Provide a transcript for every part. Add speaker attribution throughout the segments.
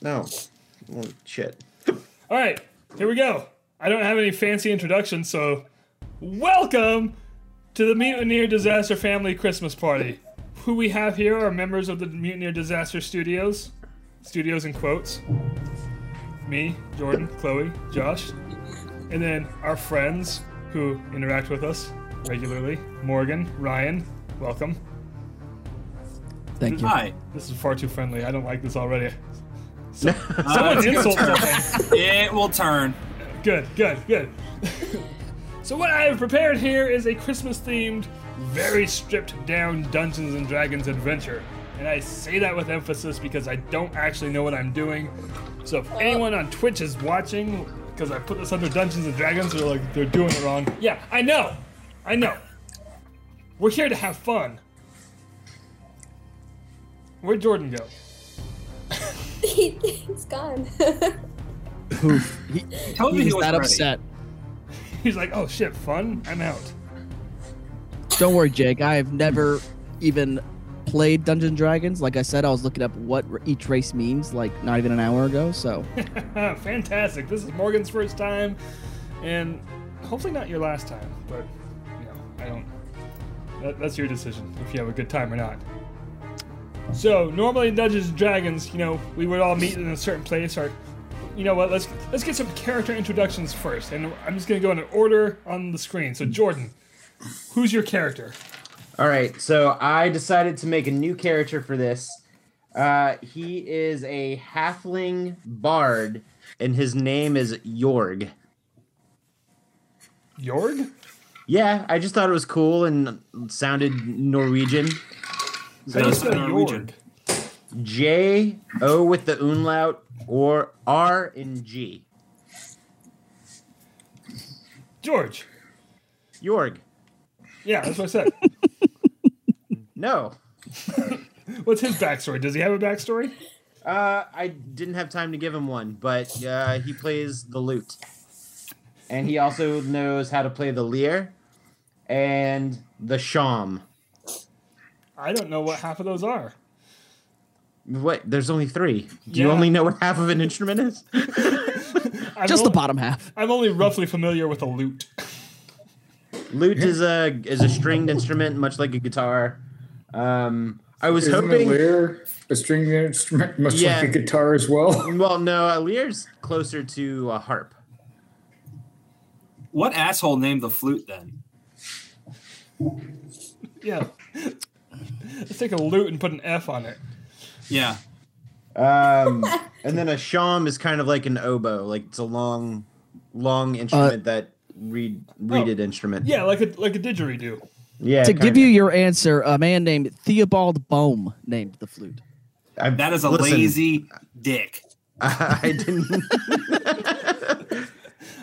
Speaker 1: No. Well, shit.
Speaker 2: All right, here we go. I don't have any fancy introductions, so welcome to the Mutineer Disaster Family Christmas Party. Who we have here are members of the Mutineer Disaster Studios, studios in quotes. Me, Jordan, Chloe, Josh, and then our friends who interact with us regularly. Morgan, Ryan, welcome.
Speaker 3: Thank you.
Speaker 4: Hi.
Speaker 2: This is far too friendly. I don't like this already. So, someone's insulting me.
Speaker 4: uh, It will turn.
Speaker 2: Good, good, good. so what I have prepared here is a Christmas-themed, very stripped-down Dungeons and Dragons adventure, and I say that with emphasis because I don't actually know what I'm doing. So if anyone on Twitch is watching, because I put this under Dungeons and Dragons, they're like they're doing it wrong. Yeah, I know, I know. We're here to have fun. Where'd Jordan go?
Speaker 5: He's gone.
Speaker 3: Poof. He,
Speaker 4: I told you
Speaker 3: he's
Speaker 4: he was
Speaker 3: that
Speaker 4: ready.
Speaker 3: upset.
Speaker 2: He's like, oh shit, fun. I'm out.
Speaker 3: Don't worry, Jake. I have never even played Dungeon Dragons. Like I said, I was looking up what r- each race means, like not even an hour ago. So
Speaker 2: Ah, Fantastic. This is Morgan's first time, and hopefully not your last time. But you know, I don't. That, that's your decision if you have a good time or not. So normally in Dungeons and Dragons, you know, we would all meet in a certain place. Or, you know what? Let's let's get some character introductions first, and I'm just gonna go in an order on the screen. So Jordan, who's your character?
Speaker 1: All right, so I decided to make a new character for this. Uh, he is a halfling bard, and his name is Jorg.
Speaker 2: Jorg?
Speaker 1: Yeah, I just thought it was cool and sounded Norwegian.
Speaker 4: That
Speaker 2: How do you
Speaker 4: is
Speaker 2: spell
Speaker 4: Norwegian.
Speaker 2: Jorg?
Speaker 1: J O with the umlaut or R and G.
Speaker 2: George.
Speaker 1: Jorg.
Speaker 2: Yeah, that's what I said.
Speaker 1: No,
Speaker 2: What's his backstory? Does he have a backstory?
Speaker 1: Uh, I didn't have time to give him one, but uh, he plays the lute, and he also knows how to play the lyre and the sham.
Speaker 2: I don't know what half of those are.
Speaker 1: What? There's only three. Do you
Speaker 2: Yeah.
Speaker 1: only know what half of an instrument is?
Speaker 2: I'm
Speaker 3: just the
Speaker 2: only-
Speaker 3: bottom half.
Speaker 2: I'm only roughly familiar with a lute.
Speaker 1: lute is a is a stringed instrument, much like a guitar. Um, I was
Speaker 6: Isn't a
Speaker 1: hoping.
Speaker 6: lyre a stringed instrument, much
Speaker 1: Yeah.
Speaker 6: like a guitar as well?
Speaker 1: Well, no, a lyre's closer to a harp.
Speaker 4: What asshole named the flute then?
Speaker 2: Yeah. Let's take a lute and put an F on it.
Speaker 4: Yeah.
Speaker 1: Um, and then a sham is kind of like an oboe, like it's a long, long instrument that reed reeded instrument.
Speaker 2: Uh, oh, Yeah, like a like a didgeridoo.
Speaker 1: Yeah.
Speaker 3: to give
Speaker 1: kinda.
Speaker 3: you your answer, a man named Theobald Bohm named the flute.
Speaker 1: I,
Speaker 4: That is a
Speaker 1: listen,
Speaker 4: lazy dick.
Speaker 1: I, didn't. uh,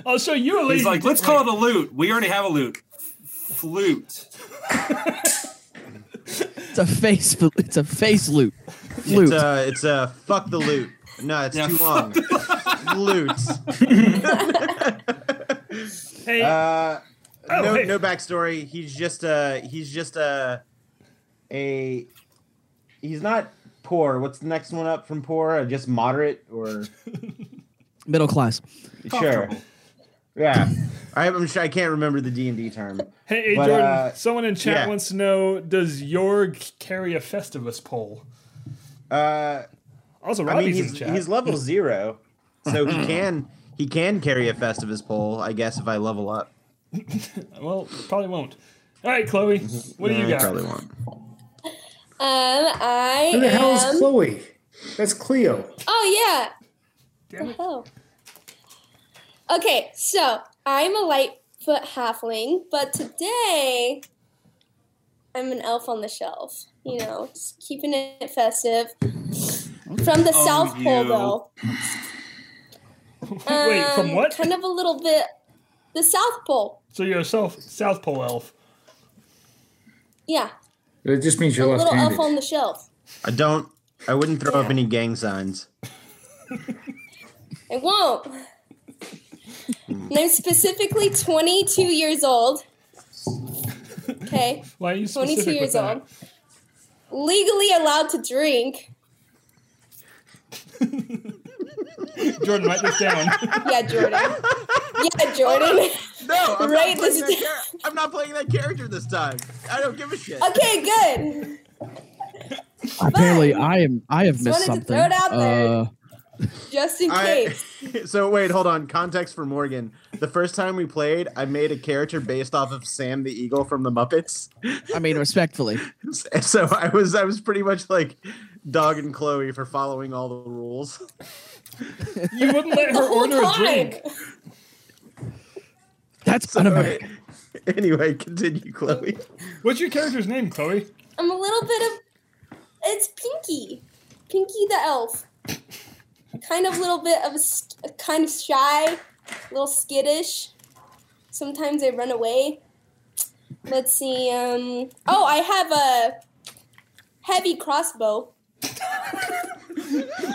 Speaker 2: I'll show you a lady.
Speaker 4: He's like, let's call it a lute. We already have a lute. F- Flute.
Speaker 3: It's a face. fl- It's a face loot. Flute.
Speaker 1: It's
Speaker 5: uh,
Speaker 1: a, it's a fuck the loot. No, it's
Speaker 4: Yeah,
Speaker 1: too long.
Speaker 4: fuck
Speaker 1: Loot.
Speaker 2: Hey,
Speaker 1: Uh,
Speaker 2: Oh,
Speaker 1: no,
Speaker 2: hey.
Speaker 1: no backstory. He's just a. He's just a. A. He's not poor. What's the next one up from poor? Uh, Just moderate or
Speaker 3: Middle class.
Speaker 1: sure.
Speaker 4: Comfortable.
Speaker 1: Yeah, I, I'm sure I can't remember the D and D term.
Speaker 2: hey, hey,
Speaker 1: but,
Speaker 2: Jordan.
Speaker 1: uh,
Speaker 2: someone in chat
Speaker 1: yeah.
Speaker 2: wants to know: Does Jorg carry a Festivus pole?
Speaker 1: Uh,
Speaker 2: Also,
Speaker 1: I mean,
Speaker 2: Robbie's
Speaker 1: he's
Speaker 2: in chat.
Speaker 1: he's level zero, so he can he can carry a Festivus pole, I guess, if I level up.
Speaker 2: well, probably won't. All right, Chloe, what do you
Speaker 1: I
Speaker 2: got?
Speaker 1: Probably won't.
Speaker 5: Um, I
Speaker 6: Who the hell is
Speaker 5: am.
Speaker 6: Chloe? That's Cleo.
Speaker 5: Oh yeah.
Speaker 2: Damn it.
Speaker 5: Oh. Okay, so I'm a lightfoot halfling, but today I'm an elf on the shelf. You know, just keeping it festive. From the
Speaker 4: Oh,
Speaker 5: South Pole,
Speaker 4: you.
Speaker 5: though.
Speaker 2: Wait, from
Speaker 5: Um,
Speaker 2: what?
Speaker 5: Kind of a little bit. The South Pole.
Speaker 2: So you're a South South Pole elf.
Speaker 5: Yeah,
Speaker 6: It just means you're
Speaker 5: little elf
Speaker 6: left-handed.
Speaker 5: on the shelf.
Speaker 1: I don't. I wouldn't throw up
Speaker 5: Yeah.
Speaker 1: any gang signs.
Speaker 5: I won't. And I'm specifically 22 years old. Okay,
Speaker 2: Why are you
Speaker 5: 22
Speaker 2: specific with
Speaker 5: years
Speaker 2: that?
Speaker 5: old. Legally allowed to drink.
Speaker 2: Jordan, write this down.
Speaker 5: Yeah, Jordan. Yeah, Jordan.
Speaker 1: No, I'm, not playing
Speaker 5: Right, this
Speaker 1: that
Speaker 5: is-
Speaker 1: char- I'm not playing that character this time. I don't give a shit.
Speaker 5: Okay, good.
Speaker 3: Apparently, I am. I have
Speaker 5: Just
Speaker 3: missed
Speaker 5: wanted to
Speaker 3: something.
Speaker 5: throw it out there.
Speaker 3: Uh,
Speaker 5: Just in
Speaker 1: I-
Speaker 5: case.
Speaker 1: so wait, hold on. Context for Morgan. The first time we played, I made a character based off of Sam the Eagle from the Muppets.
Speaker 3: I mean, respectfully,
Speaker 1: So I was I was pretty much like Dog and Chloe for following all the rules.
Speaker 2: You wouldn't let her
Speaker 5: The whole
Speaker 2: order a
Speaker 5: time.
Speaker 2: drink.
Speaker 3: that's
Speaker 1: So,
Speaker 3: un-American.
Speaker 1: anyway, continue, Chloe.
Speaker 2: What's your character's name, Chloe?
Speaker 5: I'm a little bit of. It's Pinky, Pinky the elf. kind of little bit of a, s- a kind of shy, a little skittish. Sometimes I run away. Let's see. Um. Oh, I have a heavy crossbow.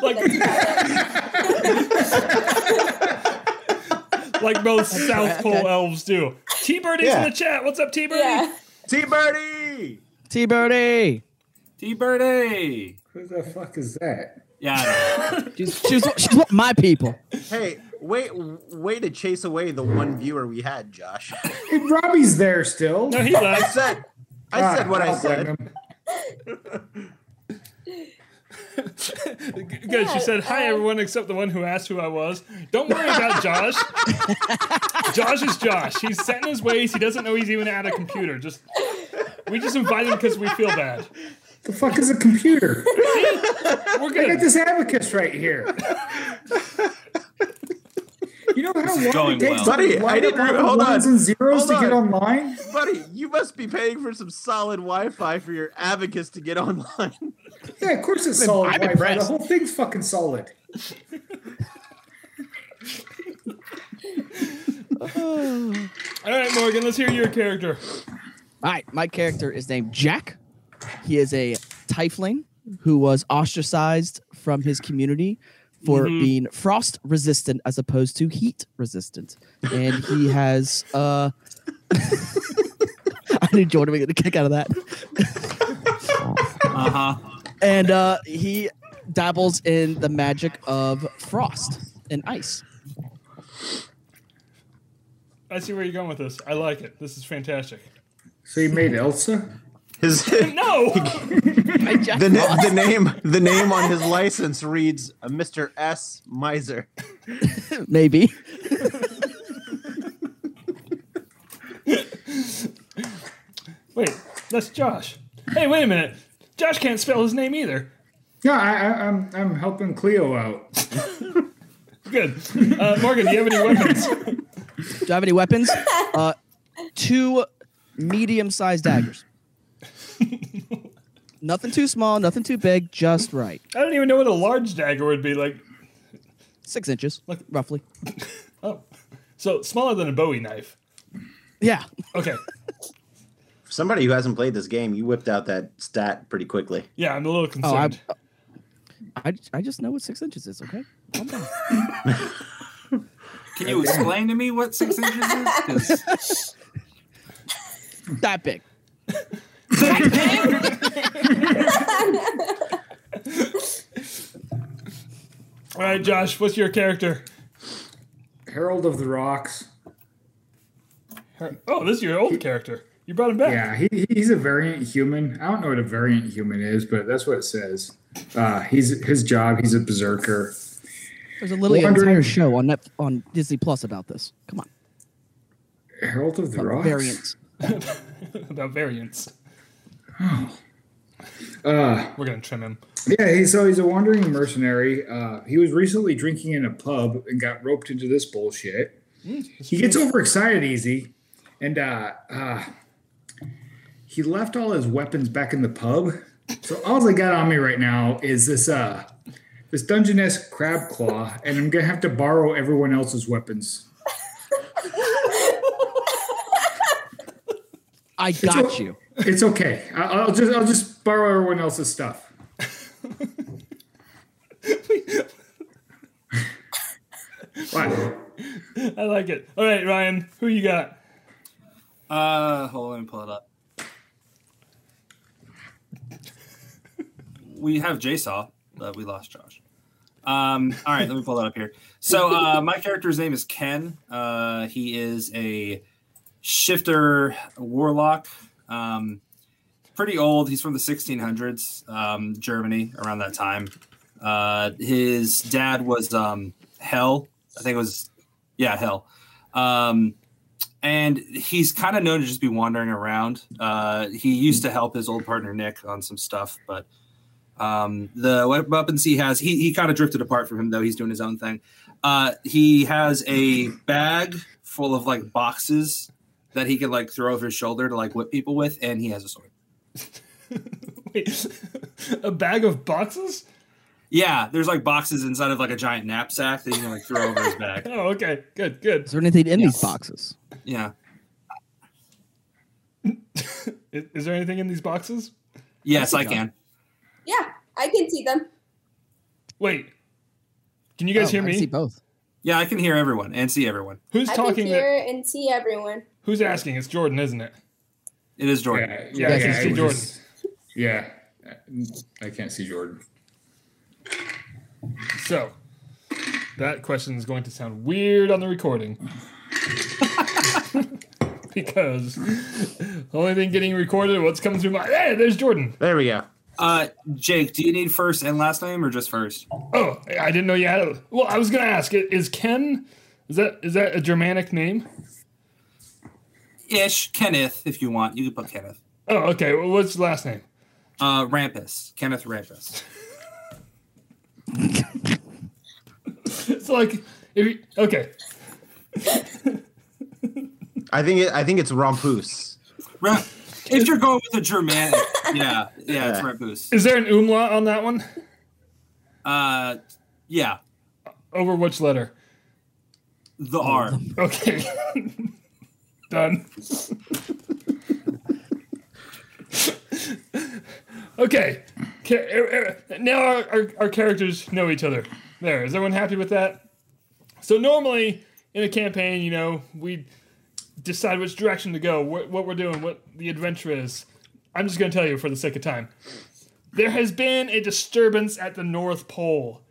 Speaker 2: Like, like most South Pole elves do. T Birdie's
Speaker 1: Yeah.
Speaker 2: in the chat. What's up, T Birdie?
Speaker 5: Yeah.
Speaker 1: T Birdie!
Speaker 3: T Birdie.
Speaker 4: T Birdie.
Speaker 6: Who the fuck is that?
Speaker 4: Yeah. I know.
Speaker 3: She's she's she's one of my people.
Speaker 1: Hey, wait way to chase away the one viewer we had, Josh.
Speaker 6: Hey, Robbie's there still.
Speaker 2: No, he
Speaker 1: I
Speaker 2: left.
Speaker 1: said
Speaker 6: Ah,
Speaker 1: I said what I said.
Speaker 2: Good. She said, Hi, everyone, except the one who asked who I was. Don't worry about Josh. Josh is Josh. He's set in his ways. He doesn't know he's even at a computer. Just We just invite him because we feel bad.
Speaker 6: The fuck is a computer?
Speaker 2: We're
Speaker 6: I got
Speaker 2: good.
Speaker 6: this abacus right here. You know how long
Speaker 4: going
Speaker 6: it takes
Speaker 4: well.
Speaker 6: to
Speaker 1: Buddy, I
Speaker 6: line up
Speaker 1: didn't-
Speaker 6: all the
Speaker 1: hold on.
Speaker 6: ones and zeros
Speaker 1: Hold
Speaker 6: to get
Speaker 1: on.
Speaker 6: online?
Speaker 1: Buddy, you must be paying for some solid Wi-Fi for your abacus to get online.
Speaker 6: Yeah, of course it's solid. Wi-Fi. The
Speaker 3: impressed.
Speaker 6: whole thing's fucking solid.
Speaker 2: All right, Morgan, let's hear your character.
Speaker 3: All right, my character is named Jack. He is a tiefling who was ostracized from his community for being frost resistant as opposed to heat resistant, and he has uh. I knew Jordan would get a kick out of that.
Speaker 4: Uh huh.
Speaker 3: and uh, he dabbles in the magic of frost and ice.
Speaker 2: I see where you're going with this. I like it. This is fantastic.
Speaker 6: So you made Elsa?
Speaker 1: His
Speaker 2: No!
Speaker 3: My Jack
Speaker 1: the,
Speaker 3: Frost.
Speaker 1: na- the name the name on his license reads uh, Mr. S Miser.
Speaker 3: Maybe.
Speaker 2: Wait, that's Josh. Hey, wait a minute. Josh can't spell his name either.
Speaker 6: Yeah, I, I, I'm I'm helping Cleo out.
Speaker 2: Good. Uh, Morgan, do you have any weapons?
Speaker 3: Do I have any weapons? Uh, two medium-sized daggers. nothing too small, nothing too big, just right.
Speaker 2: I don't even know what a large dagger would be like.
Speaker 3: Six inches,
Speaker 2: Look-
Speaker 3: roughly.
Speaker 2: Oh, so smaller than a Bowie knife.
Speaker 3: Yeah.
Speaker 2: Okay.
Speaker 1: For somebody who hasn't played this game, you whipped out that stat pretty quickly.
Speaker 2: Yeah, I'm a little concerned.
Speaker 3: Oh, I, I, I just know what six inches is. Okay. Calm down.
Speaker 4: Can you explain to me what six inches is? 'Cause-
Speaker 3: That big.
Speaker 2: All right, Josh, what's your character?
Speaker 6: Herald of the Rocks.
Speaker 2: Oh, this is your old character. You brought him back.
Speaker 6: Yeah, he, he's a variant human. I don't know what a variant human is, but that's what it says. Uh, he's his job. He's a berserker.
Speaker 3: There's a literally
Speaker 6: Wondering-
Speaker 3: entire show on Net, on Disney Plus about this. Come on.
Speaker 6: Herald of the Rocks.
Speaker 3: Variants.
Speaker 2: About variants.
Speaker 6: Uh,
Speaker 2: We're gonna trim him.
Speaker 6: yeah, he, so he's a wandering mercenary. Uh, he was recently drinking in a pub and got roped into this bullshit. He gets overexcited easy, and uh, uh, he left all his weapons back in the pub. So all I got on me right now is this uh, this dungeness crab claw, and I'm gonna have to borrow everyone else's weapons.
Speaker 3: I got you.
Speaker 6: It's okay. I- I'll just I'll just borrow everyone else's stuff. What?
Speaker 2: I like it. All right, Ryan, who you got?
Speaker 4: Uh, hold on, let me pull it up. We have Jsaw, but we lost Josh. Um, all right, let me pull that up here. So uh, my character's name is Ken. Uh, he is a shifter warlock. Um, pretty old. He's from the 1600s, um, Germany, around that time. Uh, his dad was um, Hell. I think it was, yeah, Hell. Um, and he's kind of known to just be wandering around. Uh, he used to help his old partner Nick on some stuff, but um, the wep- weapons he has, he, he kind of drifted apart from him, though. He's doing his own thing. Uh, he has a bag full of like boxes that he can like throw over his shoulder to like whip people with, and he has a sword.
Speaker 2: Wait, a bag of boxes?
Speaker 4: Yeah, there's like boxes inside of like a giant knapsack that you can like throw over his back.
Speaker 2: Oh, okay, good, good.
Speaker 3: Is there anything in these boxes?
Speaker 4: Yeah.
Speaker 2: Is, is there anything in these boxes?
Speaker 4: Yes, I can.
Speaker 5: Yeah, I can see them.
Speaker 2: Wait, can you guys
Speaker 3: Oh,
Speaker 2: hear
Speaker 3: I
Speaker 2: me?
Speaker 3: see both.
Speaker 4: Yeah, I can hear everyone and see everyone.
Speaker 2: Who's
Speaker 5: I can
Speaker 2: talking? That,
Speaker 5: hear and see everyone.
Speaker 2: who's asking? It's Jordan, isn't it?
Speaker 4: It is Jordan.
Speaker 6: Yeah,
Speaker 2: Yeah,
Speaker 6: yeah,
Speaker 2: I
Speaker 6: yeah,
Speaker 2: can see
Speaker 6: it
Speaker 2: Jordan.
Speaker 6: was- yeah. I can't see Jordan.
Speaker 2: So, that question is going to sound weird on the recording. because the only thing getting recorded, what's coming through my. Hey, there's Jordan.
Speaker 1: There we go.
Speaker 4: Uh, Jake, do you need first and last name or just first?
Speaker 2: Oh, I didn't know you had a. Well, I was going to ask, i- is Ken. Is that is that a Germanic name?
Speaker 4: Ish, Kenneth, if you want. You can put Kenneth.
Speaker 2: Oh, okay. Well, what's the last name?
Speaker 4: Uh, Rampus, Kenneth Rampus.
Speaker 2: It's like. If you, okay.
Speaker 1: I think it, I think it's Rompus.
Speaker 4: Ramp- if you're going with a Germanic, yeah, yeah, it's
Speaker 1: Yeah.
Speaker 4: Rampus.
Speaker 2: Is there an umlaut on that one?
Speaker 4: Uh, yeah,
Speaker 2: Over which letter?
Speaker 4: the R.
Speaker 2: Okay. Done. okay. Ca- er- er- Now our, our, our characters know each other. There. Is everyone happy with that? So, normally in a campaign, you know, we decide which direction to go, wh- what we're doing, what the adventure is. I'm just going to tell you for the sake of time. There has been a disturbance at the North Pole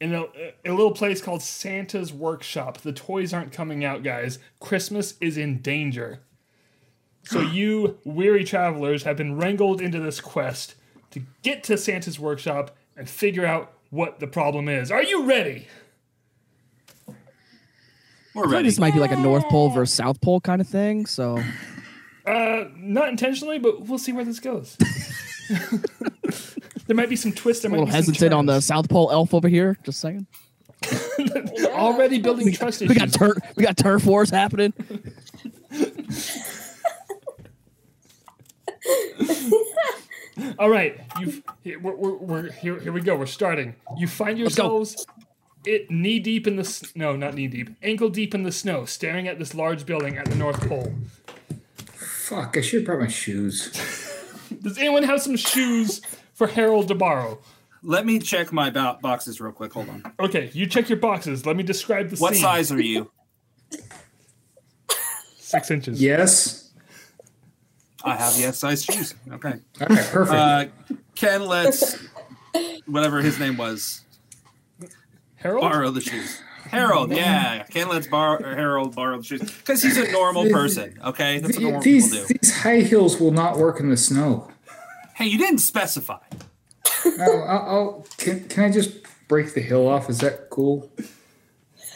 Speaker 2: in a, a little place called Santa's Workshop. The toys aren't coming out, guys. Christmas is in danger. So, you weary travelers have been wrangled into this quest to get to Santa's Workshop and figure out what the problem is. Are you ready?
Speaker 4: We're
Speaker 3: I think
Speaker 4: ready.
Speaker 3: this might be like a North Pole versus South Pole kind of thing. So
Speaker 2: Not intentionally, but we'll see where this goes. there might be some twists. There
Speaker 3: a
Speaker 2: might
Speaker 3: little
Speaker 2: be some
Speaker 3: hesitant on the
Speaker 2: turns.
Speaker 3: South Pole elf over here. Just saying.
Speaker 2: Already building trust
Speaker 3: We got
Speaker 2: issues.
Speaker 3: turf. We got turf wars happening.
Speaker 2: All right, you. We're, we're, we're here. Here we go. We're starting. You find
Speaker 3: go.
Speaker 2: yourselves it knee deep in the s- no, not knee deep, ankle deep in the snow, staring at this large building at the North Pole.
Speaker 6: Fuck, I should have brought my shoes.
Speaker 2: Does anyone have some shoes for Harold to borrow?
Speaker 4: Let me check my bo- boxes real quick. Hold on.
Speaker 2: Okay, you check your boxes. Let me describe the
Speaker 4: What
Speaker 2: scene.
Speaker 4: size are you?
Speaker 2: Six inches.
Speaker 6: Yes.
Speaker 4: I have yes size shoes. Okay.
Speaker 6: All right, perfect.
Speaker 4: Uh, Ken lets whatever his name was
Speaker 2: Harold.
Speaker 4: borrow the shoes. Harold, yeah, Ken lets borrow Harold borrow the shoes because he's a normal person. Okay, that's what normal
Speaker 6: these
Speaker 4: people do.
Speaker 6: these high heels will not work in the snow.
Speaker 4: Hey, you didn't specify.
Speaker 6: Oh, I'll, I'll, can, can I just break the heel off? Is that cool?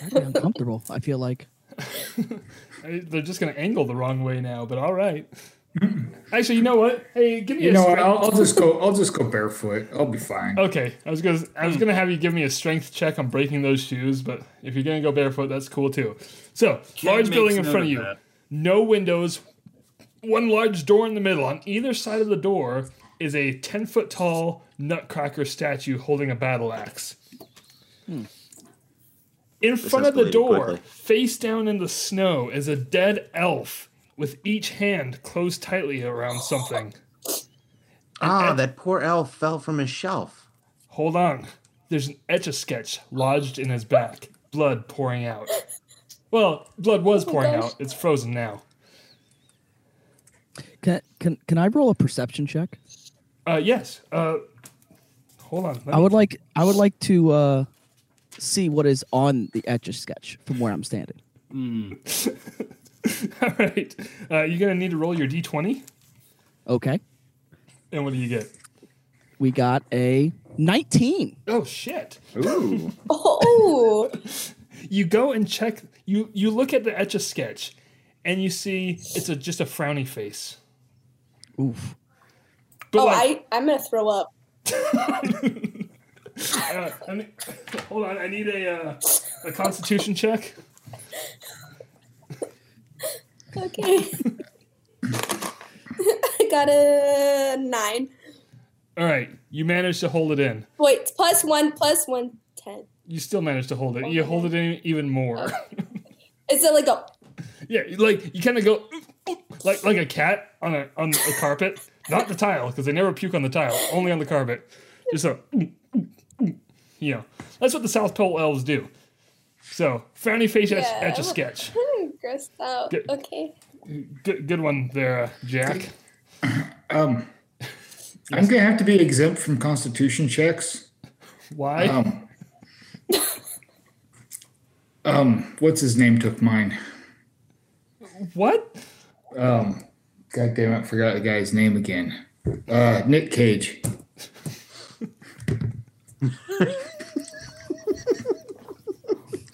Speaker 3: Very uncomfortable. I feel like.
Speaker 2: I- They're just gonna angle the wrong way now, but all right. Actually, you know what? Hey, give me
Speaker 6: You
Speaker 2: a.
Speaker 6: know what?
Speaker 2: strength-
Speaker 6: I'll, I'll just go. I'll just go barefoot. I'll be fine.
Speaker 2: Okay, I was gonna I was gonna have you give me a strength check on breaking those shoes, but if you're gonna go barefoot, that's cool too. So
Speaker 4: Ken
Speaker 2: large
Speaker 4: makes
Speaker 2: building in
Speaker 4: note
Speaker 2: front of you,
Speaker 4: that.
Speaker 2: no windows, one large door in the middle. On either side of the door is a ten foot tall Nutcracker statue holding a battle axe. In front of the
Speaker 1: escalated
Speaker 2: door,
Speaker 1: quickly.
Speaker 2: face down in the snow, is a dead elf with each hand closed tightly around something.
Speaker 1: Ah, that poor elf fell from his shelf.
Speaker 2: Hold on. There's an etch a sketch lodged in his back, blood pouring out. Well, blood was pouring
Speaker 5: Oh gosh.
Speaker 2: out. It's frozen now.
Speaker 3: Can, can can I roll a perception check?
Speaker 2: Uh, yes. Uh, hold on. Let
Speaker 3: I
Speaker 2: me-
Speaker 3: would like I would like to uh see what is on the etch a sketch from where I'm standing.
Speaker 2: All right. Uh, you're going to need to roll your d20.
Speaker 3: Okay.
Speaker 2: And what do you get?
Speaker 3: We got a 19.
Speaker 2: Oh, shit.
Speaker 6: Ooh.
Speaker 5: Oh,
Speaker 2: You go and check. You, you look at the etch a sketch and you see it's a, just a frowny face.
Speaker 3: Oof.
Speaker 2: But
Speaker 5: oh,
Speaker 2: like,
Speaker 5: I, I'm gonna throw up.
Speaker 2: uh, I mean- hold on. I need a, uh, a constitution check.
Speaker 5: Okay. I got a nine.
Speaker 2: All right. You manage to hold it in.
Speaker 5: Wait, it's plus one, plus one, ten.
Speaker 2: You still manage to hold it. You hold it in even more.
Speaker 5: Is it like a?
Speaker 2: Yeah, you- like you kind of go "Oof, oof," like like a cat on a on a carpet, not the tile because they never puke on the tile, only on the carpet. Just a, "Oof, oof, oof," you know, that's what the South Pole elves do. So frowny face etch,
Speaker 5: Yeah.
Speaker 2: etch a sketch.
Speaker 5: I'm hmm, grossed out.
Speaker 2: Good.
Speaker 5: Okay.
Speaker 2: Good good one there, uh, Jack.
Speaker 6: Um, I'm gonna have to be exempt from Constitution checks.
Speaker 2: Why?
Speaker 6: Um, um, what's his name took mine?
Speaker 2: what?
Speaker 6: Um, God damn it, forgot the guy's name again. Uh, Nick Cage.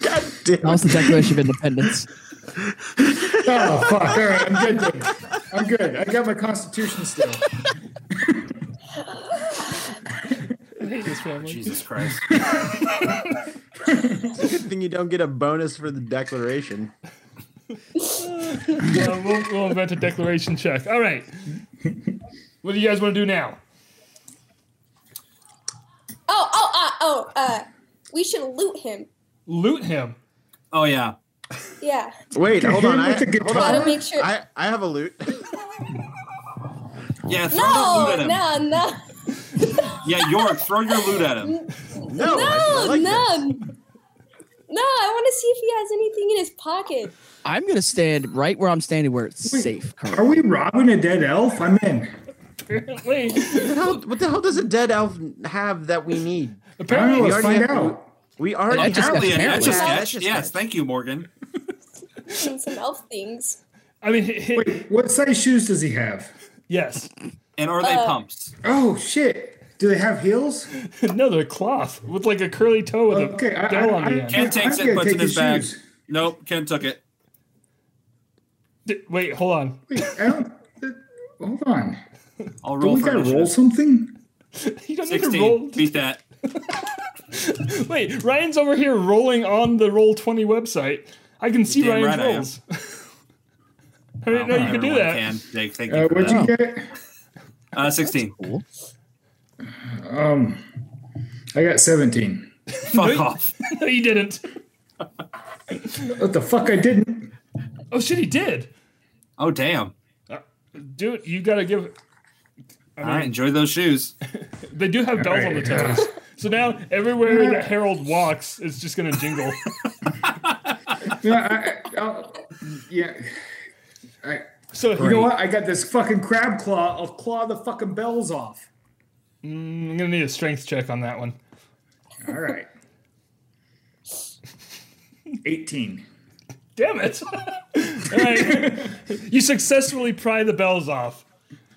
Speaker 3: That was the Declaration of Independence.
Speaker 6: Oh fuck! All right, I'm good. Then. I'm good. I got my Constitution still.
Speaker 2: I hate this family.
Speaker 4: Jesus Christ.
Speaker 1: Good thing you don't get a bonus for the declaration.
Speaker 2: Uh, we'll, we'll invent a declaration check. All right. What do you guys want to do now?
Speaker 5: Oh, oh, uh, oh, uh, we should loot him.
Speaker 2: Loot him.
Speaker 4: Oh yeah.
Speaker 5: Yeah.
Speaker 1: Wait, hold
Speaker 6: hit
Speaker 1: on.
Speaker 6: him
Speaker 1: I,
Speaker 6: with the
Speaker 1: hold
Speaker 6: guitar?
Speaker 5: Gotta
Speaker 1: on.
Speaker 5: make sure.
Speaker 1: I, I have a loot.
Speaker 4: Yeah, throw your loot at
Speaker 5: no,
Speaker 4: him.
Speaker 5: no, no,
Speaker 4: Yeah, York, throw your loot at him.
Speaker 1: No, I
Speaker 5: no,
Speaker 1: like that.
Speaker 5: no. No, I want to see if he has anything in his pocket.
Speaker 3: I'm going to stand right where I'm standing where it's safe. currently.
Speaker 6: Are we robbing a dead elf? I'm in.
Speaker 2: Apparently,
Speaker 1: What the, hell, what the hell does a dead elf have that we need?
Speaker 6: I
Speaker 1: We
Speaker 2: apparently,
Speaker 6: don't know. Let's
Speaker 1: already
Speaker 6: find
Speaker 1: have-
Speaker 6: out.
Speaker 1: We already
Speaker 3: Etch-a-sketch,
Speaker 1: have
Speaker 4: Apparently, an
Speaker 3: apparently.
Speaker 4: etch a sketch.
Speaker 1: Etch-a-sketch.
Speaker 4: Yes, thank you, Morgan.
Speaker 5: And Hmm, some elf things.
Speaker 2: I mean, hit, hit,
Speaker 6: Wait, what size shoes does he have?
Speaker 2: yes.
Speaker 4: And are
Speaker 5: Uh,
Speaker 4: they pumps?
Speaker 6: Oh shit! Do they have heels?
Speaker 2: No, they're cloth with like a curly toe with
Speaker 6: Okay,
Speaker 2: a
Speaker 6: I-
Speaker 2: bell
Speaker 6: I-
Speaker 2: on the
Speaker 6: I-
Speaker 2: end.
Speaker 4: Ken takes
Speaker 6: I'm
Speaker 4: it,
Speaker 6: gonna
Speaker 4: puts it in
Speaker 6: take
Speaker 4: his
Speaker 6: his
Speaker 4: bag.
Speaker 6: shoes.
Speaker 4: Nope, Ken took it.
Speaker 2: D- Wait, hold on.
Speaker 6: Wait, I don't. uh, Hold on.
Speaker 4: I'll
Speaker 6: Don't
Speaker 4: roll
Speaker 6: we
Speaker 4: for
Speaker 6: gotta roll
Speaker 4: initiative.
Speaker 6: something?
Speaker 2: You don't need to
Speaker 4: 16.
Speaker 2: roll.
Speaker 4: Beat that.
Speaker 2: Wait, Ryan's over here rolling on the Roll Twenty website. I can see
Speaker 4: damn
Speaker 2: Ryan's
Speaker 4: right I am.
Speaker 2: rolls. I didn't know you could do
Speaker 4: Everyone
Speaker 2: that.
Speaker 4: Can. Jake, thank you.
Speaker 6: Uh,
Speaker 4: for
Speaker 6: what'd
Speaker 4: that.
Speaker 6: you get?
Speaker 4: Uh, 16.
Speaker 6: Um, I got 17.
Speaker 4: Fuck off.
Speaker 2: No, you didn't.
Speaker 6: What the fuck? I didn't.
Speaker 2: Oh shit, he did.
Speaker 4: Oh, damn.
Speaker 2: Dude, you gotta give.
Speaker 4: All right, enjoy those shoes.
Speaker 2: They do have bells on the toes. So now everywhere that Harold walks, it's just gonna jingle.
Speaker 6: Yeah, I, I'll, yeah.
Speaker 2: So
Speaker 6: You know what? I got this fucking crab claw. I'll claw the fucking bells off.
Speaker 2: I'm gonna need a strength check on that one.
Speaker 6: All right. 18.
Speaker 2: Damn it. All right. you successfully pry the bells off.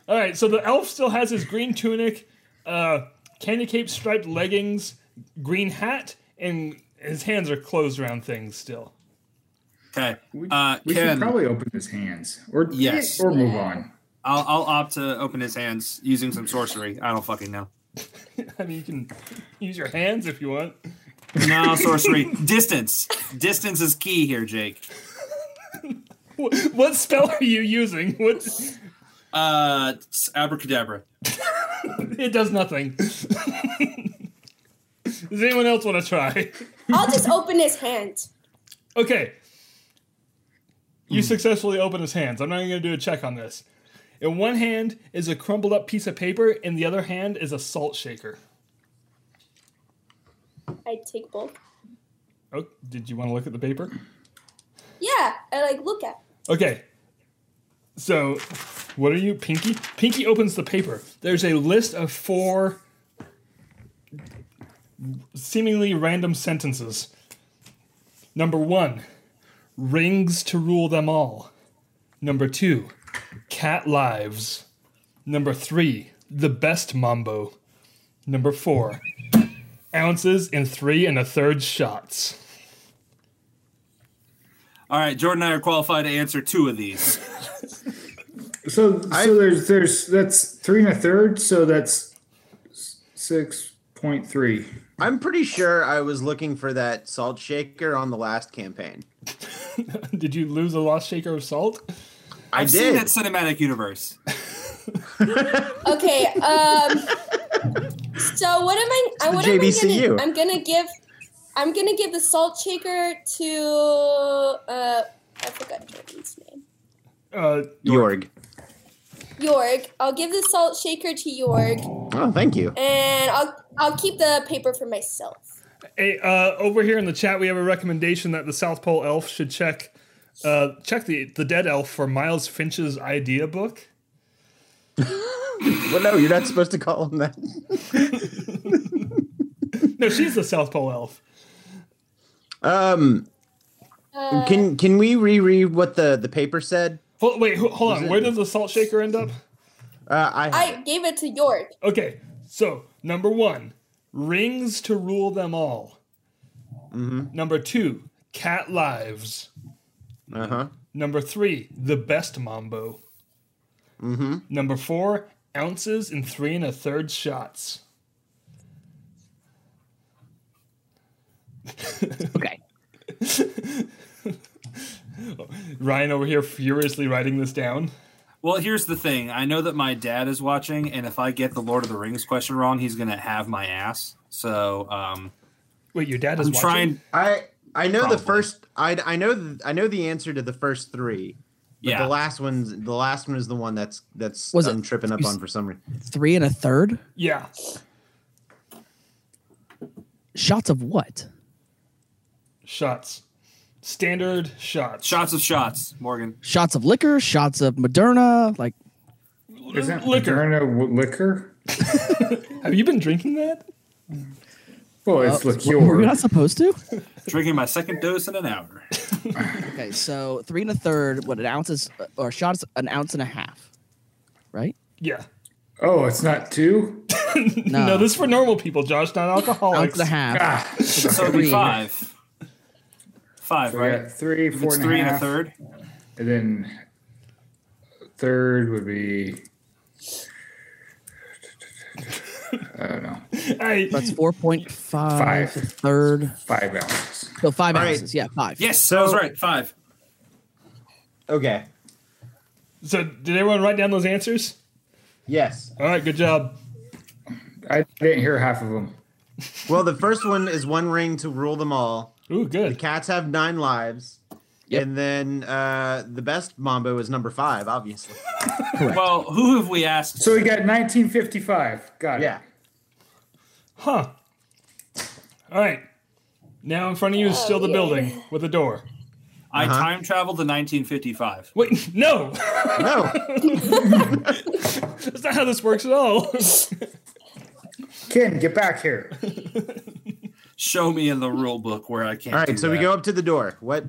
Speaker 2: All right, so the elf still has his green tunic, uh, candy cape striped leggings, green hat, and his hands are closed around things still.
Speaker 4: Okay. Uh,
Speaker 6: We
Speaker 4: Ken,
Speaker 6: should probably open his hands or
Speaker 4: Yes.
Speaker 6: or move on.
Speaker 4: I'll, I'll opt to open his hands using some sorcery. I don't fucking know.
Speaker 2: I mean, you can use your hands if you want.
Speaker 4: No, sorcery. Distance. Distance is key here, Jake.
Speaker 2: Wh- What spell are you using? What?
Speaker 4: Uh, it's abracadabra.
Speaker 2: It does nothing. Does anyone else want to try?
Speaker 5: I'll just open his hand.
Speaker 2: Okay. You successfully open his hands. I'm not even going to do a check on this. In one hand is a crumpled up piece of paper, in the other hand is a salt shaker.
Speaker 5: I take both.
Speaker 2: Oh, did you want to look at the paper?
Speaker 5: Yeah, I like look at.
Speaker 2: Okay. So, what are you, Pinky? Pinky opens the paper. There's a list of four seemingly random sentences. Number one, rings to rule them all. Number two, cat lives. Number three, the best mambo. Number four, ounces in three and a third shots.
Speaker 4: All right, Jordan and I are qualified to answer two of these.
Speaker 6: So, so there's there's that's three and a third. So that's six point three.
Speaker 1: I'm pretty sure I was looking for that salt shaker on the last campaign.
Speaker 2: Did you lose a lost shaker of salt?
Speaker 1: I
Speaker 4: I've seen
Speaker 1: did.
Speaker 4: that cinematic universe.
Speaker 5: Okay. Um. so what am I? I
Speaker 1: the
Speaker 5: what am I
Speaker 1: JVCU.
Speaker 5: gonna, I'm gonna give. I'm gonna give the salt shaker to. Uh, I forgot Jordan's name.
Speaker 2: Uh,
Speaker 1: Jorg.
Speaker 5: Yorg. I'll give the salt shaker to Yorg,
Speaker 1: Oh, thank you.
Speaker 5: and I'll I'll keep the paper for myself.
Speaker 2: Hey, uh, over here in the chat, we have a recommendation that the South Pole Elf should check uh, check the the Dead Elf for Miles Finch's idea book.
Speaker 1: Well, no, you're not supposed to call him that.
Speaker 2: No, she's the South Pole Elf.
Speaker 1: Um,
Speaker 5: Uh,
Speaker 1: can can we reread what the the paper said?
Speaker 2: Hold, wait, ho- hold on. Where does the salt shaker end up?
Speaker 1: Uh, I,
Speaker 5: I gave it to Yorg.
Speaker 2: Okay, so number one, rings to rule them all. Number two, cat lives.
Speaker 1: uh huh.
Speaker 2: Number three, the best mambo. Number four, ounces in three and a third shots.
Speaker 3: Okay.
Speaker 2: Ryan over here furiously writing this down.
Speaker 4: Well, here's the thing. I know that my dad is watching, and if I get the Lord of the Rings question wrong, he's gonna have my ass. So um,
Speaker 2: Wait, your dad is
Speaker 4: I'm
Speaker 2: watching?
Speaker 4: trying.
Speaker 1: I I know
Speaker 4: Probably.
Speaker 1: the first. I I know th- I know the answer to the first three. But
Speaker 4: Yeah.
Speaker 1: The last one's the last one is the one that's that's
Speaker 3: Was it-
Speaker 1: I'm tripping up
Speaker 3: you
Speaker 1: on
Speaker 3: s-
Speaker 1: for some reason.
Speaker 3: Three and a third
Speaker 2: Yeah.
Speaker 3: shots of what?
Speaker 2: Shots. Standard shots.
Speaker 4: Shots of shots, Morgan.
Speaker 3: Shots of liquor, shots of Moderna. Like,
Speaker 6: Is that
Speaker 2: Liquor.
Speaker 6: Moderna w- liquor?
Speaker 2: Have you been drinking that?
Speaker 6: Well, Oh, it's
Speaker 3: uh,
Speaker 6: liqueur.
Speaker 3: were we not supposed to?
Speaker 4: Drinking my second dose in an hour.
Speaker 3: Okay, so three and a third, what an ounce is, uh, or shots, an ounce and a half, right?
Speaker 2: Yeah.
Speaker 6: oh, it's not two.
Speaker 3: No,
Speaker 2: No, this is for normal people, Josh, not
Speaker 3: Uh, ounce
Speaker 2: alcoholics.
Speaker 3: and a half.
Speaker 6: Ah,
Speaker 4: So it'd be
Speaker 3: Three.
Speaker 4: five. Five,
Speaker 6: we
Speaker 4: right?
Speaker 6: got three,
Speaker 4: If
Speaker 6: four
Speaker 4: it's
Speaker 6: and a
Speaker 4: three and a
Speaker 6: half,
Speaker 4: third.
Speaker 6: and then third would be. I don't know.
Speaker 2: Hey,
Speaker 3: That's four point five.
Speaker 6: Five.
Speaker 3: Third,
Speaker 6: Five ounces.
Speaker 3: so five
Speaker 1: All right.
Speaker 3: ounces. Yeah, five.
Speaker 4: Yes,
Speaker 1: So-
Speaker 4: so, I was right. Five.
Speaker 1: Okay.
Speaker 2: so did everyone write down those answers?
Speaker 1: Yes.
Speaker 2: All right, good job.
Speaker 6: I didn't hear half of them.
Speaker 1: Well, the first one is one ring to rule them all.
Speaker 2: Ooh,
Speaker 1: The
Speaker 2: good.
Speaker 1: cats have nine lives.
Speaker 3: Yep.
Speaker 1: And then uh, the best Mambo is number five, obviously.
Speaker 4: Well, who have we asked?
Speaker 6: So we got 1955. Got
Speaker 1: Yeah.
Speaker 6: it.
Speaker 2: Huh. All right. Now in front of you is still the
Speaker 5: yeah.
Speaker 2: building with a door.
Speaker 4: I
Speaker 1: uh-huh.
Speaker 4: time traveled to 1955.
Speaker 2: Wait, no,
Speaker 1: No.
Speaker 2: that's not how this works at all.
Speaker 6: Ken, get back here.
Speaker 4: Show me in the rule book where I can't.
Speaker 1: All
Speaker 4: do
Speaker 1: right. So we
Speaker 4: that.
Speaker 1: go up to the door. What?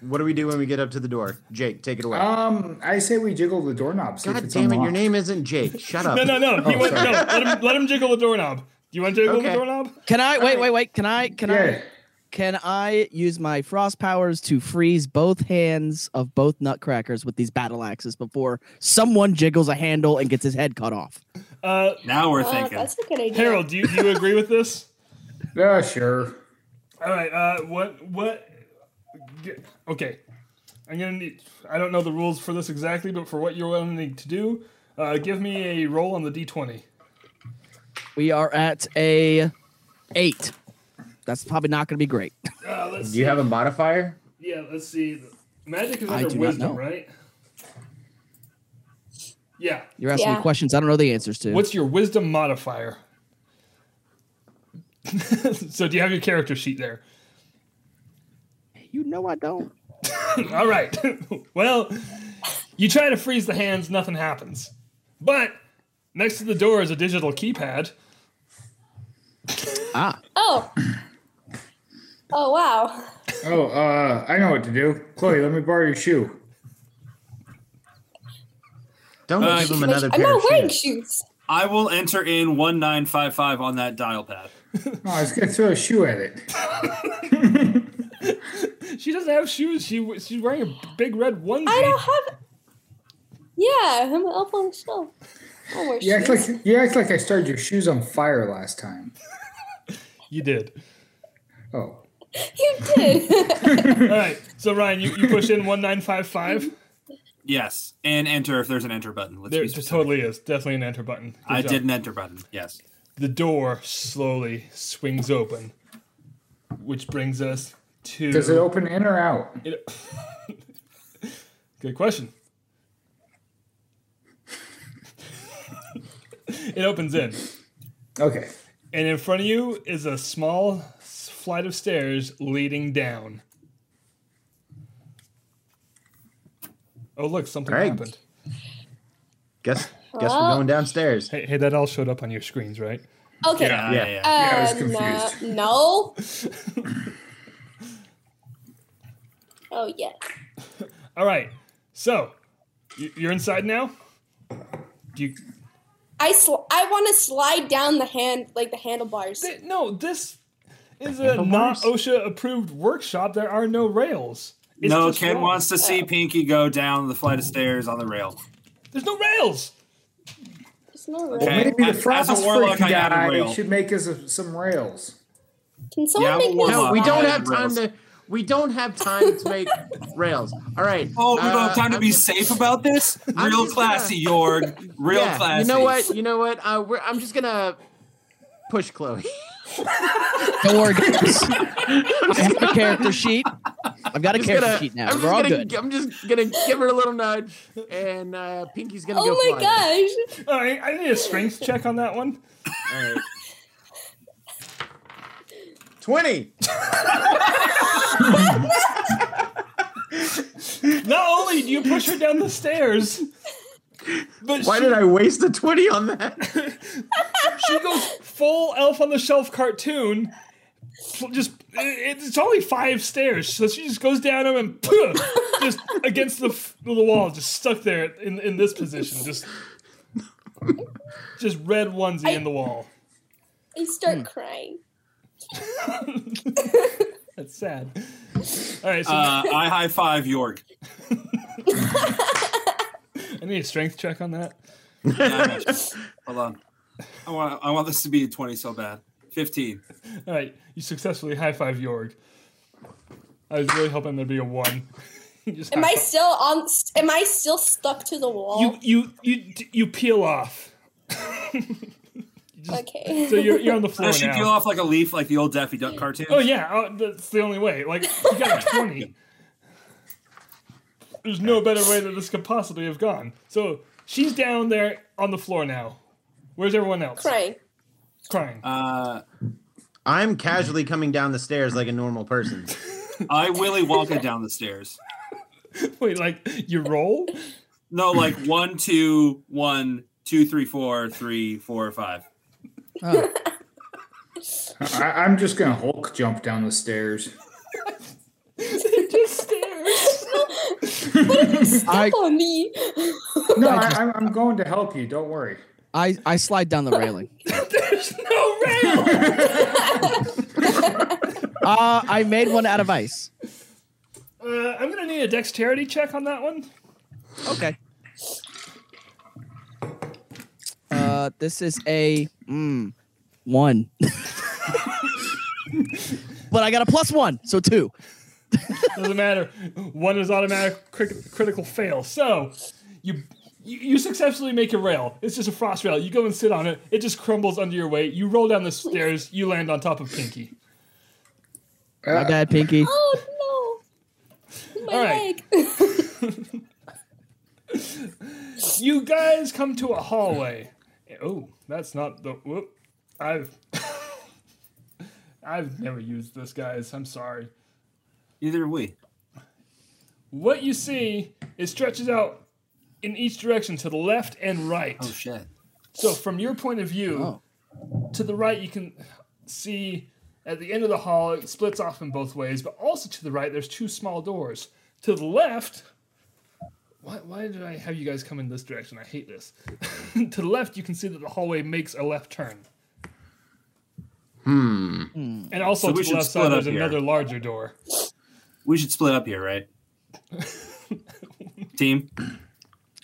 Speaker 1: What do we do when we get up to the door? Jake, take it away.
Speaker 6: Um, I say we jiggle the doorknob. See if
Speaker 1: God
Speaker 6: it's
Speaker 1: Uh, damn it! Your
Speaker 6: unlocked.
Speaker 1: name isn't Jake. Shut up.
Speaker 2: no, no, no. You want,
Speaker 6: sorry.
Speaker 2: no let, him, let him jiggle the doorknob. Do you want to jiggle the
Speaker 1: Okay.
Speaker 2: doorknob?
Speaker 3: Can I wait? Wait, wait. Can I? Can
Speaker 6: Yeah.
Speaker 3: I? Can I use my frost powers to freeze both hands of both nutcrackers with these battle axes before someone jiggles a handle and gets his head cut off?
Speaker 2: Uh,
Speaker 4: Now we're
Speaker 5: Uh,
Speaker 4: thinking.
Speaker 5: that's a good idea.
Speaker 2: Harold, do you, do you agree with this?
Speaker 6: Yeah, sure.
Speaker 2: All right. Uh, what? What? g- Okay. I'm gonna need. I don't know the rules for this exactly, but for what you're going to need to do, uh, give me a roll on the d20.
Speaker 3: We are at a eight. That's probably not going to be great.
Speaker 2: Uh, let's
Speaker 1: Do you have a modifier?
Speaker 2: Yeah, let's see. Magic is
Speaker 3: I
Speaker 2: under
Speaker 3: do not
Speaker 2: wisdom,
Speaker 3: know.
Speaker 2: right? Yeah.
Speaker 3: You're asking
Speaker 5: Yeah.
Speaker 3: me questions I don't know the answers to.
Speaker 2: What's your wisdom modifier? so do you have your character sheet there?
Speaker 3: you know I don't.
Speaker 2: All right. well, you try to freeze the hands, nothing happens. But next to the door is a digital keypad.
Speaker 3: Ah,
Speaker 5: Oh. Oh wow.
Speaker 6: Oh, uh, I know what to do. Chloe, let me borrow your shoe.
Speaker 1: Don't
Speaker 4: Uh,
Speaker 1: give him
Speaker 5: Which-
Speaker 1: another
Speaker 5: I'm
Speaker 1: pair
Speaker 5: not
Speaker 1: of
Speaker 5: wearing
Speaker 1: shoes.
Speaker 5: shoes.
Speaker 4: I will enter in 1955 on that dial pad.
Speaker 6: Oh, I was gonna throw a shoe at it.
Speaker 2: She doesn't have shoes. She she's wearing a big red onesie.
Speaker 5: I don't have. Yeah, I'm an elf on the shelf. I don't wear
Speaker 6: You act
Speaker 5: shoes.
Speaker 6: like you act like I started your shoes on fire last time.
Speaker 2: You did.
Speaker 6: Oh,
Speaker 5: You did.
Speaker 2: All right. So Ryan, you, you push in one nine five five.
Speaker 4: Yes, and enter if there's an enter button. Let's
Speaker 2: There
Speaker 4: be
Speaker 2: there
Speaker 4: specific.
Speaker 2: totally is definitely an enter button. Good
Speaker 4: I
Speaker 2: job.
Speaker 4: did an enter button. Yes.
Speaker 2: The door slowly swings open, which brings us to.
Speaker 6: does it open in or out?
Speaker 2: It- Good question. it opens in,
Speaker 6: Okay.
Speaker 2: and in front of you is a small s- flight of stairs leading down. Oh, look, something
Speaker 1: All right.
Speaker 2: happened.
Speaker 1: Guess guess we're
Speaker 5: Well-
Speaker 1: going downstairs.
Speaker 2: Hey, hey, that all showed up on your screens, right?
Speaker 5: okay.
Speaker 4: Yeah,
Speaker 1: Yeah.
Speaker 4: yeah, yeah.
Speaker 6: I was
Speaker 5: Uh,
Speaker 6: confused.
Speaker 5: no, no. oh yeah.
Speaker 2: All right. So, y- you're inside now? Do you
Speaker 5: I sl- I want to slide down the hand like the handlebars.
Speaker 2: Th- no, this is a not OSHA approved workshop. There are no rails. It's
Speaker 4: no,
Speaker 2: just
Speaker 4: Ken
Speaker 2: wrong.
Speaker 4: wants to see Pinky go down the flight of stairs on the rail.
Speaker 2: There's no rails.
Speaker 5: There's no
Speaker 6: Well,
Speaker 5: rail.
Speaker 4: Okay.
Speaker 6: maybe the
Speaker 4: As- as a
Speaker 6: Frapples
Speaker 4: warlock,
Speaker 6: freaking
Speaker 4: I got a
Speaker 6: guy
Speaker 4: rail.
Speaker 6: should make us a, some rails.
Speaker 5: Can someone
Speaker 4: Yeah,
Speaker 5: make me?
Speaker 4: we'll
Speaker 5: a
Speaker 1: No, we
Speaker 4: Uh,
Speaker 1: don't
Speaker 5: slide?
Speaker 1: have time
Speaker 4: rails.
Speaker 1: to. We don't have time to make rails. All right.
Speaker 4: Oh, we don't
Speaker 1: uh,
Speaker 4: have time to
Speaker 1: I'm
Speaker 4: be
Speaker 1: just-
Speaker 4: safe about this.
Speaker 1: I'm
Speaker 4: Real
Speaker 1: just
Speaker 4: classy, Jorg. Real
Speaker 1: yeah,
Speaker 4: classy.
Speaker 1: You know what? You know what? Uh, we're, I'm just gonna push Chloe.
Speaker 3: don't worry, guys. I have a character sheet. I've got a
Speaker 1: Just
Speaker 3: character
Speaker 1: gonna-
Speaker 3: sheet now.
Speaker 1: I'm just
Speaker 3: We're all
Speaker 1: gonna,
Speaker 3: good.
Speaker 1: I'm just gonna give her a little nudge, and uh, Pinky's gonna go.
Speaker 5: Oh my
Speaker 1: flying.
Speaker 5: gosh!
Speaker 2: All right, I need a strength check on that one.
Speaker 1: All right. Twenty.
Speaker 2: Not only do you push her down the stairs, but
Speaker 1: Why
Speaker 2: she,
Speaker 1: did I waste a twenty on that?
Speaker 2: she goes full Elf on the Shelf cartoon. fl- Just it- it's only five stairs, so she just goes down them and just against the, f- the wall, just stuck there in in this position, just just red onesie in the wall.
Speaker 5: I start crying.
Speaker 2: That's sad. All right, so
Speaker 4: Uh, I high five Jorg.
Speaker 2: I need a strength check on that.
Speaker 4: Yeah, I got you. Hold on. I want, I want this to be a 20 so bad. 15.
Speaker 2: All right, you successfully high five Jorg. I was really hoping there'd be a one. You just
Speaker 5: Am I
Speaker 2: high-five.
Speaker 5: still on? St- am I still stuck to the wall?
Speaker 2: You you you you peel off.
Speaker 5: okay.
Speaker 2: So you're, you're on the
Speaker 3: Oh,
Speaker 2: floor
Speaker 4: Does she
Speaker 2: now.
Speaker 4: peel off like a leaf like the old Daffy Duck cartoon?
Speaker 2: Oh yeah, uh, that's the only way. Like you got a twenty. There's no better way that this could possibly have gone. So she's down there on the floor now. Where's everyone else?
Speaker 5: crying.
Speaker 2: Crying.
Speaker 4: Uh,
Speaker 1: I'm casually coming down the stairs like a normal person.
Speaker 4: I Willy Wonka down the stairs.
Speaker 2: Wait, like you roll?
Speaker 4: No, like one, two, one, two, three, four, three, four, five.
Speaker 3: Oh,
Speaker 6: I, I'm just gonna Hulk jump down the stairs.
Speaker 5: just stairs. what if you step
Speaker 3: I-
Speaker 5: on me?
Speaker 6: No, I, I'm, I'm going to help you. Don't worry.
Speaker 3: I, I slide down the railing.
Speaker 2: There's no rail.
Speaker 3: Uh, I made one out of ice.
Speaker 2: Uh, I'm gonna need a dexterity check on that one.
Speaker 3: Okay. Uh, this is a mm, one. but I got a plus one, so two.
Speaker 2: Doesn't matter. One is automatic crit- critical fail. So you, you you successfully make a rail. It's just a frost rail. You go and sit on it. It just crumbles under your weight. You roll down the stairs. You land on top of Pinky.
Speaker 3: My bad, Pinky.
Speaker 5: Oh no! My
Speaker 2: All right.
Speaker 5: leg.
Speaker 2: You guys come to a hallway. Oh, that's not the. Whoop. I've I've never used this, guys. I'm sorry.
Speaker 4: Neither have we.
Speaker 2: What you see it stretches out in each direction to the left and right.
Speaker 4: shit.
Speaker 2: So from your point of view,
Speaker 3: Oh.
Speaker 2: to the right you can see at the end of the hall, it splits off in both ways, but also to the right, there's two small doors. To the left, why, why did I have you guys come in this direction? I hate this. to the left, you can see that the hallway makes a left turn. Hmm. And also
Speaker 4: So we
Speaker 2: to
Speaker 4: should
Speaker 2: the left
Speaker 4: split
Speaker 2: side,
Speaker 4: up
Speaker 2: there's
Speaker 4: here.
Speaker 2: another larger door.
Speaker 4: We should split up here, right? Team.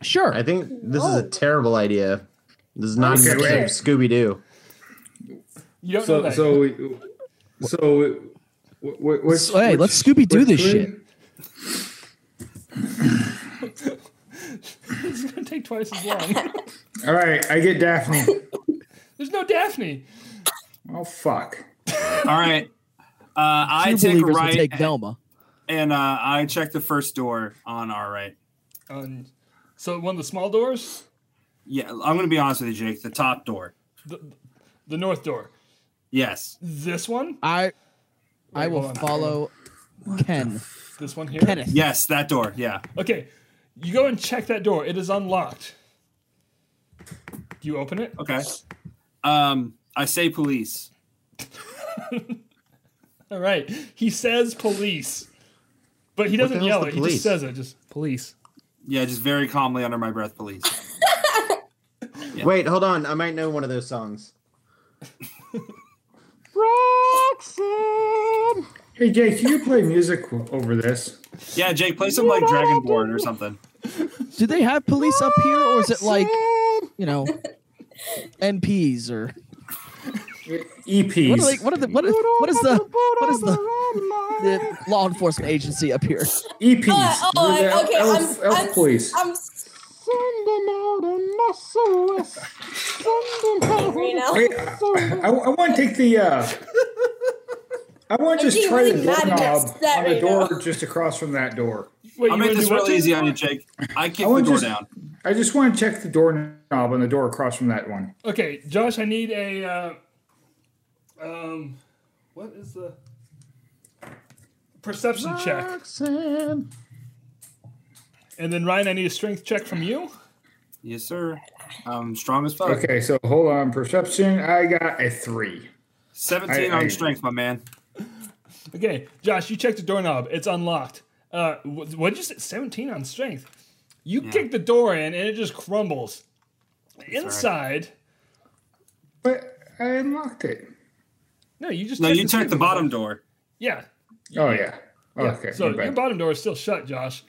Speaker 3: Sure.
Speaker 1: I think this is a terrible idea. This is not an
Speaker 5: Okay,
Speaker 1: episode
Speaker 5: wait.
Speaker 1: of Scooby Doo.
Speaker 2: You don't know
Speaker 6: So
Speaker 2: that.
Speaker 6: so we, so what, what, what's,
Speaker 3: So, hey, let's Scooby Doo
Speaker 6: what's
Speaker 3: this
Speaker 6: good?
Speaker 3: shit.
Speaker 2: it's going to take twice as long.
Speaker 6: All right, I get Daphne.
Speaker 2: there's no Daphne.
Speaker 6: oh fuck.
Speaker 4: All right. Uh, I
Speaker 3: Two
Speaker 4: take a
Speaker 3: believers
Speaker 4: right,
Speaker 3: will take Velma.
Speaker 4: and uh, I check the first door on our right.
Speaker 2: Um, so one of the small doors,
Speaker 4: Yeah, I'm going to be honest with you, Jake. The top door.
Speaker 2: the north door.
Speaker 4: Yes.
Speaker 3: Mm.
Speaker 2: This one,
Speaker 3: I I
Speaker 2: Wait,
Speaker 3: will
Speaker 2: hold on.
Speaker 3: follow Ken.
Speaker 2: this one here.
Speaker 3: Kenneth.
Speaker 4: Yes, that door. Yeah.
Speaker 2: Okay, you go and check that door. It is unlocked. You open it.
Speaker 4: Okay. Um, I say police.
Speaker 2: All right. He says police, but he doesn't
Speaker 1: hell's
Speaker 2: yell
Speaker 1: the
Speaker 2: it. He
Speaker 1: police?
Speaker 2: just says it. Just police.
Speaker 4: Yeah, just very calmly under my breath, police.
Speaker 1: Wait, hold on. I might know one of those songs.
Speaker 6: Hey Jake, can you play music w- over this?
Speaker 4: Yeah, Jake, play some like Dragonborn or something.
Speaker 3: Do they have police up here, or is it like you know MPs or
Speaker 6: EPs.
Speaker 3: what are they, what are the what is, what is the what is the, the law enforcement agency up here?
Speaker 6: EPs.
Speaker 5: Uh, oh,
Speaker 6: They're
Speaker 5: I,
Speaker 6: E the
Speaker 5: okay.
Speaker 6: elf,
Speaker 5: I'm,
Speaker 6: elf
Speaker 5: I'm,
Speaker 6: police.
Speaker 5: I'm angry now.
Speaker 6: Wait, I, I, I want to take the. Uh, I want to
Speaker 5: I'm
Speaker 6: just
Speaker 5: getting
Speaker 6: try the
Speaker 5: really mad and
Speaker 6: doorknob
Speaker 5: upset
Speaker 6: on the
Speaker 5: right
Speaker 6: door
Speaker 5: now.
Speaker 6: just across from that door.
Speaker 2: Wait,
Speaker 4: I'll
Speaker 2: you
Speaker 4: make
Speaker 2: wanna
Speaker 4: this
Speaker 2: do what
Speaker 4: real
Speaker 2: to-
Speaker 4: easy on you, Jake. I kick
Speaker 6: I
Speaker 4: the
Speaker 6: want
Speaker 4: door
Speaker 6: just-
Speaker 4: down.
Speaker 6: I just want to check the doorknob on the door across from that one.
Speaker 2: Okay, Josh, I need a. Uh, um, what is the perception check? And then Ryan, I need a strength check from you.
Speaker 4: Yes, sir. I'm strong as fuck.
Speaker 6: Okay, so hold on. Perception. I got a three.
Speaker 4: 17
Speaker 6: I- I-
Speaker 4: on strength, my man.
Speaker 2: Okay, Josh, you check the doorknob. It's unlocked. Uh, wh- what'd you say? 17 on strength. You kick the door in and it just crumbles. Inside.
Speaker 6: But I unlocked it.
Speaker 2: No, you just
Speaker 4: No, you
Speaker 2: secret
Speaker 4: check the bottom door.
Speaker 2: Yeah.
Speaker 6: Oh yeah. Okay.
Speaker 2: So
Speaker 6: my bad.
Speaker 2: your bottom door is still shut, Josh,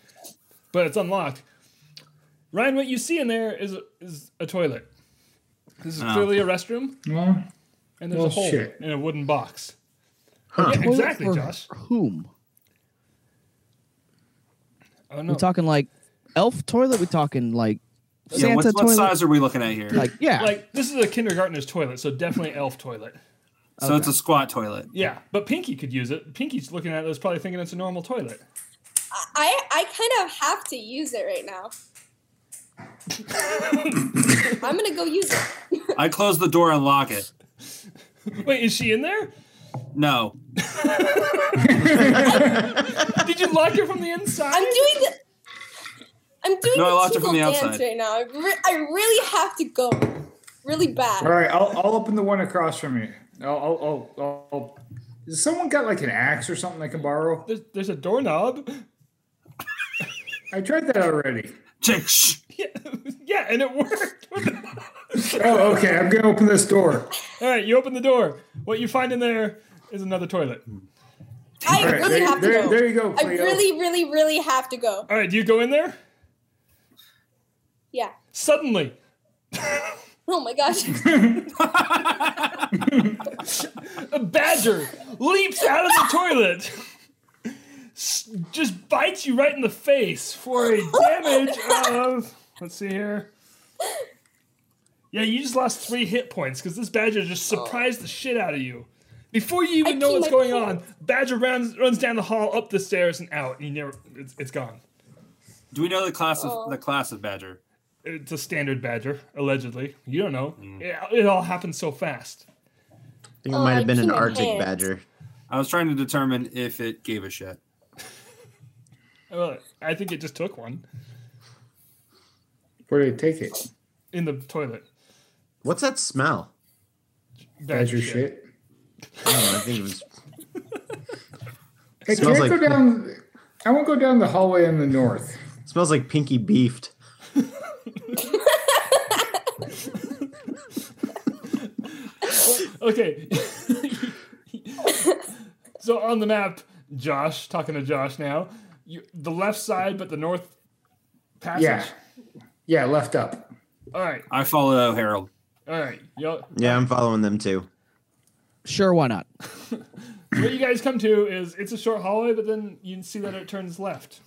Speaker 2: but it's unlocked. Ryan, what you see in there is is a toilet. This is
Speaker 4: Oh.
Speaker 2: clearly a restroom,
Speaker 6: Well,
Speaker 2: and there's
Speaker 6: Well,
Speaker 2: a hole
Speaker 6: shit.
Speaker 2: in a wooden box.
Speaker 1: Huh.
Speaker 2: Yeah, exactly,
Speaker 3: For
Speaker 2: Josh.
Speaker 3: Whom?
Speaker 2: Oh
Speaker 3: We
Speaker 2: no.
Speaker 3: talking like elf toilet? We talking like Santa
Speaker 4: yeah, what, what
Speaker 3: toilet?
Speaker 4: size are we looking at here?
Speaker 3: Like yeah,
Speaker 2: like this is a kindergartner's toilet, so definitely elf toilet.
Speaker 4: so it's a squat toilet.
Speaker 2: Yeah, but Pinky could use it. Pinky's looking at this, probably thinking it's a normal toilet.
Speaker 5: I, I kind of have to use it right now. I'm gonna go use it.
Speaker 4: I close the door and lock it.
Speaker 2: Wait, is she in there?
Speaker 4: No.
Speaker 2: Did you lock her from the inside?
Speaker 5: I'm doing the. I'm doing
Speaker 4: No, I
Speaker 5: the
Speaker 4: locked it from
Speaker 5: tingle
Speaker 4: the
Speaker 5: dance
Speaker 4: outside.
Speaker 5: right now. I, re- I really have to go, really
Speaker 6: all
Speaker 5: bad.
Speaker 6: right. I'll I'll open the one across from you. I'll I'll I'll. I'll has someone got like an axe or something I can borrow?
Speaker 2: There's, there's a doorknob.
Speaker 6: I tried that already.
Speaker 4: Jake, shh.
Speaker 2: Yeah, yeah, and it worked. What the-
Speaker 6: Oh, okay. I'm gonna open this door.
Speaker 2: All right, you open the door. What you find in there is another toilet.
Speaker 5: I
Speaker 6: All right,
Speaker 5: really
Speaker 6: there,
Speaker 5: have to
Speaker 6: there,
Speaker 5: go.
Speaker 6: there you go.
Speaker 5: I
Speaker 6: Cleo.
Speaker 5: really, really, really have to go.
Speaker 2: All right, do you go in there?
Speaker 5: Yeah.
Speaker 2: Suddenly,
Speaker 5: Oh my gosh.
Speaker 2: a badger leaps out of the toilet, s- just bites you right in the face for a damage of. Let's see here. Yeah, you just lost three hit points because this badger just surprised the shit out of you. Before you even
Speaker 5: I
Speaker 2: know
Speaker 5: pee
Speaker 2: what's
Speaker 5: my
Speaker 2: going on,
Speaker 5: pants.
Speaker 2: badger runs runs down the hall, up the stairs, and out. And you never—it's it's gone.
Speaker 4: Do we know the class of
Speaker 5: Oh.
Speaker 4: the class of badger?
Speaker 2: It's a standard badger, allegedly. You don't know. It, it all happened so fast.
Speaker 1: I think it
Speaker 5: Oh,
Speaker 1: might have
Speaker 5: I
Speaker 1: been an
Speaker 5: can't.
Speaker 1: Arctic badger.
Speaker 4: I was trying to determine if it gave a shit.
Speaker 2: Well, I think it just took one
Speaker 6: Where did it take it?
Speaker 2: in the toilet.
Speaker 1: What's that smell?
Speaker 2: Badger
Speaker 6: Badger shit.
Speaker 1: I don't know. Oh, I think it was.
Speaker 6: Hey, can
Speaker 1: Smells
Speaker 6: I go
Speaker 1: like-
Speaker 6: down? I won't go down the hallway in the north.
Speaker 1: smells like pinky beefed.
Speaker 2: Okay. so on the map, Josh, talking to Josh now, you, the left side, but the north passage.
Speaker 6: Yeah, yeah, left up.
Speaker 2: All right.
Speaker 4: I follow Harold.
Speaker 2: All right. Yo,
Speaker 1: Yeah, I'm following them too.
Speaker 3: Sure, why not?
Speaker 2: what you guys come to is it's a short hallway, but then you see that it turns left.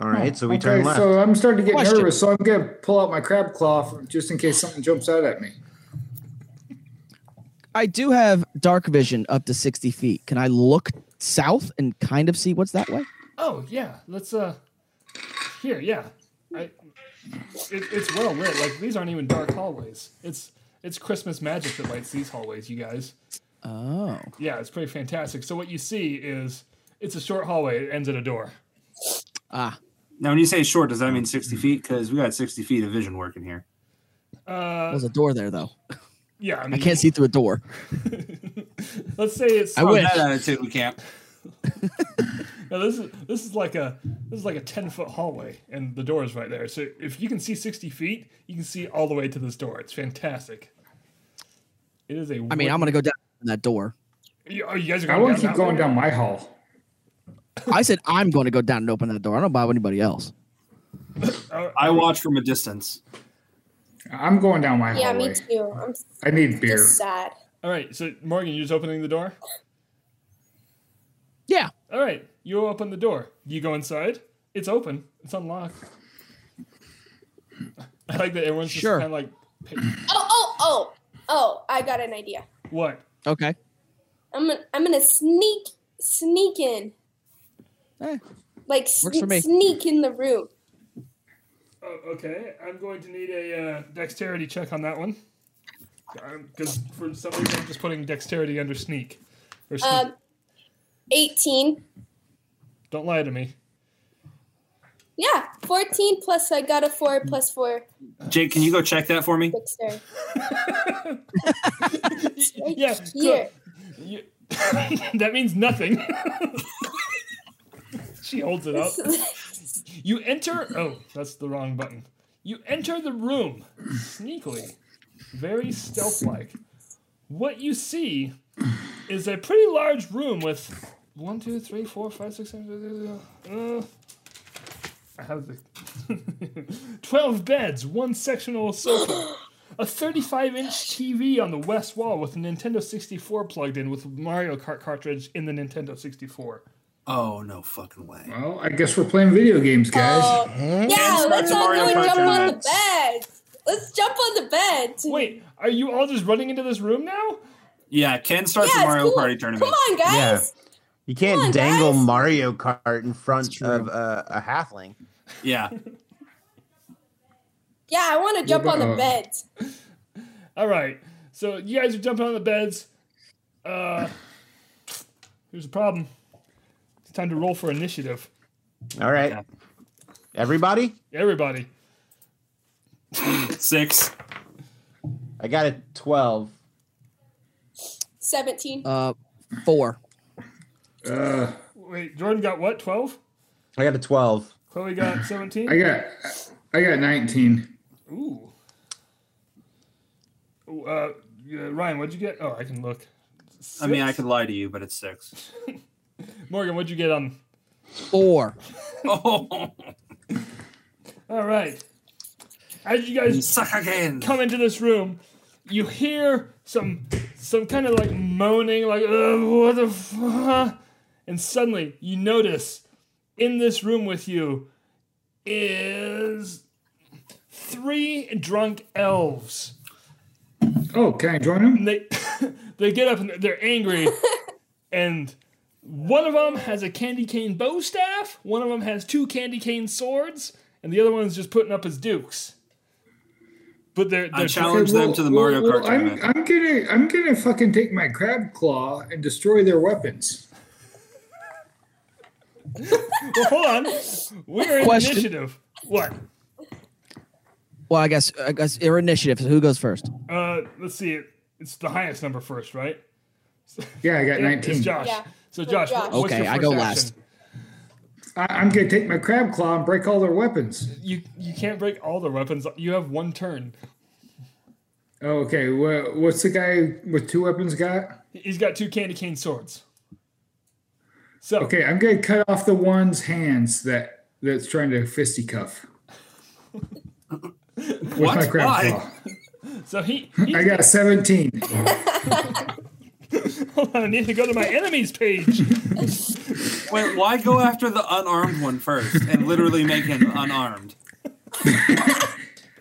Speaker 1: All right, so we
Speaker 6: okay,
Speaker 1: turn left.
Speaker 6: so I'm starting to get
Speaker 3: Question.
Speaker 6: nervous, so I'm gonna pull out my crab claw for- just in case something jumps out at me.
Speaker 3: I do have dark vision up to 60 feet. Can I look south and kind of see what's that way?
Speaker 2: Oh yeah, let's uh, here yeah, I, it, it's well lit. Like these aren't even dark hallways. It's it's Christmas magic that lights these hallways, you guys.
Speaker 3: Oh.
Speaker 2: Yeah, it's pretty fantastic. So what you see is it's a short hallway. It ends at a door.
Speaker 3: Ah.
Speaker 4: Now, when you say short, does that mean 60 feet? Because we got 60 feet of vision working here.
Speaker 2: Uh,
Speaker 3: There's a door there though.
Speaker 2: yeah, I
Speaker 3: I
Speaker 2: mean,
Speaker 3: can't see through a door.
Speaker 2: let's say it's.
Speaker 3: I wish.
Speaker 4: That attitude we can't.
Speaker 2: Now this is this is like a this is like a ten foot hallway, and the door is right there. So if you can see sixty feet, you can see all the way to this door. It's fantastic. It is a.
Speaker 3: I mean, I'm gonna go down that door.
Speaker 2: You, oh, you guys are
Speaker 6: I
Speaker 2: going.
Speaker 6: want
Speaker 2: down
Speaker 6: to
Speaker 2: that
Speaker 6: keep going
Speaker 2: way?
Speaker 6: down my hall.
Speaker 3: I said I'm going to go down and open that door. I don't know about anybody else.
Speaker 4: I watch from a distance.
Speaker 6: I'm going down my
Speaker 5: Yeah,
Speaker 6: hallway.
Speaker 5: me too. I'm
Speaker 6: I need beer.
Speaker 5: just sad.
Speaker 2: All right, so Morgan, you're just opening the door.
Speaker 3: Yeah.
Speaker 2: All right, you open the door. You go inside. It's open. It's unlocked. I like that everyone's just
Speaker 3: Sure.
Speaker 2: kind of like,
Speaker 5: Oh, oh, oh, oh! I got an idea.
Speaker 2: what?
Speaker 3: Okay.
Speaker 5: I'm gonna, I'm gonna sneak, sneak in,
Speaker 3: Eh,
Speaker 5: like sn-
Speaker 3: Works for me.
Speaker 5: sneak in the room.
Speaker 2: Oh, okay, I'm going to need a uh, dexterity check on that one. Because for some reason, I'm just putting dexterity under sneak. Or sneak.
Speaker 5: Um, eighteen.
Speaker 2: Don't lie to me.
Speaker 5: Yeah, fourteen plus. I got a four plus four.
Speaker 4: Jake, can you go check that for me?
Speaker 5: Dexter. Right
Speaker 2: Yeah,
Speaker 5: here.
Speaker 2: You- that means nothing. she holds it up. You enter. Oh, that's the wrong button. You enter the room sneakily, very stealth like. What you see is a pretty large room with one, two, three, four, five, six, seven. eight, eight, eight, uh, I have the 12 beds, one sectional sofa, a 35 inch TV on the west wall with a Nintendo 64 plugged in with Mario Kart cartridge in the Nintendo 64.
Speaker 4: Oh, no fucking way.
Speaker 6: Well, Oh, I guess we're playing video games, guys.
Speaker 5: Oh, yeah,
Speaker 4: Hands back
Speaker 5: let's
Speaker 4: to
Speaker 5: all
Speaker 4: Mario
Speaker 5: go and
Speaker 4: Kart
Speaker 5: jump on the
Speaker 4: tournaments.
Speaker 5: bed. Let's jump on the bed.
Speaker 2: Wait, are you all just running into this room now?
Speaker 4: Yeah, Ken starts the
Speaker 5: yeah, it's
Speaker 4: Mario
Speaker 5: cool.
Speaker 4: Party tournament.
Speaker 5: Come on, guys.
Speaker 1: Yeah. You can't
Speaker 5: Come on,
Speaker 1: dangle
Speaker 5: guys.
Speaker 1: Mario Kart in front of uh, a halfling.
Speaker 4: Yeah.
Speaker 5: Yeah, I want to jump
Speaker 3: uh,
Speaker 5: on the
Speaker 6: Uh-oh.
Speaker 5: bed.
Speaker 2: All right, so you guys are jumping on the beds. Uh, here's the problem. It's time to roll for initiative.
Speaker 1: All right,
Speaker 4: Yeah.
Speaker 1: everybody,
Speaker 2: Everybody.
Speaker 4: Six.
Speaker 1: I got a twelve.
Speaker 5: Seventeen.
Speaker 3: Uh, four.
Speaker 6: Uh,
Speaker 2: Wait, Jordan got what? 12?
Speaker 1: I got a twelve.
Speaker 2: Chloe got
Speaker 6: I
Speaker 2: 17?
Speaker 6: got, I got 19.
Speaker 2: Ooh. Ooh, Uh, yeah, Ryan, what'd you get? Oh, I can look.
Speaker 4: I mean, I
Speaker 2: Six?
Speaker 4: could lie to you, but it's six.
Speaker 2: Morgan, what'd you get on?
Speaker 3: Four.
Speaker 4: Oh,
Speaker 2: All right. As you guys
Speaker 4: you suck again.
Speaker 2: come into this room, you hear some some kind of like moaning, like "Ugh, what the fuck, and suddenly you notice in this room with you is three drunk elves.
Speaker 6: Oh, can I join him?
Speaker 2: And they they get up and they're angry, and one of them has a candy cane bow staff, one of them has two candy cane swords, and the other one's just putting up his dukes. But they're,
Speaker 4: I
Speaker 2: they're
Speaker 4: challenge them to the
Speaker 6: Well,
Speaker 4: Mario
Speaker 6: well,
Speaker 4: Kart
Speaker 6: I'm,
Speaker 4: tournament.
Speaker 6: I'm gonna, I'm gonna fucking take my crab claw and destroy their weapons.
Speaker 2: Well, hold on. We're in
Speaker 3: Question.
Speaker 2: initiative. What?
Speaker 3: Well, I guess I guess your initiative. So who goes first?
Speaker 2: Uh, let's see. It's the highest number first, right?
Speaker 6: Yeah, I got
Speaker 2: It- It's
Speaker 6: 19.
Speaker 2: Josh.
Speaker 5: Yeah.
Speaker 2: So Josh,
Speaker 5: Josh.
Speaker 2: what's
Speaker 3: Okay,
Speaker 2: your
Speaker 3: I
Speaker 2: first
Speaker 3: go
Speaker 2: action?
Speaker 3: last.
Speaker 6: I, I'm going to take my crab claw and break all their weapons.
Speaker 2: You you can't break all the weapons. You have one turn.
Speaker 6: Oh, okay. Well, what's the guy with two weapons got?
Speaker 2: He's got two candy cane swords. So
Speaker 6: Okay, I'm going to cut off the one's hands that that's trying to fisticuff. With
Speaker 4: What?
Speaker 6: my crab
Speaker 4: Why?
Speaker 6: claw.
Speaker 2: so he, he
Speaker 6: I got 17.
Speaker 2: hold on, I need to go to my enemies page.
Speaker 4: Wait, why go after the unarmed one first and literally make him unarmed?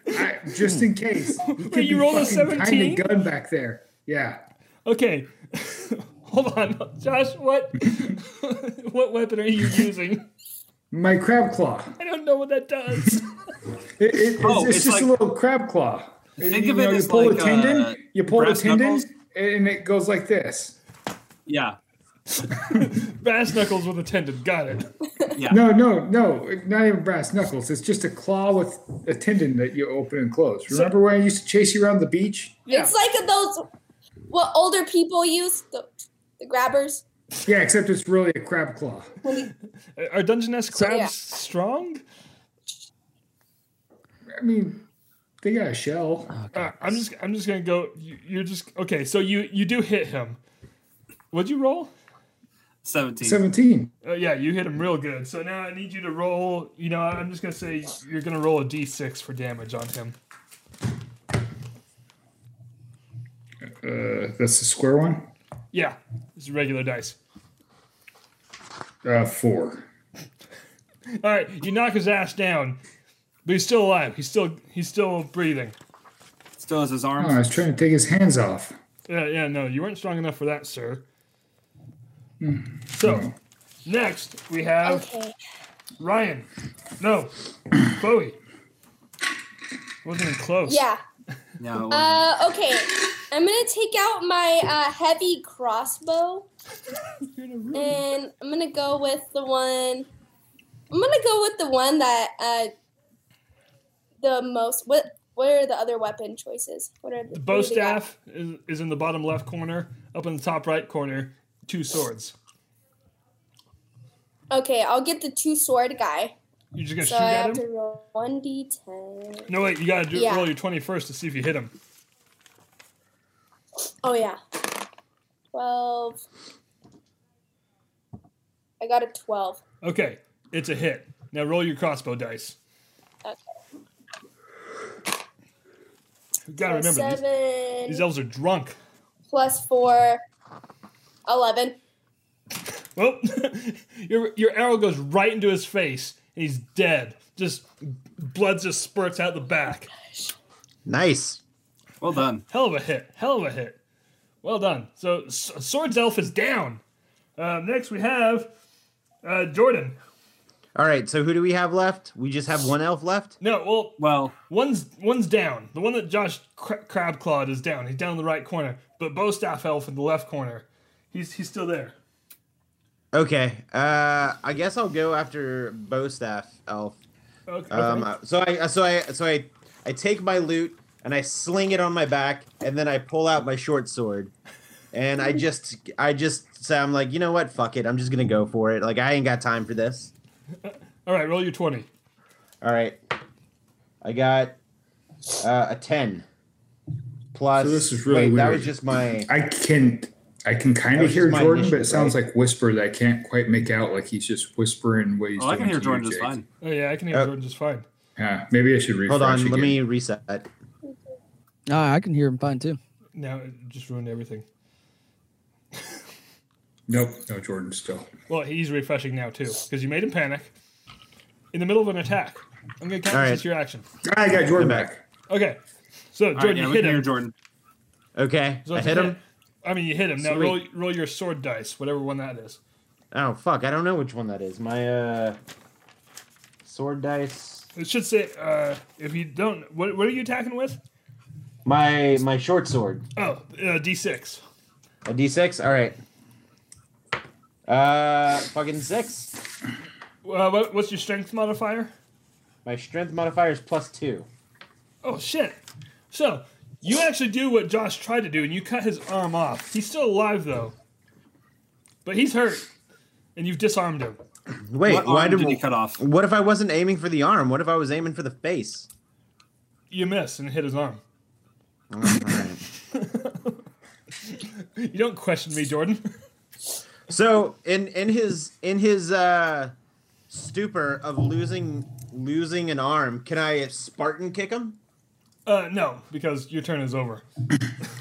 Speaker 6: I, just in case. He could
Speaker 2: you
Speaker 6: be
Speaker 2: rolled a
Speaker 6: fucking behind
Speaker 2: 17?
Speaker 6: the gun back there. Yeah.
Speaker 2: Okay. hold on. Josh, what what weapon are you using?
Speaker 6: My crab claw.
Speaker 2: I don't know what that does.
Speaker 6: It, it, it's,
Speaker 4: Oh,
Speaker 6: it's
Speaker 4: it's
Speaker 6: just
Speaker 4: like-
Speaker 6: a little crab claw.
Speaker 4: Think
Speaker 6: you
Speaker 4: of it
Speaker 6: you
Speaker 4: as
Speaker 6: pull
Speaker 4: like,
Speaker 6: a tendon,
Speaker 4: uh,
Speaker 6: you pull a
Speaker 4: brass
Speaker 6: tendon,
Speaker 4: knuckles?
Speaker 6: and it goes like this.
Speaker 4: Yeah.
Speaker 2: Brass knuckles with a tendon. Got it.
Speaker 6: No, no, no, not even brass knuckles. It's just a claw with a tendon that you open and close. Remember when I used to chase you around the beach?
Speaker 2: Yeah.
Speaker 5: It's like those what older people use the, the grabbers.
Speaker 6: Yeah, except it's really a crab claw.
Speaker 2: Are Dungeness crabs
Speaker 5: yeah.
Speaker 2: strong?
Speaker 6: I mean, they got a shell.
Speaker 2: Uh, I'm just I'm just gonna go. You, you're just okay. So you you do hit him. What'd you roll?
Speaker 4: 17.
Speaker 6: 17.
Speaker 2: Uh, yeah, you hit him real good. So now I need you to roll. You know, I'm just gonna say you're gonna roll a d6 for damage on him.
Speaker 6: Uh, that's the square one.
Speaker 2: Yeah, it's regular dice.
Speaker 6: Uh, four.
Speaker 2: All right, you knock his ass down, but he's still alive. He's still he's still breathing.
Speaker 4: Still has his
Speaker 6: Oh, I
Speaker 4: arms.
Speaker 6: was trying to take his hands off.
Speaker 2: Yeah, Uh, yeah. No, you weren't strong enough for that, sir. So next we have
Speaker 5: Okay.
Speaker 2: Ryan. No, Chloe. Wasn't even close.
Speaker 5: Yeah.
Speaker 4: No. it
Speaker 2: Oh.
Speaker 4: wasn't.
Speaker 5: Uh, okay. I'm gonna take out my uh, heavy crossbow, and I'm gonna go with the one. I'm gonna go with the one that uh, the most. What What are the other weapon choices? What are the
Speaker 2: Bow
Speaker 5: what do they got?
Speaker 2: staff is, is in the bottom left corner. Up in the top right corner, two swords.
Speaker 5: Okay, I'll get the two sword guy.
Speaker 2: You just gonna
Speaker 5: So
Speaker 2: shoot
Speaker 5: I
Speaker 2: at
Speaker 5: have
Speaker 2: him?
Speaker 5: to roll one d10.
Speaker 2: No wait, you gotta do,
Speaker 5: Yeah.
Speaker 2: roll your twenty first to see if you hit him.
Speaker 5: Oh yeah, twelve. I got a twelve.
Speaker 2: Okay, it's a hit. Now roll your crossbow dice.
Speaker 5: Okay.
Speaker 2: You gotta remember these-
Speaker 5: seven.
Speaker 2: these, elves are drunk.
Speaker 5: plus four, 11.
Speaker 2: Well, your your arrow goes right into his face, and he's dead. Just blood just spurts out the back.
Speaker 1: Nice.
Speaker 4: well done.
Speaker 2: Hell of a hit. Hell of a hit. Well done. So S- swords elf is down. Uh, next we have uh, Jordan.
Speaker 1: All right, so who do we have left? We just have one elf left.
Speaker 2: No, well,
Speaker 4: Well,
Speaker 2: One's one's down. The one that Josh cra- crab clawed is down. He's down in the right corner. But Bowstaff Elf in the left corner. He's he's still there.
Speaker 1: Okay, uh, I guess I'll go after Bowstaff elf.
Speaker 2: Okay.
Speaker 1: Um, uh, so I so I so I I take my loot and I sling it on my back and then I pull out my short sword and I just I just say I'm like you know what fuck it I'm just gonna go for it like I ain't got time for this.
Speaker 2: All right, roll your twenty.
Speaker 1: All right, I got uh, a ten plus.
Speaker 6: So this is really
Speaker 1: wait, that
Speaker 6: weird.
Speaker 1: was just my
Speaker 6: I can I can kind
Speaker 1: That
Speaker 6: of
Speaker 1: was
Speaker 6: hear
Speaker 1: just my
Speaker 6: Jordan, but
Speaker 1: initiative,
Speaker 6: it sounds like whisper that I can't quite make out. Like he's just whispering what he's
Speaker 4: well Oh, I
Speaker 6: doing.
Speaker 4: can hear
Speaker 6: to
Speaker 4: Jordan
Speaker 6: you,
Speaker 4: just
Speaker 6: Jake.
Speaker 4: fine.
Speaker 2: Oh yeah, I can hear
Speaker 1: Oh.
Speaker 2: Jordan just fine.
Speaker 6: Yeah, maybe I should refresh.
Speaker 1: hold on. Let
Speaker 6: again.
Speaker 1: me reset.
Speaker 3: No, Uh, I can hear him fine too.
Speaker 2: Now it just ruined everything.
Speaker 6: Nope, no Jordan still.
Speaker 2: Well, he's refreshing now too because you made him panic in the middle of an attack. I'm gonna count
Speaker 1: All
Speaker 2: this
Speaker 1: right.
Speaker 2: as your action.
Speaker 6: Ah, I got Jordan
Speaker 1: back.
Speaker 6: back.
Speaker 2: Okay. So
Speaker 4: All right,
Speaker 2: Jordan,
Speaker 4: yeah,
Speaker 2: you
Speaker 4: we
Speaker 2: hit
Speaker 4: can hear
Speaker 2: him.
Speaker 4: Jordan.
Speaker 1: Okay,
Speaker 2: So
Speaker 1: I
Speaker 2: it's a
Speaker 1: hit him.
Speaker 2: I mean, you hit him. Now
Speaker 1: Sweet.
Speaker 2: roll roll your sword dice, whatever one that is.
Speaker 1: Oh fuck, I don't know which one that is. My uh, sword dice.
Speaker 2: It should say uh, if you don't. What what are you attacking with?
Speaker 1: My my short sword.
Speaker 2: Oh, uh, d6.
Speaker 1: A D6? All right. Uh, fucking six.
Speaker 2: Uh, what, what's your strength modifier?
Speaker 1: My strength modifier is plus two.
Speaker 2: Oh shit! So You actually do what Josh tried to do, and you cut his arm off. He's still alive though, but he's hurt, and you've disarmed him.
Speaker 1: Wait,
Speaker 4: What
Speaker 1: why
Speaker 4: arm
Speaker 1: did,
Speaker 4: did he cut off?
Speaker 1: What if I wasn't aiming for the arm? What if I was aiming for the face?
Speaker 2: You miss and hit his arm.
Speaker 1: Oh, all right.
Speaker 2: You don't question me, Jordan.
Speaker 1: So in in his in his uh, stupor of losing losing an arm, can I Spartan kick him?
Speaker 2: Uh, no, because your turn is over.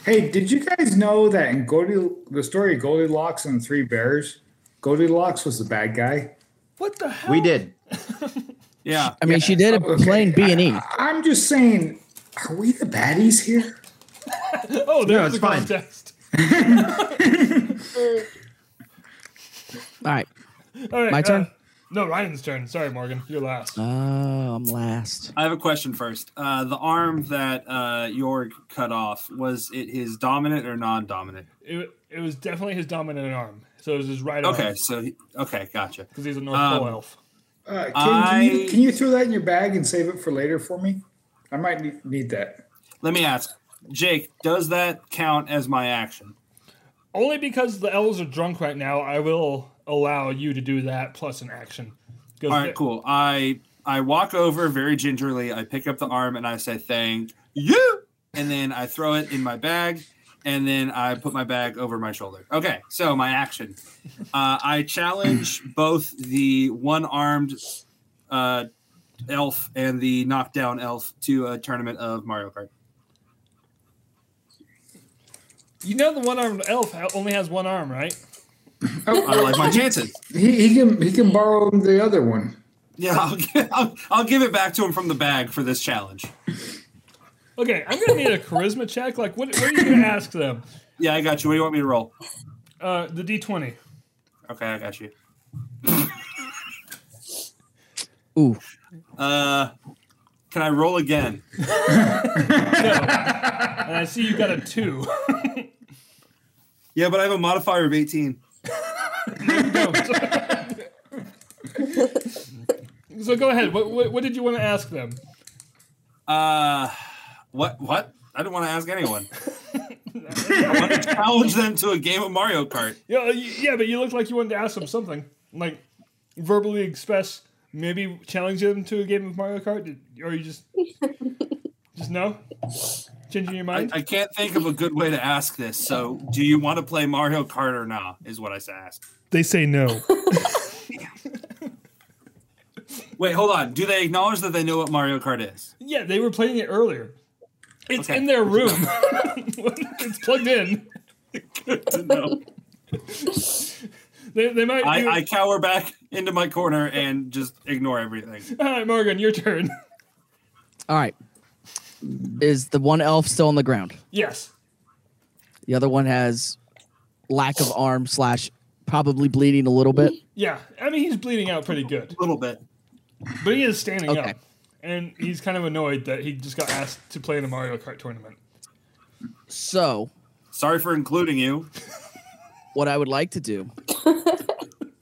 Speaker 6: Hey, did you guys know that in Goldie, the story of Goldilocks and the Three Bears, Goldilocks was the bad guy?
Speaker 2: What the hell?
Speaker 1: We did.
Speaker 4: Yeah.
Speaker 3: I mean, she did a
Speaker 6: Okay.
Speaker 3: plain B and E.
Speaker 6: I'm just saying, are we the baddies here?
Speaker 2: Oh, there's
Speaker 1: it's
Speaker 2: the
Speaker 1: fine.
Speaker 2: context.
Speaker 3: All right.
Speaker 2: All right, uh,
Speaker 3: My turn?
Speaker 2: No, Ryan's turn. Sorry, Morgan. You're last.
Speaker 4: Uh-huh.
Speaker 3: Oh, I'm last.
Speaker 4: I have a question first. Uh, the arm that uh, Jorg cut off was it his dominant or non-dominant?
Speaker 2: It, it was definitely his dominant arm. So it was his right arm.
Speaker 4: Okay, so he- okay, gotcha.
Speaker 2: Because he's a North
Speaker 4: Um,
Speaker 2: Pole elf.
Speaker 6: Uh, can, can,
Speaker 4: I-
Speaker 6: you, can you throw that in your bag and save it for later for me? I might ne- need that.
Speaker 4: Let me ask, Jake, does that count as my action?
Speaker 2: Only because the elves are drunk right now, I will allow you to do that plus an action. 'Cause
Speaker 4: All
Speaker 2: they-
Speaker 4: right, cool. I I walk over very gingerly. I pick up the arm and I say thank you, and then I throw it in my bag, and then I put my bag over my shoulder. Okay, so my action. Uh, I challenge both the one-armed uh, elf and the knockdown elf to a tournament of Mario Kart.
Speaker 2: You know the one-armed elf ha- only has one arm, right?
Speaker 4: I like my chances.
Speaker 6: He, he can he can borrow the other one.
Speaker 4: Yeah, I'll, gi- I'll, I'll give it back to him from the bag for this challenge.
Speaker 2: Okay, I'm gonna need a charisma check. Like, what, what are you gonna ask them?
Speaker 4: Yeah, I got you. What do you want me to roll?
Speaker 2: Uh, the D20.
Speaker 4: Okay, I got you.
Speaker 3: Ooh,
Speaker 4: Uh, can I roll again?
Speaker 2: And I see you got a two.
Speaker 4: Yeah, but I have a modifier of 18.
Speaker 2: so go ahead. What, what, what did you want to ask them?
Speaker 4: Uh, what? What? I didn't want to ask anyone. I want to challenge them to a game of Mario Kart.
Speaker 2: Yeah, uh, y- yeah, but you looked like you wanted to ask them something, like verbally express maybe challenge them to a game of Mario Kart, Did- or you just just no changing your
Speaker 4: I,
Speaker 2: mind.
Speaker 4: I can't think of a good way to ask this. So, do you want to play Mario Kart or not? Is what I s- asked.
Speaker 2: they say no.
Speaker 4: Wait, hold on. Do they acknowledge that they know what Mario Kart is?
Speaker 2: yeah, they were playing it earlier. It's
Speaker 4: Okay.
Speaker 2: in their room. it's plugged in.
Speaker 4: Good to know.
Speaker 2: They, they might.
Speaker 4: I,
Speaker 2: do-
Speaker 4: I cower back into my corner and just ignore everything.
Speaker 2: All right, Morgan, your turn.
Speaker 3: All right. Is the one elf still on the ground?
Speaker 2: yes.
Speaker 3: The other one has lack of arm slash probably bleeding a little bit.
Speaker 2: Yeah. I mean, he's bleeding out pretty good.
Speaker 4: A little bit.
Speaker 2: But he is standing
Speaker 3: Okay.
Speaker 2: up. And he's kind of annoyed that he just got asked to play in a Mario Kart tournament.
Speaker 3: So
Speaker 4: Sorry for including you.
Speaker 3: what I would like to do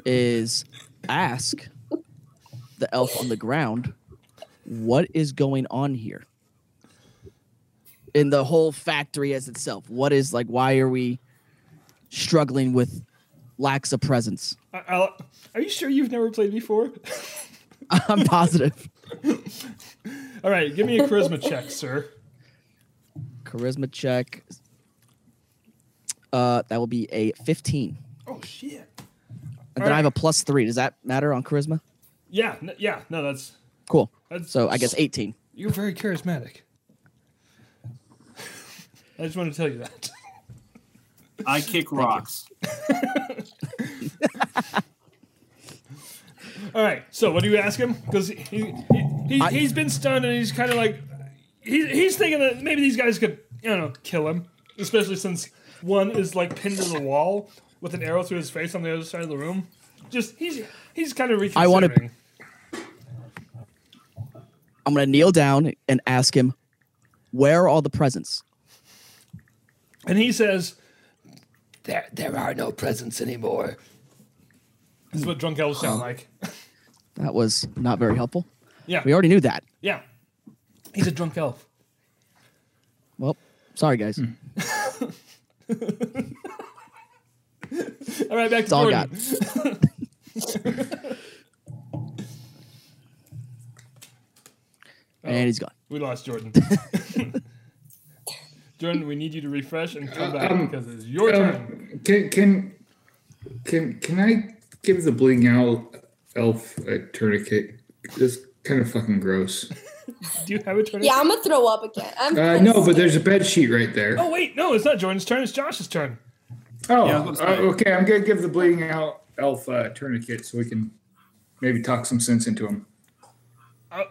Speaker 3: is ask the elf on the ground what is going on here in the whole factory as itself. What is like? Why are we struggling with lacks of presence?
Speaker 2: I, I'll- are you sure you've never played before?
Speaker 3: I'm positive.
Speaker 2: All right, give me a charisma check, sir.
Speaker 3: Charisma check. Uh, that will be a 15.
Speaker 2: Oh shit.
Speaker 3: And then I have a plus three. Does that matter on charisma?
Speaker 2: Yeah, n- yeah, no, that's
Speaker 3: Cool.
Speaker 2: That's-
Speaker 3: So I guess 18.
Speaker 2: you're very charismatic. I just want to tell you that.
Speaker 4: I kick rocks.
Speaker 2: All right, so what do you ask him? Because he, he, he,
Speaker 3: I-
Speaker 2: he's been stunned and he's kind of like, he, he's thinking that maybe these guys could, I don't know, kill him. Especially since one is like pinned to the wall with an arrow through his face on the other side of the room. Just, he's he's kind of reconsidering.
Speaker 3: I wanna- I'm going to kneel down and ask him, where are all the presents?
Speaker 2: And he says, there, there are no presents anymore. This is what drunk elves sound like.
Speaker 3: That was not very helpful.
Speaker 2: Yeah.
Speaker 3: We already knew that.
Speaker 2: Yeah. He's a drunk elf.
Speaker 3: Well, Sorry, guys.
Speaker 2: All right, back to
Speaker 3: all I
Speaker 2: Gordon.
Speaker 3: And he's gone.
Speaker 2: We lost Jordan. Jordan, we need you to refresh and come back
Speaker 6: Um,
Speaker 2: because it's your turn.
Speaker 6: Um, can can can can I give the bleeding owl elf a tourniquet? It's kind of fucking gross.
Speaker 2: Do you have a turn?
Speaker 5: Yeah, I'm gonna throw up again. I'm
Speaker 6: Uh, no, but there's a bed sheet right there.
Speaker 2: Oh wait, no, it's not Jordan's turn. It's Josh's turn.
Speaker 6: Oh,
Speaker 4: Yeah, I was gonna
Speaker 6: uh,
Speaker 4: say.
Speaker 6: okay. I'm gonna give the bleeding out elf uh, tourniquet so we can maybe talk some sense into him.
Speaker 2: Oh,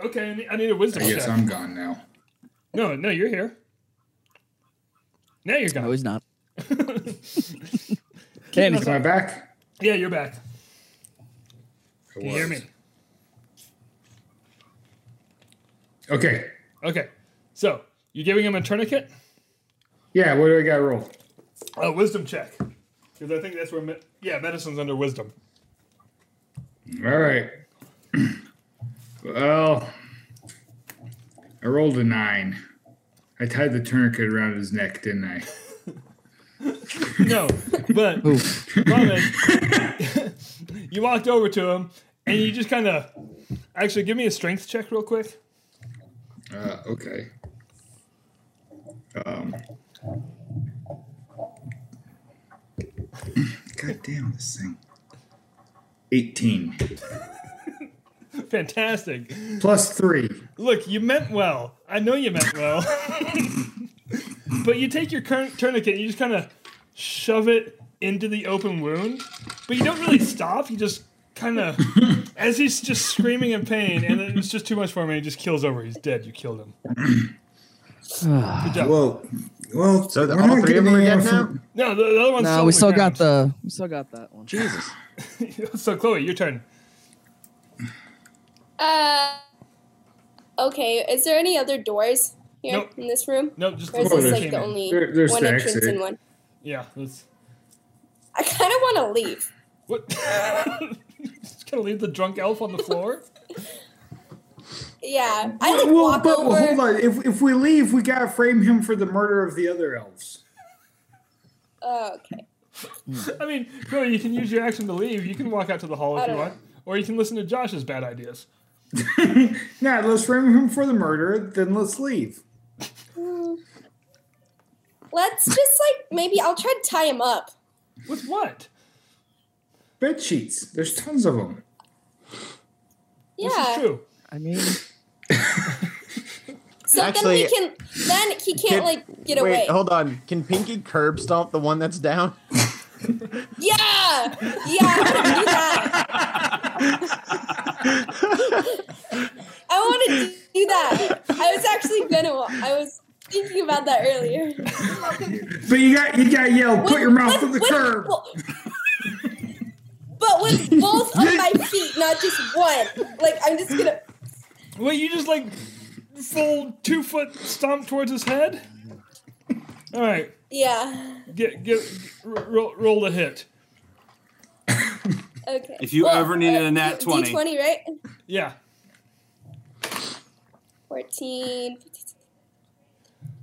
Speaker 2: Okay, I need, I need a wisdom
Speaker 6: I guess
Speaker 2: check.
Speaker 6: I'm gone now.
Speaker 2: No, no, you're here. Now you're
Speaker 3: No,
Speaker 2: gone.
Speaker 3: he's not. and he's
Speaker 6: Am I back?
Speaker 2: Yeah, you're back.
Speaker 6: I
Speaker 2: Can you hear me?
Speaker 6: was. Okay.
Speaker 2: Okay, so you're giving him a tourniquet,
Speaker 6: Yeah. What do I got to roll?
Speaker 2: a wisdom check, because I think that's where me- yeah, medicine's under wisdom.
Speaker 6: All right. Well, I rolled a nine. I tied the tourniquet around his neck, didn't I?
Speaker 2: No, but
Speaker 3: Oof.
Speaker 2: problem is, you walked over to him and you just kind of actually give me a strength check real quick.
Speaker 6: Uh, okay. Um. God damn this thing. 18.
Speaker 2: Fantastic.
Speaker 6: Plus three.
Speaker 2: Look, you meant well. I know you meant well. but you take your current tourniquet and you just kind of shove it into the open wound, but you don't really stop. You just kind of, as he's just screaming in pain, and it's just too much for him, and he just kills over. He's dead. You killed him. Good job.
Speaker 6: Well, well.
Speaker 1: So the-
Speaker 6: we're
Speaker 1: all
Speaker 6: not
Speaker 1: three of them
Speaker 6: getting
Speaker 1: are dead
Speaker 6: any
Speaker 1: now?
Speaker 6: from-
Speaker 2: No, the, the other one's still
Speaker 3: no,
Speaker 2: on
Speaker 3: we
Speaker 2: the
Speaker 3: still
Speaker 2: ground.
Speaker 3: got the we still got that one.
Speaker 1: Jesus.
Speaker 2: so, Chloe, your turn.
Speaker 5: Uh, okay. Is there any other doors here
Speaker 2: Nope.
Speaker 5: in this room?
Speaker 2: No, just
Speaker 5: Or is
Speaker 2: the one
Speaker 5: this
Speaker 2: that
Speaker 5: like
Speaker 6: there's-
Speaker 2: came
Speaker 5: the
Speaker 2: in.
Speaker 5: only
Speaker 6: There- there's
Speaker 5: one
Speaker 6: the
Speaker 5: entrance
Speaker 6: exit.
Speaker 5: and one?
Speaker 2: Yeah, that's
Speaker 5: I kind of want to leave.
Speaker 2: what. just gonna leave the drunk elf on the floor.
Speaker 5: Yeah, I like
Speaker 6: Well,
Speaker 5: walk
Speaker 6: but
Speaker 5: over.
Speaker 6: hold on. If, if we leave, we gotta frame him for the murder of the other elves.
Speaker 5: Oh, okay.
Speaker 2: I mean, Chloe, you can use your action to leave. You can walk out to the hall
Speaker 5: I
Speaker 2: if you
Speaker 5: don't
Speaker 2: want, or you can listen to Josh's bad ideas.
Speaker 6: Nah, let's frame him for the murder, then let's leave.
Speaker 5: Let's just like maybe I'll try to tie him up.
Speaker 2: With what?
Speaker 6: Bed sheets. There's tons of them.
Speaker 5: Yeah.
Speaker 2: This is true.
Speaker 3: I mean,
Speaker 5: So
Speaker 1: Actually-
Speaker 5: then we can. Then he can't
Speaker 1: Can-
Speaker 5: like get
Speaker 1: Wait,
Speaker 5: away.
Speaker 1: hold on. Can Pinky curb stomp the one that's down?
Speaker 5: Yeah, yeah, I want to do that. I want to do that. I was actually gonna. I was thinking about that earlier.
Speaker 6: But you got you got to yell. Put
Speaker 5: With-
Speaker 6: your mouth
Speaker 5: with-
Speaker 6: on the
Speaker 5: with-
Speaker 6: curb.
Speaker 5: well- But with both of my feet, not just one. Like I'm just gonna.
Speaker 2: Wait, you just like full two foot stomp towards his head. All right,
Speaker 5: Yeah.
Speaker 2: get get r- roll, roll the hit.
Speaker 5: Okay. uh,
Speaker 4: If you ever needed a nat 20.
Speaker 5: D twenty, right?
Speaker 2: Yeah,
Speaker 5: 14.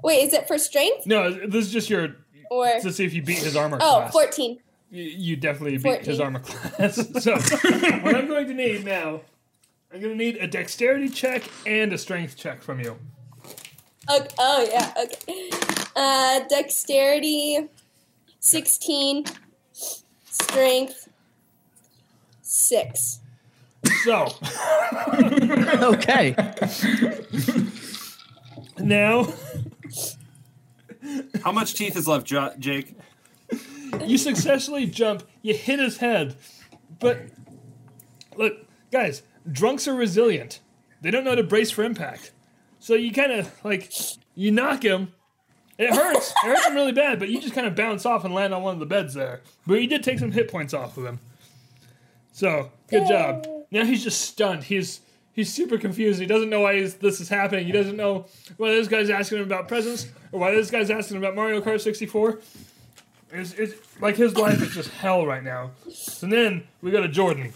Speaker 5: Wait, is it for strength
Speaker 2: no, this is just your
Speaker 5: or?
Speaker 2: to see if you beat his armor
Speaker 5: Oh,
Speaker 2: class.
Speaker 5: 14.
Speaker 2: You- You definitely beat his
Speaker 5: 14.
Speaker 2: armor class. so what I'm going to need now, I'm going to need a dexterity check and a strength check from you.
Speaker 5: Okay. Oh, yeah. Okay. Uh, dexterity, 16. Strength, 6.
Speaker 2: So
Speaker 3: okay.
Speaker 2: now
Speaker 4: How much teeth is left, jo- Jake?
Speaker 2: you successfully jump. You hit his head, but look, guys, drunks are resilient. They don't know how to brace for impact. So you kind of like you knock him. It hurts. It hurts him really bad, but you just kind of bounce off and land on one of the beds there. But you did take some hit points off of him. So good job. Now he's just stunned. He's he's super confused. He doesn't know why he's, this is happening. He doesn't know why this guy's asking him about presents or why this guy's asking him about Mario Kart 64. It's, it's like his life is just hell right now. And then we go to Jordan.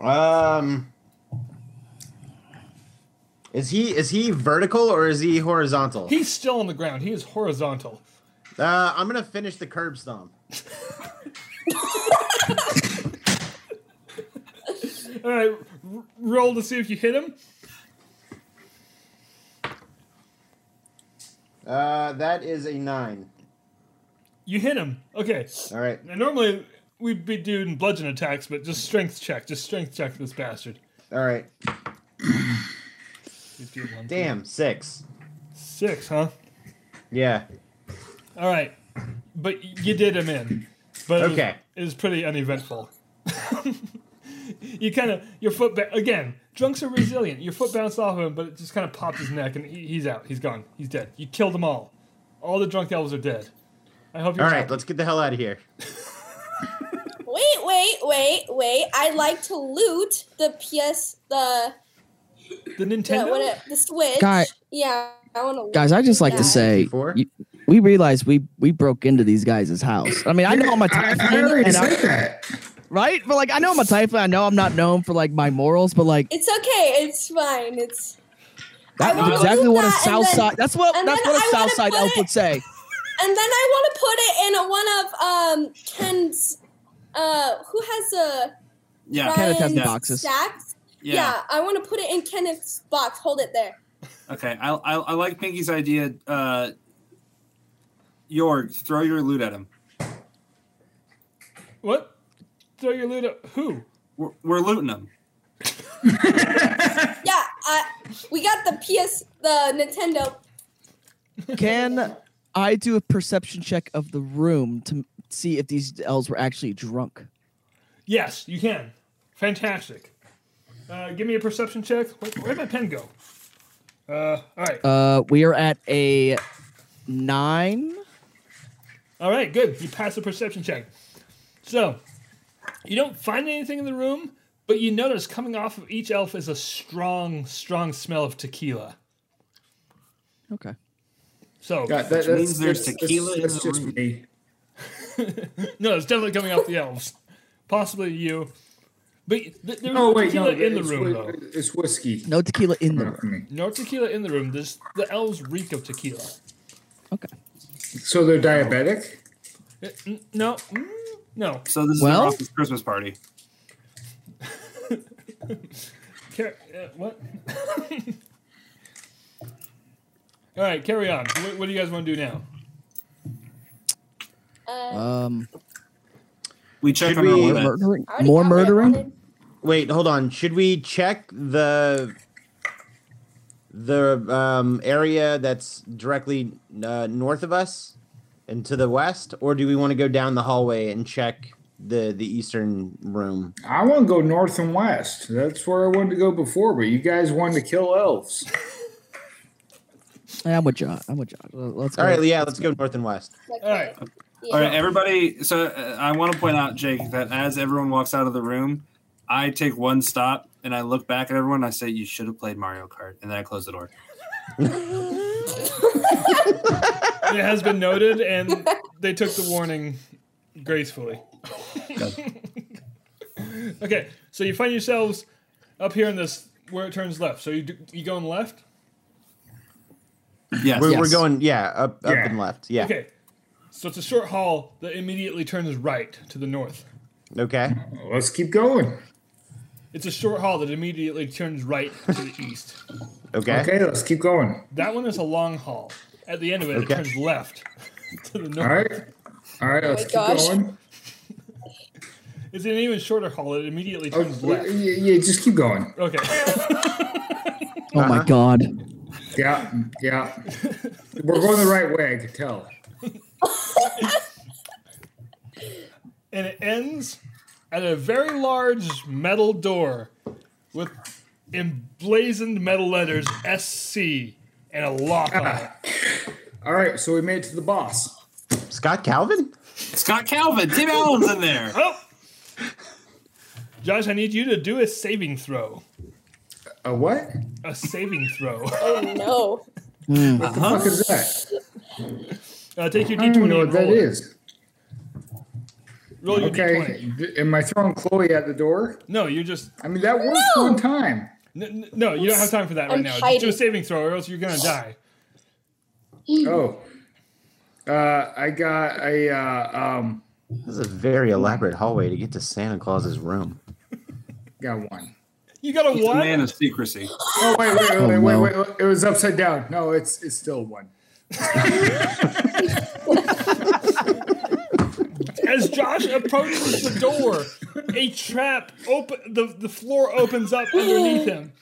Speaker 1: Um. Is he is he vertical or is he horizontal?
Speaker 2: He's still on the ground. He is horizontal.
Speaker 1: Uh, I'm gonna finish the curb stomp.
Speaker 2: All right, r- roll to see if you hit him.
Speaker 1: Uh, that is a nine.
Speaker 2: You hit him. Okay.
Speaker 1: All right.
Speaker 2: Now, normally we'd be doing bludgeon attacks, but just strength check. Just strength check this bastard.
Speaker 1: All right.
Speaker 2: Just do one, two,
Speaker 1: Damn, six.
Speaker 2: Six, huh?
Speaker 1: Yeah.
Speaker 2: All right. But you did him in. But it was-
Speaker 1: Okay.
Speaker 2: it was pretty uneventful. you kind of your foot ba- again. Drunks are resilient. Your foot bounced off of him, but it just kind of popped his neck, and he, he's out. He's gone. He's dead. You killed them all. All the drunk elves are dead. I hope you're
Speaker 1: All
Speaker 2: happy.
Speaker 1: right, let's get the hell out of here.
Speaker 5: Wait, wait, wait, wait. I'd like to loot the PS, the
Speaker 2: the
Speaker 5: the,
Speaker 2: Nintendo.
Speaker 5: what it, the Switch.
Speaker 3: Guy-
Speaker 5: yeah, I want to.
Speaker 3: Guys, I just like to say,
Speaker 1: 64?
Speaker 3: you- we realized we we broke into these guys' house. I mean, I know I'm a
Speaker 6: I,
Speaker 3: typhoon,
Speaker 6: I already
Speaker 3: and
Speaker 6: said
Speaker 3: I-
Speaker 6: that.
Speaker 3: right? But like, I know I'm a typhoon. I know I'm not known for like my morals, but like
Speaker 5: It's okay. It's fine. It's
Speaker 3: that
Speaker 5: I
Speaker 3: was
Speaker 5: wanna
Speaker 3: exactly
Speaker 5: do
Speaker 3: what a
Speaker 5: that, and
Speaker 3: South
Speaker 5: then-
Speaker 3: Side. That's what
Speaker 5: and
Speaker 3: that's
Speaker 5: then
Speaker 3: what a
Speaker 5: I
Speaker 3: South Side
Speaker 5: wanna put
Speaker 3: elf
Speaker 5: it-
Speaker 3: would say.
Speaker 5: and then I want to put it in a, one of um Ken's. Uh, who has a
Speaker 4: Yeah.
Speaker 3: Ken-
Speaker 5: Uh,
Speaker 3: Kenneth has
Speaker 5: Ryan's
Speaker 3: boxes.
Speaker 5: Stacks?
Speaker 4: yeah.
Speaker 5: I want to put it in Kenneth's box. Hold it there.
Speaker 4: Okay. I, I, I like Pinky's idea. Uh, Jorg, throw your loot at him.
Speaker 2: what? Throw your loot at who?
Speaker 4: We're, we're looting him.
Speaker 5: Yeah, I, we got the PS, the Nintendo.
Speaker 3: Can I do a perception check of the room to see if these elves were actually drunk?
Speaker 2: Yes, you can. Fantastic. Uh, give me a perception check. Where, where'd my pen go? Uh, all right.
Speaker 3: Uh, we are at a nine.
Speaker 2: All right, good. You pass the perception check. So, you don't find anything in the room, but you notice coming off of each elf is a strong, strong smell of tequila.
Speaker 3: Okay.
Speaker 2: So,
Speaker 6: God, that that's-
Speaker 4: means there's
Speaker 6: that's-
Speaker 4: tequila in
Speaker 6: That's,
Speaker 4: the
Speaker 6: that's
Speaker 4: room.
Speaker 6: just me.
Speaker 2: no, it's definitely coming off the elves. Possibly you. But th- there's
Speaker 6: Oh
Speaker 2: no
Speaker 6: wait, no,
Speaker 2: tequila in the
Speaker 6: it's
Speaker 2: room,
Speaker 6: whi-
Speaker 2: though.
Speaker 6: It's whiskey.
Speaker 3: No tequila in the
Speaker 6: Not for
Speaker 3: room.
Speaker 6: me.
Speaker 2: No tequila in the room. There's, the elves reek of tequila.
Speaker 3: Okay.
Speaker 6: So they're diabetic.
Speaker 2: Uh, n- No, mm, no.
Speaker 4: So this
Speaker 3: Well-
Speaker 4: is Ross's Christmas party.
Speaker 2: Car- uh, what? All right, carry on. What, what do you guys want to do now?
Speaker 5: Uh,
Speaker 3: Um,
Speaker 4: We check
Speaker 1: Should
Speaker 4: on our
Speaker 1: we-
Speaker 3: more
Speaker 4: women.
Speaker 3: murdering.
Speaker 5: I already
Speaker 3: More
Speaker 5: got what I
Speaker 3: murdering.
Speaker 5: wanted.
Speaker 1: Wait, hold on. Should we check the the um, area that's directly uh, north of us and to the west, or do we want to go down the hallway and check the the eastern room?
Speaker 6: I want to go north and west. That's where I wanted to go before, but you guys wanted to kill elves.
Speaker 3: Yeah, I'm with John. I'm with John. Let's go.
Speaker 1: All right, yeah, let's go north and west.
Speaker 5: Like,
Speaker 2: All right.
Speaker 5: yeah.
Speaker 4: All right, everybody. So uh, I want to point out, Jake, that as everyone walks out of the room, I take one stop and I look back at everyone. And I say, "You should have played Mario Kart," and then I close the door.
Speaker 2: it has been noted, and they took the warning gracefully. okay, so you find yourselves up here in this where it turns left. So you do, you going left?
Speaker 4: Yes.
Speaker 1: We're, we're
Speaker 3: Yes.
Speaker 1: going, yeah, up up
Speaker 6: Yeah.
Speaker 1: and left. Yeah.
Speaker 2: Okay, so it's a short hall that immediately turns right to the north.
Speaker 1: Okay.
Speaker 6: Let's keep going.
Speaker 2: It's a short hall that immediately turns right to the east.
Speaker 1: Okay.
Speaker 6: Okay, let's keep going.
Speaker 2: That one is a long hall. At the end of it,
Speaker 1: Okay.
Speaker 2: it turns left to the north.
Speaker 6: All right. All right, let's keep
Speaker 5: gosh.
Speaker 6: going.
Speaker 2: It's an even shorter hall. It immediately
Speaker 6: Oh,
Speaker 2: turns
Speaker 6: yeah,
Speaker 2: left.
Speaker 6: yeah, just keep going.
Speaker 2: Okay.
Speaker 3: Oh my
Speaker 1: Uh-huh.
Speaker 3: God.
Speaker 6: Yeah, yeah. We're going the right way, I could tell.
Speaker 2: and it ends at a very large metal door with emblazoned metal letters SC and a lock on it.
Speaker 6: All right, so we made it to the boss.
Speaker 1: Scott Calvin?
Speaker 4: Scott Calvin, Tim Allen's in there.
Speaker 2: Oh! Josh, I need you to do a saving throw.
Speaker 6: A what?
Speaker 2: A saving throw.
Speaker 5: Oh, No.
Speaker 6: What the fuck is that?
Speaker 2: Uh, take your
Speaker 6: I don't even
Speaker 2: D20
Speaker 6: know
Speaker 2: and
Speaker 6: what that
Speaker 2: roll it.
Speaker 6: is.
Speaker 2: Roll your D20.
Speaker 6: Okay, d- am I throwing Chloe at the door?
Speaker 2: No, you're just.
Speaker 6: I mean, that worked
Speaker 5: No!
Speaker 6: one time.
Speaker 2: N- n- no, you don't have time for that right
Speaker 5: I'm
Speaker 2: now. Just do
Speaker 5: hiding.
Speaker 2: a saving throw, or else you're gonna die.
Speaker 6: Oh. Uh, I got a uh, um,
Speaker 1: This is a very elaborate hallway to get to Santa Claus's room.
Speaker 6: got one.
Speaker 2: You got a
Speaker 4: He's a man
Speaker 2: one.
Speaker 4: of secrecy.
Speaker 6: Oh wait, wait, wait,
Speaker 1: Oh,
Speaker 6: wait,
Speaker 1: no.
Speaker 6: wait, wait, It was upside down. No, it's it's still one.
Speaker 2: As Josh approaches the door, a trap open. The the floor opens up underneath him,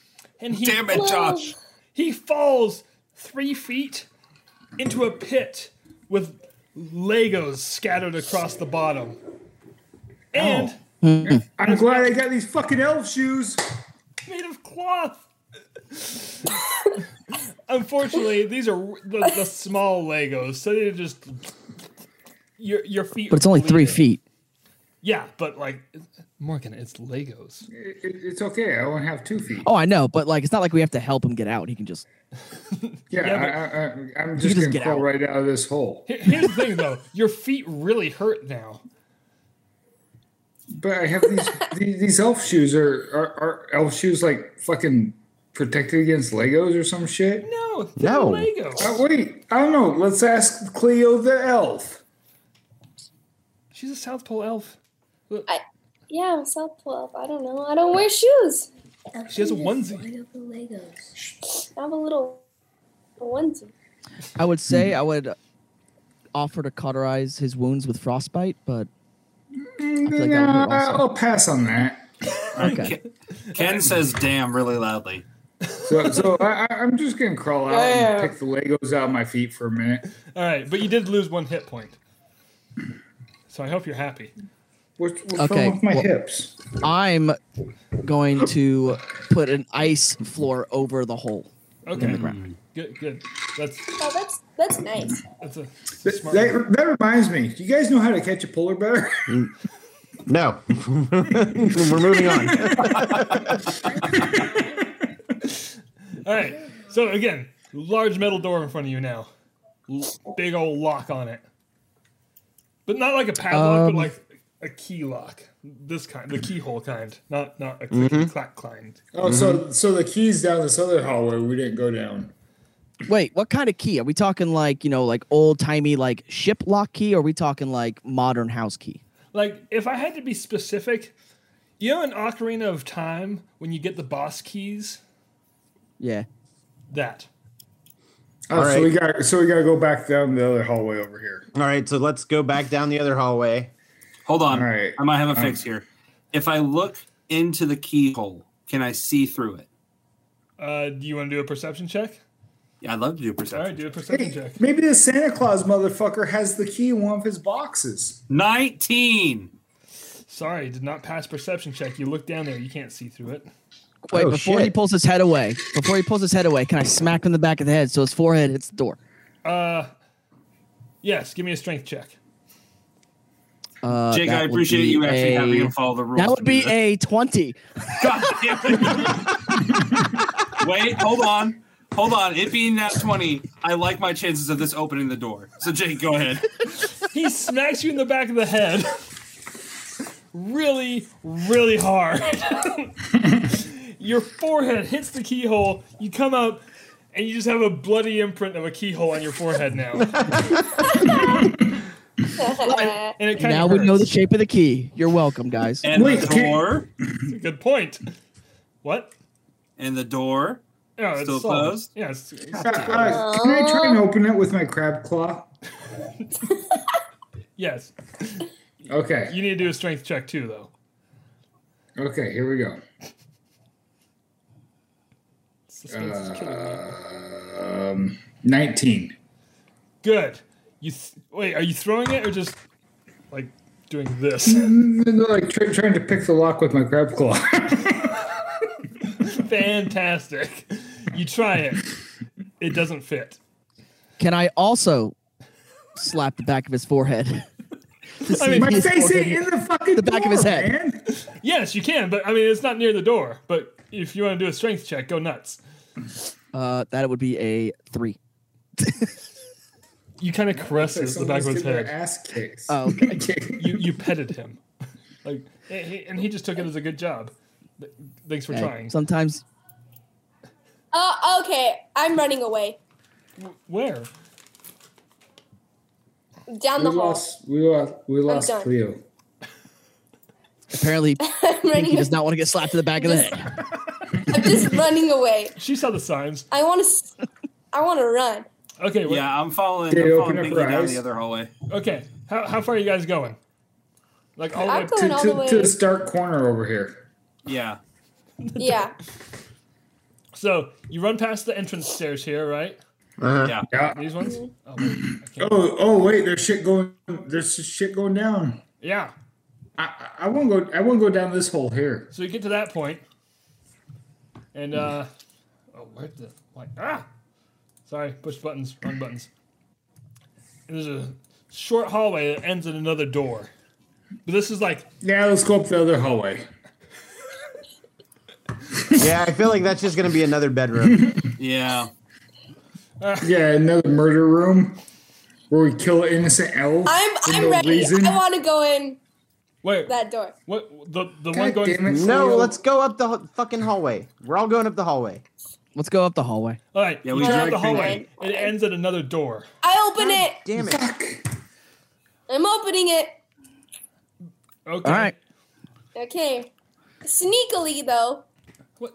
Speaker 2: and he
Speaker 4: Damn it, Josh.
Speaker 2: He falls three feet into a pit with Legos scattered across the bottom. And
Speaker 3: Oh.
Speaker 6: I'm glad I got these fucking elf shoes.
Speaker 2: made of cloth. Unfortunately, these are the, the small Legos, so they just your your feet.
Speaker 3: But it's only three
Speaker 2: bleed.
Speaker 3: feet.
Speaker 2: Yeah, but like Morgan, it's Legos.
Speaker 6: It, it- it's okay. I won't have two feet.
Speaker 3: Oh, I know, but like it's not like we have to help him get out. He can just
Speaker 6: yeah,
Speaker 2: yeah,
Speaker 6: I, I, I, I'm just
Speaker 3: just
Speaker 6: gonna
Speaker 3: get
Speaker 6: crawl
Speaker 3: out.
Speaker 6: right out of this hole.
Speaker 2: Here- Here's the thing, though: your feet really hurt now.
Speaker 6: But I have these these, these elf shoes. Are, are are elf shoes like fucking protected against Legos or some shit?
Speaker 2: No, they're
Speaker 1: No.
Speaker 2: Legos.
Speaker 6: Uh, wait, I don't know. Let's ask Cleo the elf.
Speaker 2: She's a South Pole elf.
Speaker 5: Yeah, I'm South Pole. I don't know. I don't wear shoes.
Speaker 2: She has a onesie.
Speaker 5: I have a little onesie.
Speaker 3: I would say I would offer to cauterize his wounds with frostbite, but I feel like that would hurt
Speaker 6: Nah,
Speaker 3: also.
Speaker 6: I'll pass on that.
Speaker 3: Okay.
Speaker 4: Ken, Ken says "damn" really loudly.
Speaker 6: So, so I, I- I'm just gonna crawl out and pick the Legos out of my feet for a minute.
Speaker 2: All right, but you did lose one hit point, so I hope you're happy.
Speaker 6: What's, what's
Speaker 3: Okay,
Speaker 6: wrong with my
Speaker 3: well-
Speaker 6: hips?
Speaker 3: I'm going to put an ice floor over the hole.
Speaker 2: Okay, good, good. That's
Speaker 5: Oh, that's that's nice.
Speaker 2: that's a
Speaker 6: Th-
Speaker 2: smart.
Speaker 6: That, that reminds me. You guys know how to catch a polar bear?
Speaker 1: No, we're moving on.
Speaker 2: All right. So again, large metal door in front of you now. L- Big old lock on it. But not like a padlock,
Speaker 3: Um,
Speaker 2: but like a key lock. This kind, the keyhole kind, not not a click
Speaker 3: Mm-hmm.
Speaker 2: clack kind.
Speaker 6: Oh, so so the keys down this other hallway we didn't go down.
Speaker 3: Wait, what kind of key? Are we talking like, you know, like old timey like ship lock key or are we talking like modern house key?
Speaker 2: Like if I had to be specific, you know, in Ocarina of Time, when you get the boss keys,
Speaker 3: Yeah.
Speaker 2: that.
Speaker 6: Oh,
Speaker 1: All
Speaker 6: so
Speaker 1: right.
Speaker 6: we got so we got to go back down the other hallway over here.
Speaker 1: All right, so let's go back down the other hallway.
Speaker 4: Hold on,
Speaker 6: All right.
Speaker 4: I might have a fix here. If I look into the keyhole, can I see through it?
Speaker 2: Uh, do you want to do a perception check?
Speaker 4: Yeah, I'd love to do a
Speaker 2: All
Speaker 4: perception.
Speaker 2: right, do a perception check.
Speaker 6: Maybe the Santa Claus motherfucker has the key in one of his boxes.
Speaker 4: Nineteen.
Speaker 2: Sorry, did not pass perception check. You look down there, you can't see through it.
Speaker 3: Wait,
Speaker 1: Oh,
Speaker 3: before he
Speaker 1: shit.
Speaker 3: pulls his head away, before he pulls his head away, can I smack him in the back of the head so his forehead hits the door?
Speaker 2: Yes, give me a strength check.
Speaker 3: Uh,
Speaker 4: Jake,
Speaker 3: that
Speaker 4: I
Speaker 3: would
Speaker 4: appreciate
Speaker 3: be
Speaker 4: you actually
Speaker 3: a-
Speaker 4: having him follow the rules.
Speaker 3: That
Speaker 4: to
Speaker 3: would
Speaker 4: do
Speaker 3: be
Speaker 4: this.
Speaker 3: a 20.
Speaker 4: God damn it. Wait, hold on. Hold on. It being that 20, I like my chances of this opening the door. So, Jake, go ahead.
Speaker 2: He smacks you in the back of the head. really, really hard. Your forehead hits the keyhole. You come out, and you just have a bloody imprint of a keyhole on your forehead now. and it kind
Speaker 3: Now
Speaker 2: of
Speaker 3: we know the shape of the key. You're welcome, guys.
Speaker 4: And
Speaker 6: Wait,
Speaker 4: the
Speaker 6: can-
Speaker 4: door.
Speaker 2: Good point. What?
Speaker 4: And the door.
Speaker 2: No, it's
Speaker 4: Still
Speaker 2: solid.
Speaker 4: closed?
Speaker 2: Yeah, it's,
Speaker 6: Uh, uh, can I try and open it with my crab claw?
Speaker 2: yes.
Speaker 6: Okay.
Speaker 2: You need to do a strength check too, though.
Speaker 6: Okay. Here we go.
Speaker 2: Suspense
Speaker 4: Uh,
Speaker 2: is killing me.
Speaker 6: Um, Nineteen.
Speaker 2: Good. You th- wait. Are you throwing it or just like doing this?
Speaker 6: Like try, trying to pick the lock with my crab claw.
Speaker 2: Fantastic. You try it. It doesn't fit.
Speaker 3: Can I also slap the back of his forehead? to see
Speaker 2: mean,
Speaker 3: if
Speaker 6: my
Speaker 3: his
Speaker 6: face
Speaker 3: forehead-
Speaker 6: ain't in the fucking
Speaker 3: The back of his
Speaker 6: door,
Speaker 3: head.
Speaker 6: Man.
Speaker 2: Yes, you can, but I mean it's not near the door. But if you want to do a strength check, go nuts.
Speaker 3: Uh, that would be a three.
Speaker 2: You kind of caress his- the back of his
Speaker 6: Someone's giving her
Speaker 2: head.
Speaker 6: Ass kicks.
Speaker 3: Oh, okay.
Speaker 2: You you petted him, like and he- and he just took it as a good job. Th- Thanks for
Speaker 3: Hey,
Speaker 2: trying.
Speaker 3: Sometimes
Speaker 5: Oh, okay. I'm running away
Speaker 2: Where?
Speaker 5: down
Speaker 6: We
Speaker 5: the hall.
Speaker 6: lost. We lost. We lost
Speaker 5: done.
Speaker 6: Cleo.
Speaker 3: Apparently,
Speaker 5: I'm
Speaker 3: Pinky
Speaker 5: running.
Speaker 3: does not want to get slapped in the back of the head.
Speaker 5: I'm just running away.
Speaker 2: She saw the signs.
Speaker 5: I want to. I want to run.
Speaker 2: Okay. wait-
Speaker 4: Yeah, I'm following.
Speaker 6: Did
Speaker 4: I'm
Speaker 6: it
Speaker 4: following
Speaker 6: open up
Speaker 4: Binky
Speaker 6: her
Speaker 4: down
Speaker 6: eyes?
Speaker 4: the other hallway.
Speaker 2: Okay. How, how far are you guys going? Like all the way.
Speaker 5: I'm going
Speaker 6: To,
Speaker 5: all the
Speaker 6: to, to
Speaker 5: way.
Speaker 6: the stark corner over here.
Speaker 4: Yeah,
Speaker 5: Yeah.
Speaker 2: So you run past the entrance stairs here, right?
Speaker 1: Uh-huh.
Speaker 4: yeah.
Speaker 6: Yeah.
Speaker 2: These ones. Oh, wait, I can't.
Speaker 6: Oh, oh, wait. There's shit going. There's shit going down.
Speaker 2: Yeah.
Speaker 6: I, I- I won't go. I won't go down this hole here.
Speaker 2: So you get to that point, and uh, oh, where the like ah, sorry, push buttons, wrong buttons. And there's a short hallway that ends in another door, but this is like
Speaker 6: Yeah, let's go up the other hallway.
Speaker 1: Yeah, I feel like that's just gonna be another bedroom.
Speaker 4: Yeah.
Speaker 6: Yeah, another murder room where we kill innocent elves.
Speaker 5: I'm.
Speaker 6: for
Speaker 5: I'm
Speaker 6: no
Speaker 5: ready.
Speaker 6: reason.
Speaker 5: I want to go in
Speaker 2: wait,
Speaker 5: that door.
Speaker 2: what the the one
Speaker 6: God damn
Speaker 2: going?
Speaker 6: it,
Speaker 1: no,
Speaker 6: Cleo.
Speaker 1: let's go up the hu- fucking hallway. We're all going up the hallway.
Speaker 3: Let's go up the hallway.
Speaker 2: All right,
Speaker 4: Yeah,
Speaker 2: you
Speaker 4: we
Speaker 2: turn
Speaker 4: drag
Speaker 2: out the
Speaker 4: Binky.
Speaker 2: hallway. It ends at another door.
Speaker 5: I open it.
Speaker 1: Damn it!
Speaker 5: I'm opening it.
Speaker 2: Okay.
Speaker 3: All right.
Speaker 5: Okay. Sneakily though.
Speaker 2: What?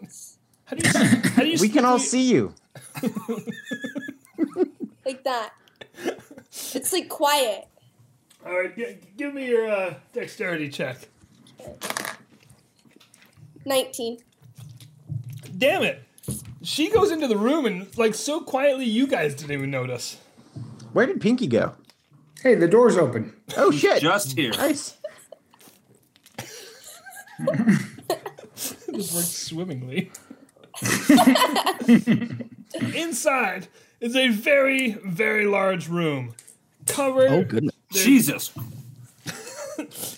Speaker 2: How do you? How do you?
Speaker 1: We can all
Speaker 2: sneakily-
Speaker 1: see you.
Speaker 5: Like that. It's like quiet.
Speaker 2: All right, g- give me your uh, dexterity check.
Speaker 5: 19.
Speaker 2: Damn it! She goes into the room and like so quietly, you guys didn't even notice.
Speaker 1: Where did Pinky go?
Speaker 6: Hey, the door's open.
Speaker 1: Oh shit!
Speaker 4: Just here.
Speaker 1: Nice.
Speaker 2: This worked swimmingly. Inside is a very, very large room. Covered.
Speaker 3: Oh goodness.
Speaker 4: Jesus.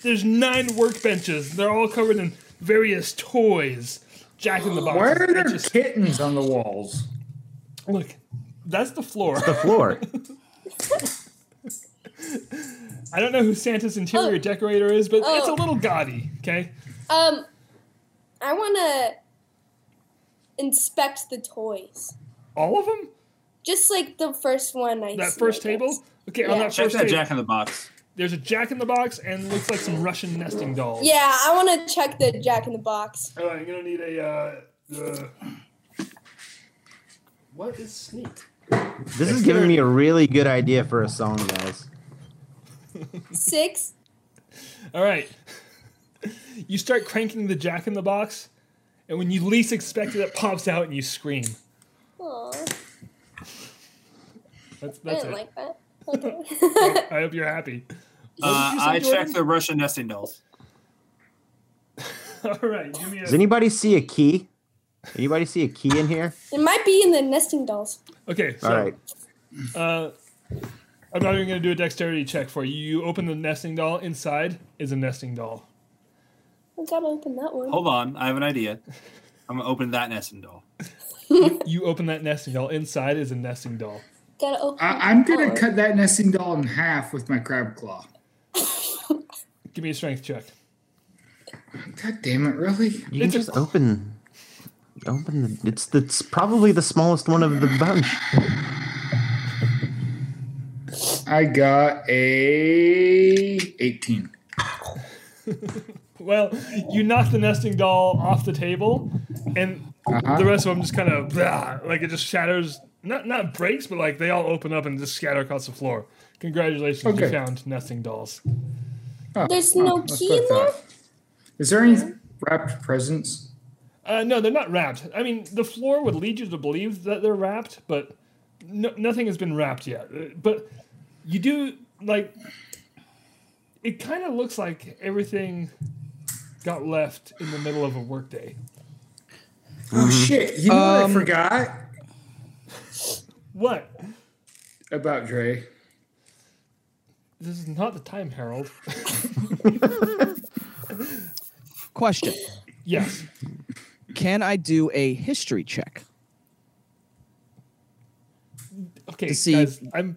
Speaker 2: There's nine workbenches. They're all covered in various toys. Jack in the box.
Speaker 6: Why are there kittens on the walls?
Speaker 2: Look, that's the floor.
Speaker 1: The floor.
Speaker 2: I don't know who Santa's interior
Speaker 5: Oh.
Speaker 2: decorator is, but it's a
Speaker 5: Oh.
Speaker 2: little gaudy, okay?
Speaker 5: Um I want to inspect the toys.
Speaker 2: All of them?
Speaker 5: Just like the first one I
Speaker 2: That
Speaker 5: see,
Speaker 2: first
Speaker 5: I guess.
Speaker 2: table? Okay, on
Speaker 5: Yeah.
Speaker 2: that
Speaker 4: Check
Speaker 2: first
Speaker 4: that
Speaker 2: table,
Speaker 4: Jack in the Box.
Speaker 2: there's a jack in the box and looks like some Russian nesting dolls.
Speaker 5: Yeah, I want to check the Jack in the Box.
Speaker 2: Uh, you're gonna need a. Uh, uh, what is sneak?
Speaker 1: This is giving me a really good idea for a song, guys.
Speaker 5: 6.
Speaker 2: All right. You start cranking the jack in the box, and when you least expect it, it pops out and you scream.
Speaker 5: Aw,
Speaker 2: That's,
Speaker 5: I
Speaker 2: that's it.
Speaker 5: didn't like that. Okay.
Speaker 2: I hope you're happy.
Speaker 4: Uh,
Speaker 2: did you say,
Speaker 4: I
Speaker 2: Jordan?
Speaker 4: checked the Russian nesting dolls.
Speaker 2: All right. Give me
Speaker 1: Does
Speaker 2: a,
Speaker 1: anybody see a key? Anybody see a key in here?
Speaker 5: it might be in the nesting dolls.
Speaker 2: okay. So,
Speaker 1: All right.
Speaker 2: Uh, I'm not even gonna do a dexterity check for you. You open the nesting doll. Inside is a nesting doll.
Speaker 5: I gotta open that one.
Speaker 4: Hold on, I have an idea. I'm gonna open that nesting doll.
Speaker 2: You open that nesting doll. Inside is a nesting doll.
Speaker 5: Gotta open
Speaker 6: I, I'm
Speaker 5: that
Speaker 6: gonna
Speaker 5: one.
Speaker 6: cut that nesting doll in half with my crab claw.
Speaker 2: Give me a strength check.
Speaker 6: God damn it! Really?
Speaker 1: You can
Speaker 2: It's a-
Speaker 1: just open. Open the. It's it's probably the smallest one of the bunch.
Speaker 6: I got a 18.
Speaker 2: Well, you knock the nesting doll off the table, and the rest of them just kind of like it just shatters. Not not breaks, but like they all open up and just scatter across the floor. Congratulations, you
Speaker 6: Okay.
Speaker 2: found nesting dolls.
Speaker 6: Oh,
Speaker 5: There's no
Speaker 6: that's
Speaker 5: key
Speaker 6: what I
Speaker 5: in there?
Speaker 6: thought. Is there any wrapped presents?
Speaker 2: Uh, no, they're not wrapped. I mean, the floor would lead you to believe that they're wrapped, but no, nothing has been wrapped yet. Uh, But you do like it. Kind of looks like everything got left in the middle of a workday.
Speaker 6: Oh shit! You know what I forgot
Speaker 2: What?
Speaker 6: about Dre.
Speaker 2: This is not the time, Harold.
Speaker 3: Question:
Speaker 2: Yes.
Speaker 3: Can I do a history check?
Speaker 2: Okay,
Speaker 3: to see-
Speaker 2: guys, I'm.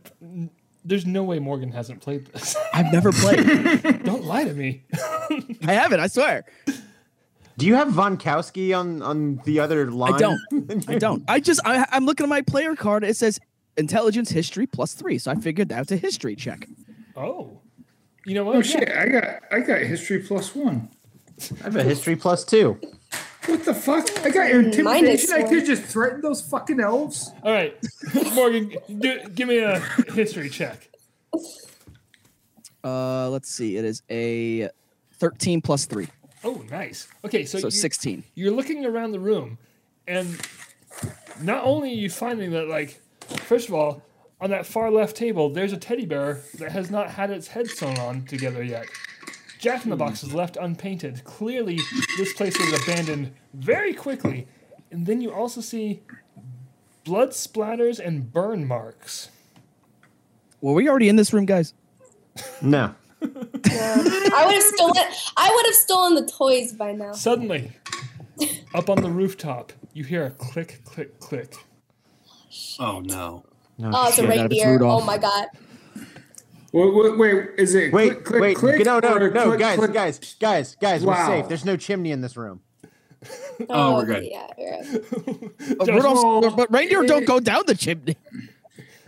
Speaker 2: There's no way Morgan hasn't played this.
Speaker 3: I've never played.
Speaker 2: Don't lie to me.
Speaker 3: I haven't. I swear.
Speaker 1: Do you have Vonkowski on on the other line?
Speaker 3: I don't. I don't. I just I, I'm looking at my player card. It says intelligence history plus three, so I figured that was a history check.
Speaker 2: Oh, you know what?
Speaker 6: Oh
Speaker 2: Yeah.
Speaker 6: shit! I got I got history plus one.
Speaker 1: I have a history plus two.
Speaker 6: What the fuck? I got
Speaker 5: Mm, Mine is
Speaker 6: intimidation. I
Speaker 5: one.
Speaker 6: could just threaten those fucking elves.
Speaker 2: All right, Morgan, do, give me a history check.
Speaker 3: Uh, let's see. It is a thirteen plus three,
Speaker 2: Oh, nice. Okay, so,
Speaker 3: so
Speaker 2: you-
Speaker 3: sixteen.
Speaker 2: you're looking around the room and not only are you finding that like first of all on that far left table there's a teddy bear that has not had its head sewn on together yet jack in the box is left unpainted clearly this place was abandoned very quickly and then you also see blood splatters and burn marks
Speaker 3: Were we already in this room, guys?
Speaker 1: No.
Speaker 5: I would have stolen. I would have stolen the toys by now.
Speaker 2: suddenly up on the rooftop you hear a click click click
Speaker 4: Oh no.
Speaker 1: No.
Speaker 5: Oh, it's a
Speaker 1: shit.
Speaker 3: right- that'd be
Speaker 5: reindeer. Oh
Speaker 3: Rudolph.
Speaker 5: my god.
Speaker 6: Wait, wait, wait is it
Speaker 1: Wait,
Speaker 6: click, click,
Speaker 1: wait,
Speaker 6: click,
Speaker 1: no, no,
Speaker 6: or
Speaker 1: no,
Speaker 6: click,
Speaker 1: guys,
Speaker 6: click?
Speaker 1: guys, guys, guys,
Speaker 6: Wow.
Speaker 1: we're safe. There's no chimney in this room.
Speaker 4: Oh, we're good.
Speaker 5: Yeah, you're right.
Speaker 3: But
Speaker 2: Josh,
Speaker 3: Rudolph's-
Speaker 6: roll.
Speaker 3: Uh, but reindeer don't go down the chimney.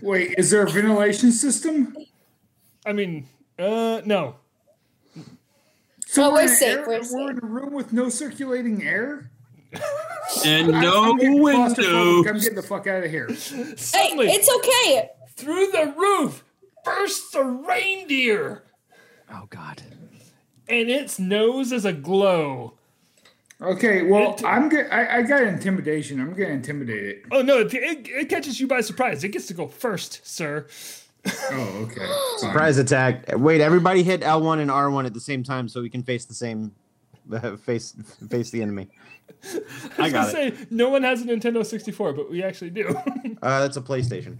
Speaker 6: Wait, is there a ventilation system?
Speaker 2: i mean uh no
Speaker 6: So
Speaker 5: No, Oh, we're
Speaker 6: in an
Speaker 5: safe,
Speaker 6: air-
Speaker 5: we're
Speaker 6: we're in a room with no circulating air.
Speaker 4: And
Speaker 6: I'm-
Speaker 4: no
Speaker 6: I'm getting claustrophobic. I'm
Speaker 4: window.
Speaker 6: getting the fuck out of here.
Speaker 5: Hey,
Speaker 2: suddenly
Speaker 5: it's okay.
Speaker 2: through the roof bursts a reindeer,
Speaker 3: Oh God.
Speaker 2: and its nose is aglow.
Speaker 6: Okay, well,
Speaker 2: It-
Speaker 6: I'm get, I, I got intimidation. I'm gonna intimidate it.
Speaker 2: Oh no! It, it, it catches you by surprise. It gets to go first, sir.
Speaker 6: Oh, okay. Fine.
Speaker 1: Surprise attack. Wait, everybody hit L1 and R1 at the same time so we can face the same face face the enemy.
Speaker 4: I
Speaker 2: I
Speaker 4: got it.
Speaker 2: say no one has a Nintendo 64, but we actually do.
Speaker 1: Uh, that's a PlayStation.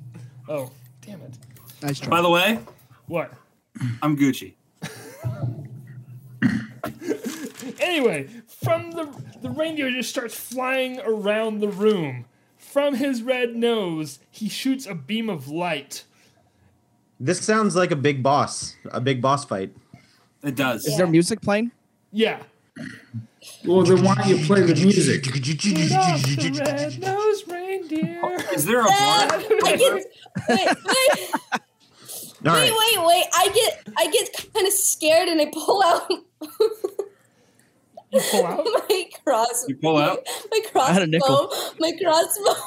Speaker 2: oh, damn it!
Speaker 3: Nice try.
Speaker 4: By the way,
Speaker 2: What?
Speaker 4: I'm Gucci.
Speaker 2: Anyway, from the the reindeer just starts flying around the room. From his red nose, he shoots a beam of light.
Speaker 1: This sounds like a big boss, a big boss fight.
Speaker 4: It does.
Speaker 3: Is there music playing?
Speaker 2: Yeah.
Speaker 6: Well, then why don't you play the music?
Speaker 2: Get off the red nose reindeer.
Speaker 4: Is there a
Speaker 5: Uh,
Speaker 4: bar?
Speaker 5: I get, wait, wait,
Speaker 1: All
Speaker 5: wait,
Speaker 1: right.
Speaker 5: wait, wait. I get, I get kind of scared, and I pull out
Speaker 2: You pull out.
Speaker 5: my cross.
Speaker 4: You pull out?
Speaker 5: my, my
Speaker 3: had a nickel.
Speaker 5: crossbow. My crossbow.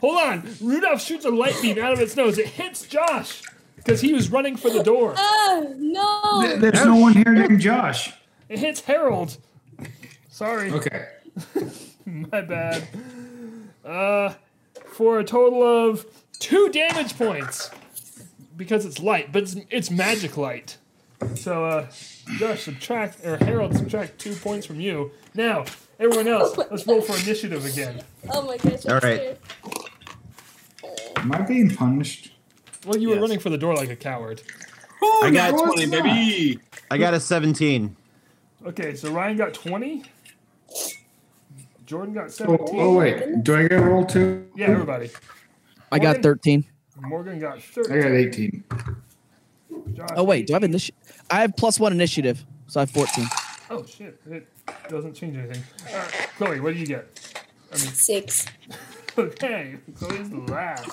Speaker 2: Hold on. Rudolph shoots a light beam out of its nose. It hits Josh because he was running for the door.
Speaker 5: Ah, no.
Speaker 6: There's no one here named Josh.
Speaker 2: It hits Harold. Sorry,
Speaker 6: Okay.
Speaker 2: my bad. Uh, for a total of two damage points because it's light, but it's, it's magic light. So, uh, Josh, subtract or Harold, subtract two points from you. Now, everyone else, let's roll for initiative again.
Speaker 5: Oh my gosh. I'm
Speaker 1: All right.
Speaker 5: scared.
Speaker 6: Am I being punished?
Speaker 2: Well, you were
Speaker 4: Yes.
Speaker 2: running for the door like a coward.
Speaker 4: Oh, I
Speaker 1: got
Speaker 4: got 20,
Speaker 6: it.
Speaker 4: baby.
Speaker 1: I got a 17.
Speaker 2: Okay, so Ryan got twenty. Jordan got
Speaker 6: Oh,
Speaker 2: seventeen.
Speaker 6: oh wait, do I get a roll too?
Speaker 2: Yeah, everybody.
Speaker 3: I got
Speaker 2: Morgan.
Speaker 3: thirteen.
Speaker 2: Morgan got
Speaker 6: I
Speaker 2: 30.
Speaker 6: got 18.
Speaker 2: Josh
Speaker 3: Oh wait, do I have
Speaker 2: 18.
Speaker 3: initiative? I have plus one initiative, so I have fourteen.
Speaker 2: Oh, shit. It doesn't change anything. Uh, Chloe, what do you get?
Speaker 5: Six.
Speaker 2: Okay, Chloe's the last.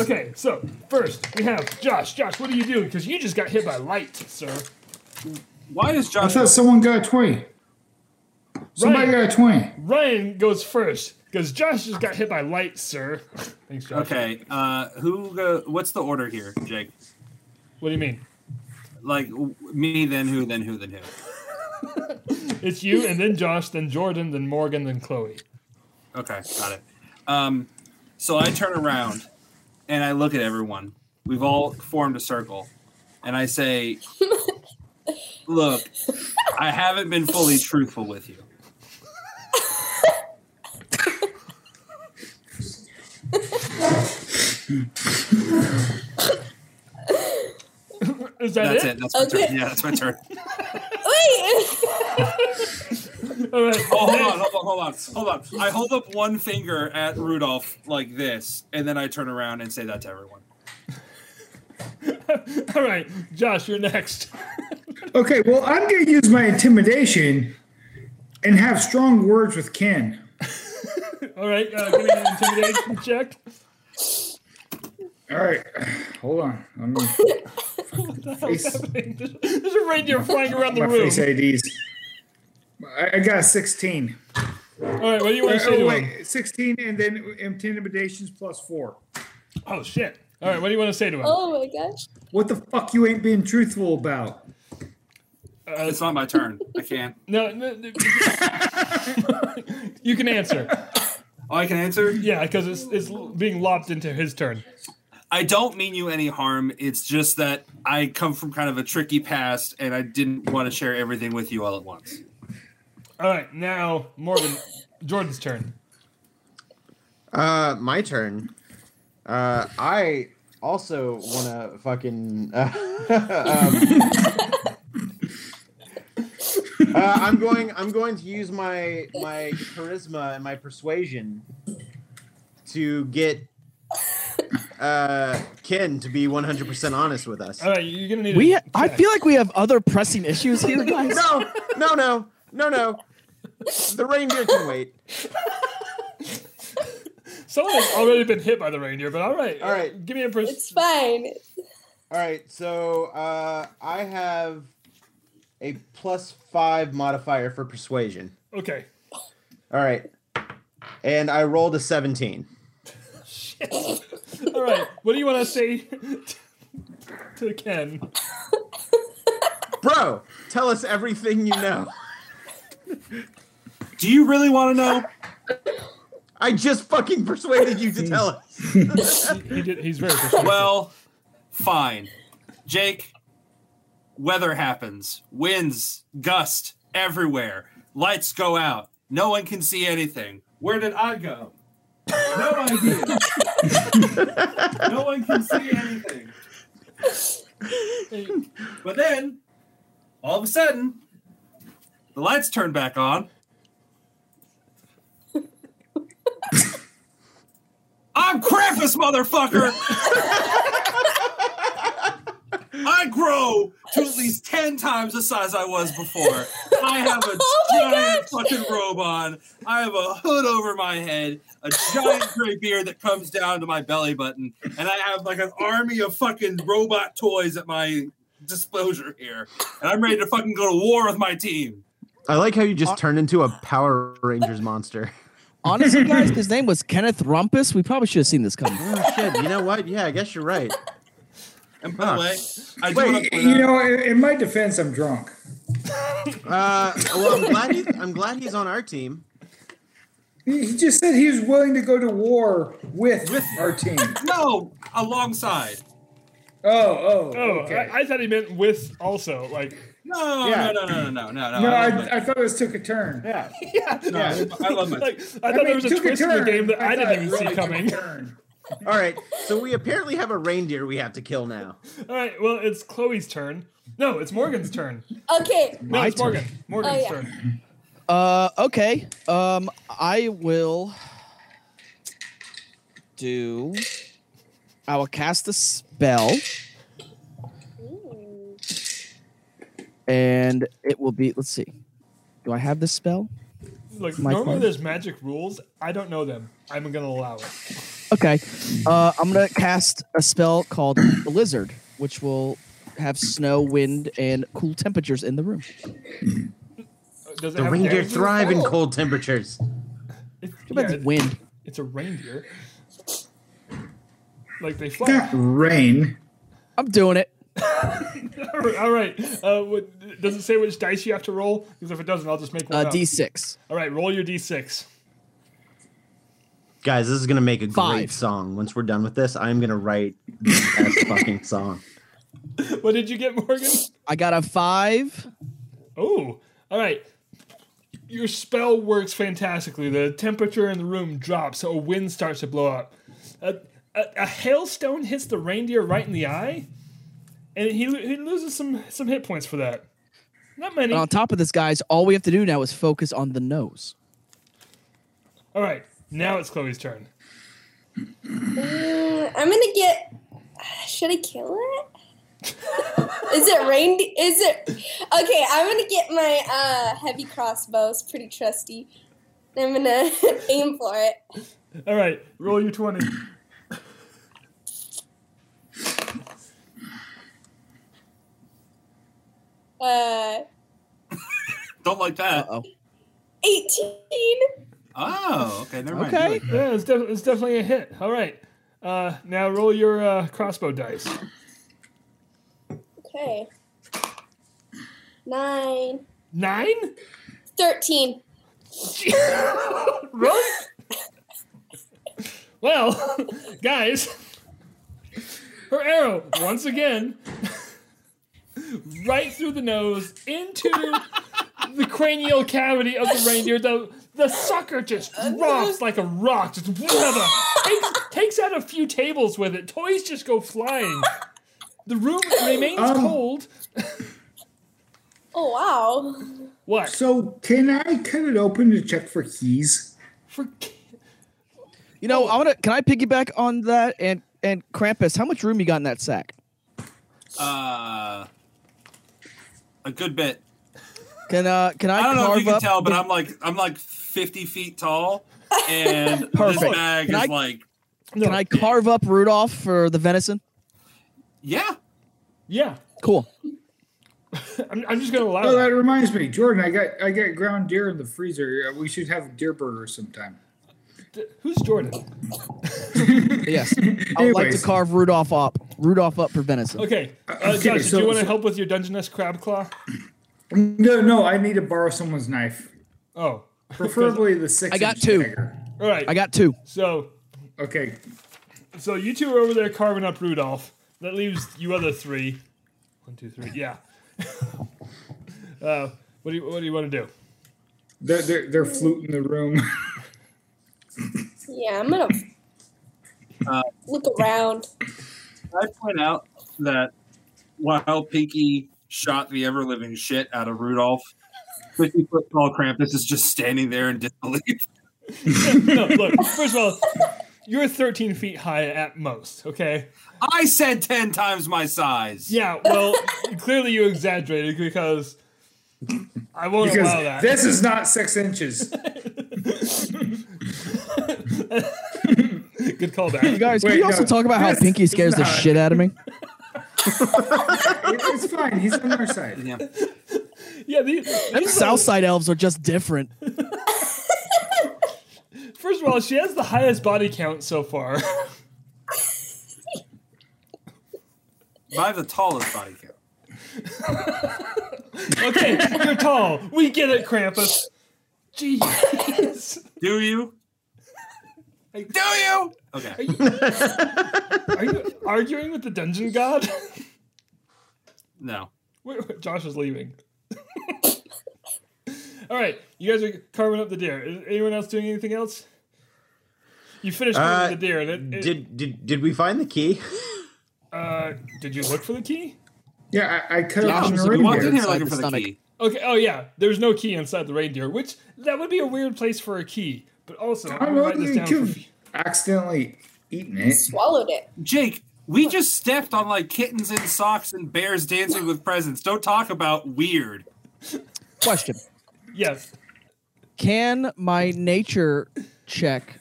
Speaker 2: Okay, so first we have Josh. Josh, what do you do? Because you just got hit by light, sir.
Speaker 4: Why is
Speaker 6: I
Speaker 4: Josh?
Speaker 6: thought someone got a 20. Somebody
Speaker 2: Ryan,
Speaker 6: got a 20.
Speaker 2: Ryan goes first because Josh just got hit by light, sir. Thanks, Josh.
Speaker 4: Okay. Uh, who? Go, what's the order here, Jake?
Speaker 2: What do you mean?
Speaker 4: Like w- me, then who, then who, then who?
Speaker 2: It's you, and then Josh, then Jordan, then Morgan, then Chloe.
Speaker 4: Okay, got it. Um, so I turn around and I look at everyone. We've all formed a circle, and I say, "Look, I haven't been fully truthful with you.
Speaker 2: Is that
Speaker 4: That's it. That's my
Speaker 5: Okay.
Speaker 4: turn. Yeah, that's my turn.
Speaker 5: Wait.
Speaker 2: All right.
Speaker 4: Oh, hold on, hold on, hold on, hold on. I hold up one finger at Rudolph like this, and then I turn around and say that to everyone.
Speaker 2: All right, Josh, you're next.
Speaker 6: Okay, well, I'm going to use my intimidation and have strong words with Ken.
Speaker 2: All right, uh, give me an intimidation check.
Speaker 6: All right, hold on. I'm gonna
Speaker 2: What's happening? There's a reindeer flying around the
Speaker 6: my
Speaker 2: room.
Speaker 6: face IDs. I, I got a 16.
Speaker 2: All right, what do you want to say
Speaker 6: Oh,
Speaker 2: to him?
Speaker 6: wait, 16 and then intimidations plus four.
Speaker 2: Oh shit! All right, what do you want to say to him?
Speaker 5: Oh my gosh.
Speaker 6: What the fuck you ain't being truthful about?
Speaker 4: It's not my turn. I can't.
Speaker 2: No, no, no. you can answer.
Speaker 4: Oh, I can answer.
Speaker 2: Yeah, because it's it's being lopped into his turn.
Speaker 4: I don't mean you any harm. It's just that I come from kind of a tricky past, and I didn't want to share everything with you all at once.
Speaker 2: All right, now Morgan, Jordan's turn.
Speaker 1: Uh, my turn. Uh, I also want to fucking. Uh, um, uh, I'm going. I'm going to use my my charisma and my persuasion to get uh, Ken to be 100 percent honest with us.
Speaker 2: All right, you're gonna need.
Speaker 3: We,
Speaker 2: a
Speaker 3: I
Speaker 2: check.
Speaker 3: feel like we have other pressing issues here, guys.
Speaker 1: No, no, no, no, no. The reindeer can wait.
Speaker 2: someone's already been hit by the reindeer, but all right, uh,
Speaker 1: All right.
Speaker 2: give me a
Speaker 5: It's
Speaker 2: pers-
Speaker 5: fine.
Speaker 1: All right, so uh, I have a plus five modifier for persuasion.
Speaker 2: Okay,
Speaker 1: All right, and I rolled a seventeen.
Speaker 2: all right. What do you want to say to Ken?
Speaker 1: Bro, tell us everything you know.
Speaker 4: Do you really want to know?
Speaker 1: I just fucking persuaded you to tell us.
Speaker 2: He did, he's very persuasive.
Speaker 4: Well, fine. Jake, weather happens. Winds, gust everywhere. Lights go out. No one can see anything. Where did I go? No idea. no one can see anything. But then, all of a sudden, the lights turn back on. I'm Krampus, motherfucker! I grow to at least 10 times the size I was before. I have a
Speaker 5: Oh my
Speaker 4: giant fucking robe on. I have a hood over my head, a giant gray beard that comes down to my belly button, and I have like an army of fucking robot toys at my disposure here. And I'm ready to fucking go to war with my team.
Speaker 1: I like how you just turned into a Power Rangers monster.
Speaker 3: Honestly, guys, his name was Kenneth Rumpus. We probably should have seen this coming.
Speaker 1: Oh shit! You know what? Yeah, I guess you're right.
Speaker 4: And by the way, I do want
Speaker 6: Wait,
Speaker 4: to
Speaker 6: you know, in, in my defense, I'm drunk.
Speaker 1: Uh, well, I'm glad, he's, I'm glad he's on our team.
Speaker 6: He he just said he was willing to go to war with, our team.
Speaker 4: no, alongside.
Speaker 6: Oh, oh,
Speaker 2: Oh,
Speaker 6: okay.
Speaker 2: I, I thought he meant with also. Like,
Speaker 4: No,
Speaker 1: Yeah.
Speaker 4: no, no, no, no, no, no.
Speaker 6: no,
Speaker 4: I,
Speaker 2: um,
Speaker 4: love
Speaker 6: I, I thought it was took a turn.
Speaker 1: Yeah.
Speaker 4: my- no, I love my.
Speaker 2: like I thought
Speaker 6: I mean,
Speaker 2: there was a
Speaker 6: took
Speaker 2: twist in the game that I,
Speaker 6: thought it
Speaker 2: didn't even
Speaker 6: really
Speaker 2: see
Speaker 6: took a
Speaker 2: coming.
Speaker 6: turn.
Speaker 1: All right. So we apparently have a reindeer we have to kill now.
Speaker 2: All right, well, it's Chloe's turn. No, it's Morgan's turn.
Speaker 5: Okay.
Speaker 2: No,
Speaker 3: My
Speaker 2: it's
Speaker 3: turn.
Speaker 2: Morgan. Morgan's
Speaker 5: Oh, yeah.
Speaker 2: turn.
Speaker 3: Uh, okay. Um, I will do. I will cast a spell,
Speaker 5: Ooh.
Speaker 3: and it will be. Let's see. Do I have this spell?
Speaker 2: Like
Speaker 3: My
Speaker 2: normally
Speaker 3: turn.
Speaker 2: there's magic rules. I don't know them. I'm gonna allow it.
Speaker 3: Okay. Uh, I'm gonna cast a spell called Blizzard, which will have snow, wind, and cool temperatures in the room.
Speaker 2: Does it
Speaker 1: The
Speaker 2: have
Speaker 1: reindeer
Speaker 2: damage?
Speaker 1: thrive in cold temperatures.
Speaker 2: It-
Speaker 3: Too
Speaker 2: yeah,
Speaker 3: bad it's
Speaker 2: it-
Speaker 3: wind.
Speaker 2: it's a reindeer. Like they fly.
Speaker 6: Not rain.
Speaker 3: I'm doing it.
Speaker 2: All right. Uh, what, does it say which dice you have to roll? Because if it doesn't, I'll just make one.
Speaker 3: Uh,
Speaker 2: up.
Speaker 3: D6.
Speaker 2: All right, roll your d6.
Speaker 1: Guys, this is gonna make a great
Speaker 3: Five.
Speaker 1: song. Once we're done with this, I'm gonna write the best fucking song.
Speaker 2: What did you get, Morgan?
Speaker 3: I got a five.
Speaker 2: Oh, all right. Your spell works fantastically. The temperature in the room drops, so a wind starts to blow up. A, a, a hailstone hits the reindeer right in the eye, and he, lo- he loses some, some hit points for that. Not many.
Speaker 3: And on top of this, guys, all we have to do now is focus on the nose.
Speaker 2: All right, now it's Chloe's turn.
Speaker 5: mm, Uh, I'm gonna get. Should I kill it? Is it rain? Is it okay? I'm gonna get my uh, heavy crossbow. It's pretty trusty. I'm gonna aim for it.
Speaker 2: All right, roll your twenty.
Speaker 5: Uh,
Speaker 4: Don't like that.
Speaker 3: Uh oh.
Speaker 5: 18.
Speaker 4: Oh, okay. Never mind.
Speaker 3: Okay.
Speaker 4: Do it.
Speaker 2: Yeah, it's, def- it's definitely a hit. All right, uh, now roll your uh, crossbow dice.
Speaker 5: Okay. Nine.
Speaker 2: Nine.
Speaker 5: Thirteen.
Speaker 2: Really? well, guys, her arrow once again right through the nose into the cranial cavity of the reindeer. The the sucker just drops like a rock. Just takes, takes out a few tables with it. Toys just go flying. The room remains
Speaker 6: Um.
Speaker 2: cold.
Speaker 5: Oh wow.
Speaker 2: What?
Speaker 6: So can I cut it open to check for keys?
Speaker 2: For
Speaker 3: You know, I want to. Can I piggyback on that and and Krampus? How much room you got in that sack?
Speaker 4: Uh, a good bit.
Speaker 3: Can uh can I,
Speaker 4: I don't know
Speaker 3: carve
Speaker 4: if you can
Speaker 3: up
Speaker 4: tell, but
Speaker 3: the-
Speaker 4: I'm like I'm like 50 feet tall, and this
Speaker 3: Perfect.
Speaker 4: bag
Speaker 3: Can
Speaker 4: is
Speaker 3: I-
Speaker 4: like
Speaker 2: no.
Speaker 3: can I carve up Rudolph for the venison?
Speaker 4: yeah.
Speaker 2: Yeah.
Speaker 3: Cool.
Speaker 2: I'm, I'm just gonna allow.
Speaker 6: Oh,
Speaker 2: that.
Speaker 6: that reminds me, Jordan. I got I got ground deer in the freezer. Uh, We should have deer burger sometime.
Speaker 2: Who's Jordan?
Speaker 3: Yes, I would like to
Speaker 6: Anyways,
Speaker 3: carve Rudolph up. Rudolph up for venison.
Speaker 2: Okay, uh,
Speaker 6: okay,
Speaker 2: Josh, do
Speaker 6: so-
Speaker 2: you want to
Speaker 6: so-
Speaker 2: help with your Dungeness crab claw?
Speaker 6: no, no. I need to borrow someone's knife,
Speaker 2: Oh,
Speaker 6: preferably the six.
Speaker 3: I got
Speaker 6: inch
Speaker 3: two.
Speaker 6: dagger.
Speaker 2: all right.
Speaker 3: I got two.
Speaker 2: so
Speaker 6: Okay,
Speaker 2: so you two are over there carving up Rudolph. That leaves you other three. One, two, three. Yeah. uh, what do you What do you want to do?
Speaker 6: they're they're, they're fluting the room.
Speaker 2: Oh,
Speaker 5: Yeah, I'm gonna
Speaker 4: Uh,
Speaker 5: look around.
Speaker 4: I point out that while Pinky shot the ever living shit out of Rudolph, 50 foot tall Krampus is just standing there in disbelief.
Speaker 2: no, look. First of all, you're 13 feet high at most. Okay.
Speaker 4: I said 10 times my size.
Speaker 2: Yeah. Well, clearly you exaggerated because I won't
Speaker 6: Because
Speaker 2: allow that.
Speaker 6: this is not six inches.
Speaker 2: Good callback.
Speaker 3: Guys, can
Speaker 6: Wait,
Speaker 3: we also
Speaker 6: no.
Speaker 3: talk about how
Speaker 6: Yes.
Speaker 3: Pinky scares the
Speaker 6: No.
Speaker 3: shit out of me?
Speaker 6: It- it's fine. He's on our side.
Speaker 4: Yeah.
Speaker 2: Yeah. These,
Speaker 3: Them
Speaker 2: these are-
Speaker 3: Southside elves are just different.
Speaker 2: First of all, she has the highest body count so far.
Speaker 4: I have the tallest body count.
Speaker 2: Okay, you're tall. We get it, Krampus. Jeez.
Speaker 4: Do you? Do you? Okay.
Speaker 2: Are you arguing with the dungeon god?
Speaker 4: No.
Speaker 2: Wait, wait, Josh is leaving. All right, you guys are carving up the deer. Is anyone else doing anything else? You finished carving
Speaker 1: Uh,
Speaker 2: the deer, and it, it-
Speaker 1: Did did did we find the key?
Speaker 2: uh, did you look for the key?
Speaker 6: Yeah, I, I cut
Speaker 3: Josh
Speaker 6: open
Speaker 3: was a
Speaker 4: We
Speaker 6: the
Speaker 3: good
Speaker 6: ring
Speaker 4: walked
Speaker 3: Reindeer
Speaker 4: in
Speaker 6: here.
Speaker 4: here
Speaker 3: inside
Speaker 4: looking
Speaker 3: the
Speaker 4: for the
Speaker 3: stomach.
Speaker 4: key.
Speaker 2: Okay. Oh yeah, there's no key inside the reindeer, which that would be a weird place for a key. But also, I'm
Speaker 6: I
Speaker 2: gonna write this down. For,
Speaker 6: could've accidentally eaten it.
Speaker 5: Swallowed it.
Speaker 4: Jake, we just stepped on like kittens in socks and bears dancing with presents. Don't talk about weird.
Speaker 3: Question:
Speaker 2: yes.
Speaker 3: Can my nature check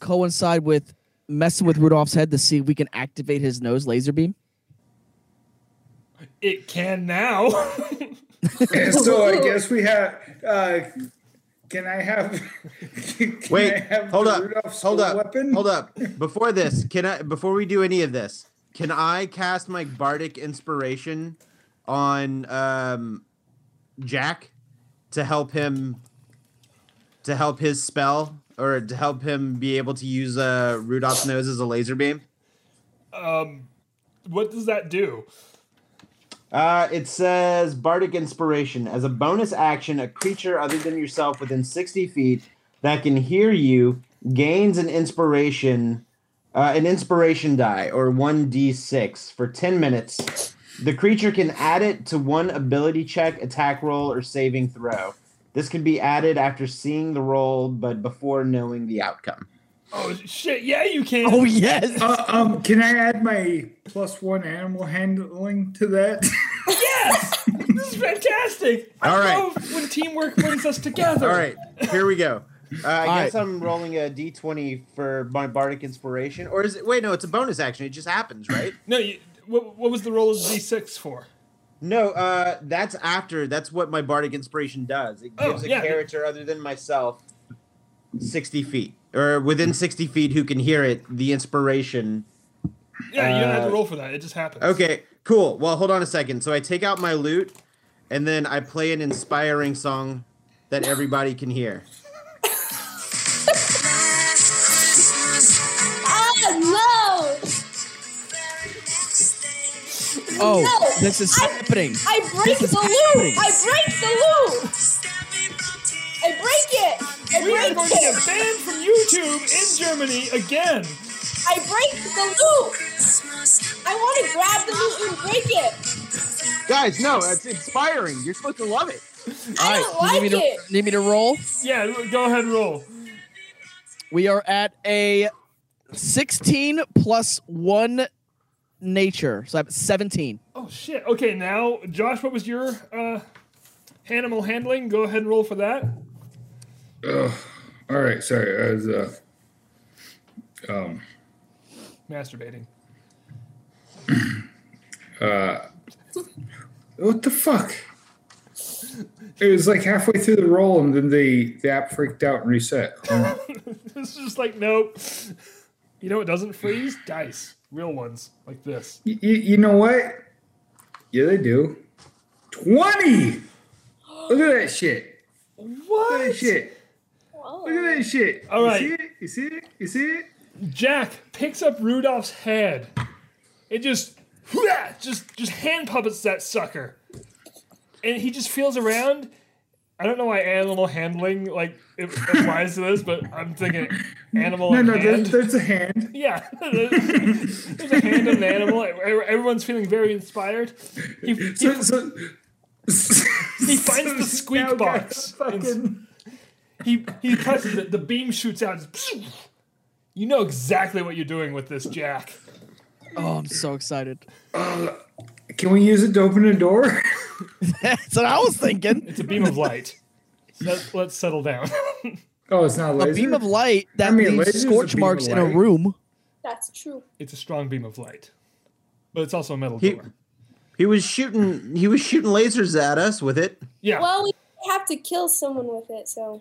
Speaker 3: coincide with messing with Rudolph's head to see if we can activate his nose laser beam?
Speaker 2: It can now.
Speaker 6: And so I guess we have. Uh, can I have? Can
Speaker 1: Wait,
Speaker 6: I have
Speaker 1: hold
Speaker 6: the
Speaker 1: up,
Speaker 6: Rudolph's
Speaker 1: hold up,
Speaker 6: weapon?
Speaker 1: hold up. Before this, can I? Before we do any of this, can I cast my bardic inspiration on um, Jack to help him to help his spell or to help him be able to use uh, Rudolph's nose as a laser beam?
Speaker 2: um, what does that do?
Speaker 1: Uh, it says Bardic Inspiration. As a bonus action, a creature other than yourself within 60 feet that can hear you gains an inspiration, uh, an inspiration die or 1d6 for 10 minutes. The creature can add it to one ability check, attack roll, or saving throw. This can be added after seeing the roll, but before knowing the outcome.
Speaker 2: Oh shit! Yeah, you can.
Speaker 3: Oh yes.
Speaker 6: Uh, um, can I add my plus one animal handling to that?
Speaker 2: yes! this is fantastic.
Speaker 1: All
Speaker 2: I
Speaker 1: right.
Speaker 2: love when teamwork brings us together.
Speaker 1: All right, here we go. Uh, I
Speaker 3: All
Speaker 1: guess I'm rolling a d20 for my bardic inspiration, or is it? Wait, no, it's a bonus action. It just happens, right?
Speaker 2: No, you, what, what was the roll of d6 for?
Speaker 1: No, uh, that's after. That's what my bardic inspiration does. It
Speaker 2: Oh,
Speaker 1: gives
Speaker 2: yeah.
Speaker 1: a character other than myself sixty feet or within sixty feet who can hear it. The inspiration.
Speaker 2: Yeah, you don't have
Speaker 1: Uh,
Speaker 2: to roll for that. It just happens.
Speaker 1: Okay, cool. Well, hold on a second. So I take out my lute, and then I play an inspiring song that everybody can hear.
Speaker 5: Ah, no!
Speaker 3: Oh,
Speaker 5: No,
Speaker 3: this is
Speaker 5: I-
Speaker 3: happening.
Speaker 5: I break
Speaker 3: This is
Speaker 5: the
Speaker 3: happening.
Speaker 5: loop! I break the loop! I break it! I
Speaker 2: We are
Speaker 5: break
Speaker 2: going to get
Speaker 5: it!
Speaker 2: banned from YouTube in Germany again.
Speaker 5: I break the loop! I want to grab the loop and break it!
Speaker 1: Guys, no, it's inspiring. You're supposed to love it.
Speaker 5: I don't
Speaker 3: you need
Speaker 5: like
Speaker 3: me
Speaker 5: it!
Speaker 3: to need me to roll?
Speaker 2: Yeah, l- go ahead and roll.
Speaker 3: We are at a 16 plus one nature, so I'm at 17.
Speaker 2: Oh shit. Okay, now Josh, what was your uh, animal handling? Go ahead and roll for that.
Speaker 6: All right, sorry. I was, uh, um,
Speaker 2: Masturbating.
Speaker 6: what the fuck? It was like halfway through the roll, and then the, the app freaked out and reset. Oh,
Speaker 2: It's just like nope. You know it doesn't freeze? Dice. Real ones like this.
Speaker 6: y- y- you know what? Yeah, they do. 20! Look at that shit. Look at that
Speaker 2: What?
Speaker 6: shit.
Speaker 5: Oh,
Speaker 6: Look at that shit.
Speaker 2: All right.
Speaker 6: You see it? You see it? You see it?
Speaker 2: Jack picks up Rudolph's head. It just, whoa, just, just hand puppets that sucker, and he just feels around. I don't know why animal handling like it applies to this, but I'm thinking animal
Speaker 6: No,
Speaker 2: and
Speaker 6: no,
Speaker 2: hand.
Speaker 6: there's, there's a hand.
Speaker 2: yeah, there's a hand and an animal. Everyone's feeling very inspired. He, he,
Speaker 6: So, so,
Speaker 2: he finds the squeak box. and
Speaker 6: Fucking,
Speaker 2: He he presses it. The beam shoots out. You know exactly what you're doing with this, Jack.
Speaker 3: Oh, I'm so excited.
Speaker 6: Uh, can we use it to open a door?
Speaker 3: That's what I was thinking.
Speaker 2: It's a beam of light. Let, let's settle down.
Speaker 6: Oh, it's not a laser.
Speaker 3: A beam of light that
Speaker 6: I mean, laser
Speaker 3: leaves
Speaker 6: is a
Speaker 3: scorch
Speaker 6: beam of
Speaker 3: marks in a
Speaker 6: light.
Speaker 3: room.
Speaker 5: That's true.
Speaker 2: it's a strong beam of light, but it's also a metal
Speaker 1: He-
Speaker 2: door.
Speaker 1: He was shooting. He was shooting lasers at us with it.
Speaker 2: Yeah.
Speaker 5: Well, we have to kill someone with it, so.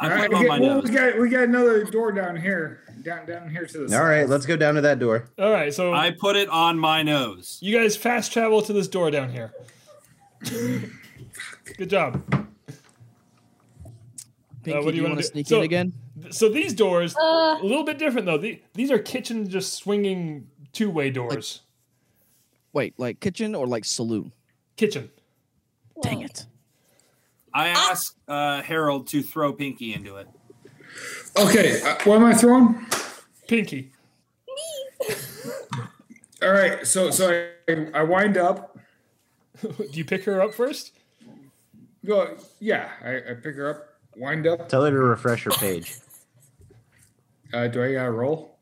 Speaker 4: I put
Speaker 6: All right,
Speaker 4: him on
Speaker 6: get-
Speaker 4: my
Speaker 6: well,
Speaker 4: nose.
Speaker 6: we got we got another door down here, down down here to the.
Speaker 1: All right, let's go down to that door.
Speaker 2: All right. So
Speaker 4: I put it on my nose.
Speaker 2: you guys fast travel to this door down here. Good job.
Speaker 3: Pinky,
Speaker 2: what do
Speaker 3: do
Speaker 2: you
Speaker 3: you
Speaker 2: wanna
Speaker 3: want to
Speaker 2: do?
Speaker 3: sneak
Speaker 2: So-
Speaker 3: in again?
Speaker 2: So these doors,
Speaker 5: Uh.
Speaker 2: a little bit different though. The- These are kitchen just swinging two-way doors.
Speaker 3: Wait, like kitchen or like saloon?
Speaker 2: kitchen.
Speaker 3: Dang it.
Speaker 4: I
Speaker 6: Ah.
Speaker 4: asked uh, Harold to throw Pinky into it.
Speaker 6: Okay, uh, what am I throwing?
Speaker 2: Pinky.
Speaker 6: All right, so so I, I wind up.
Speaker 2: Do you pick her up first?
Speaker 6: Go, yeah, I, I pick her up, wind up.
Speaker 1: Tell her to refresh her page.
Speaker 6: Uh, do I gotta roll?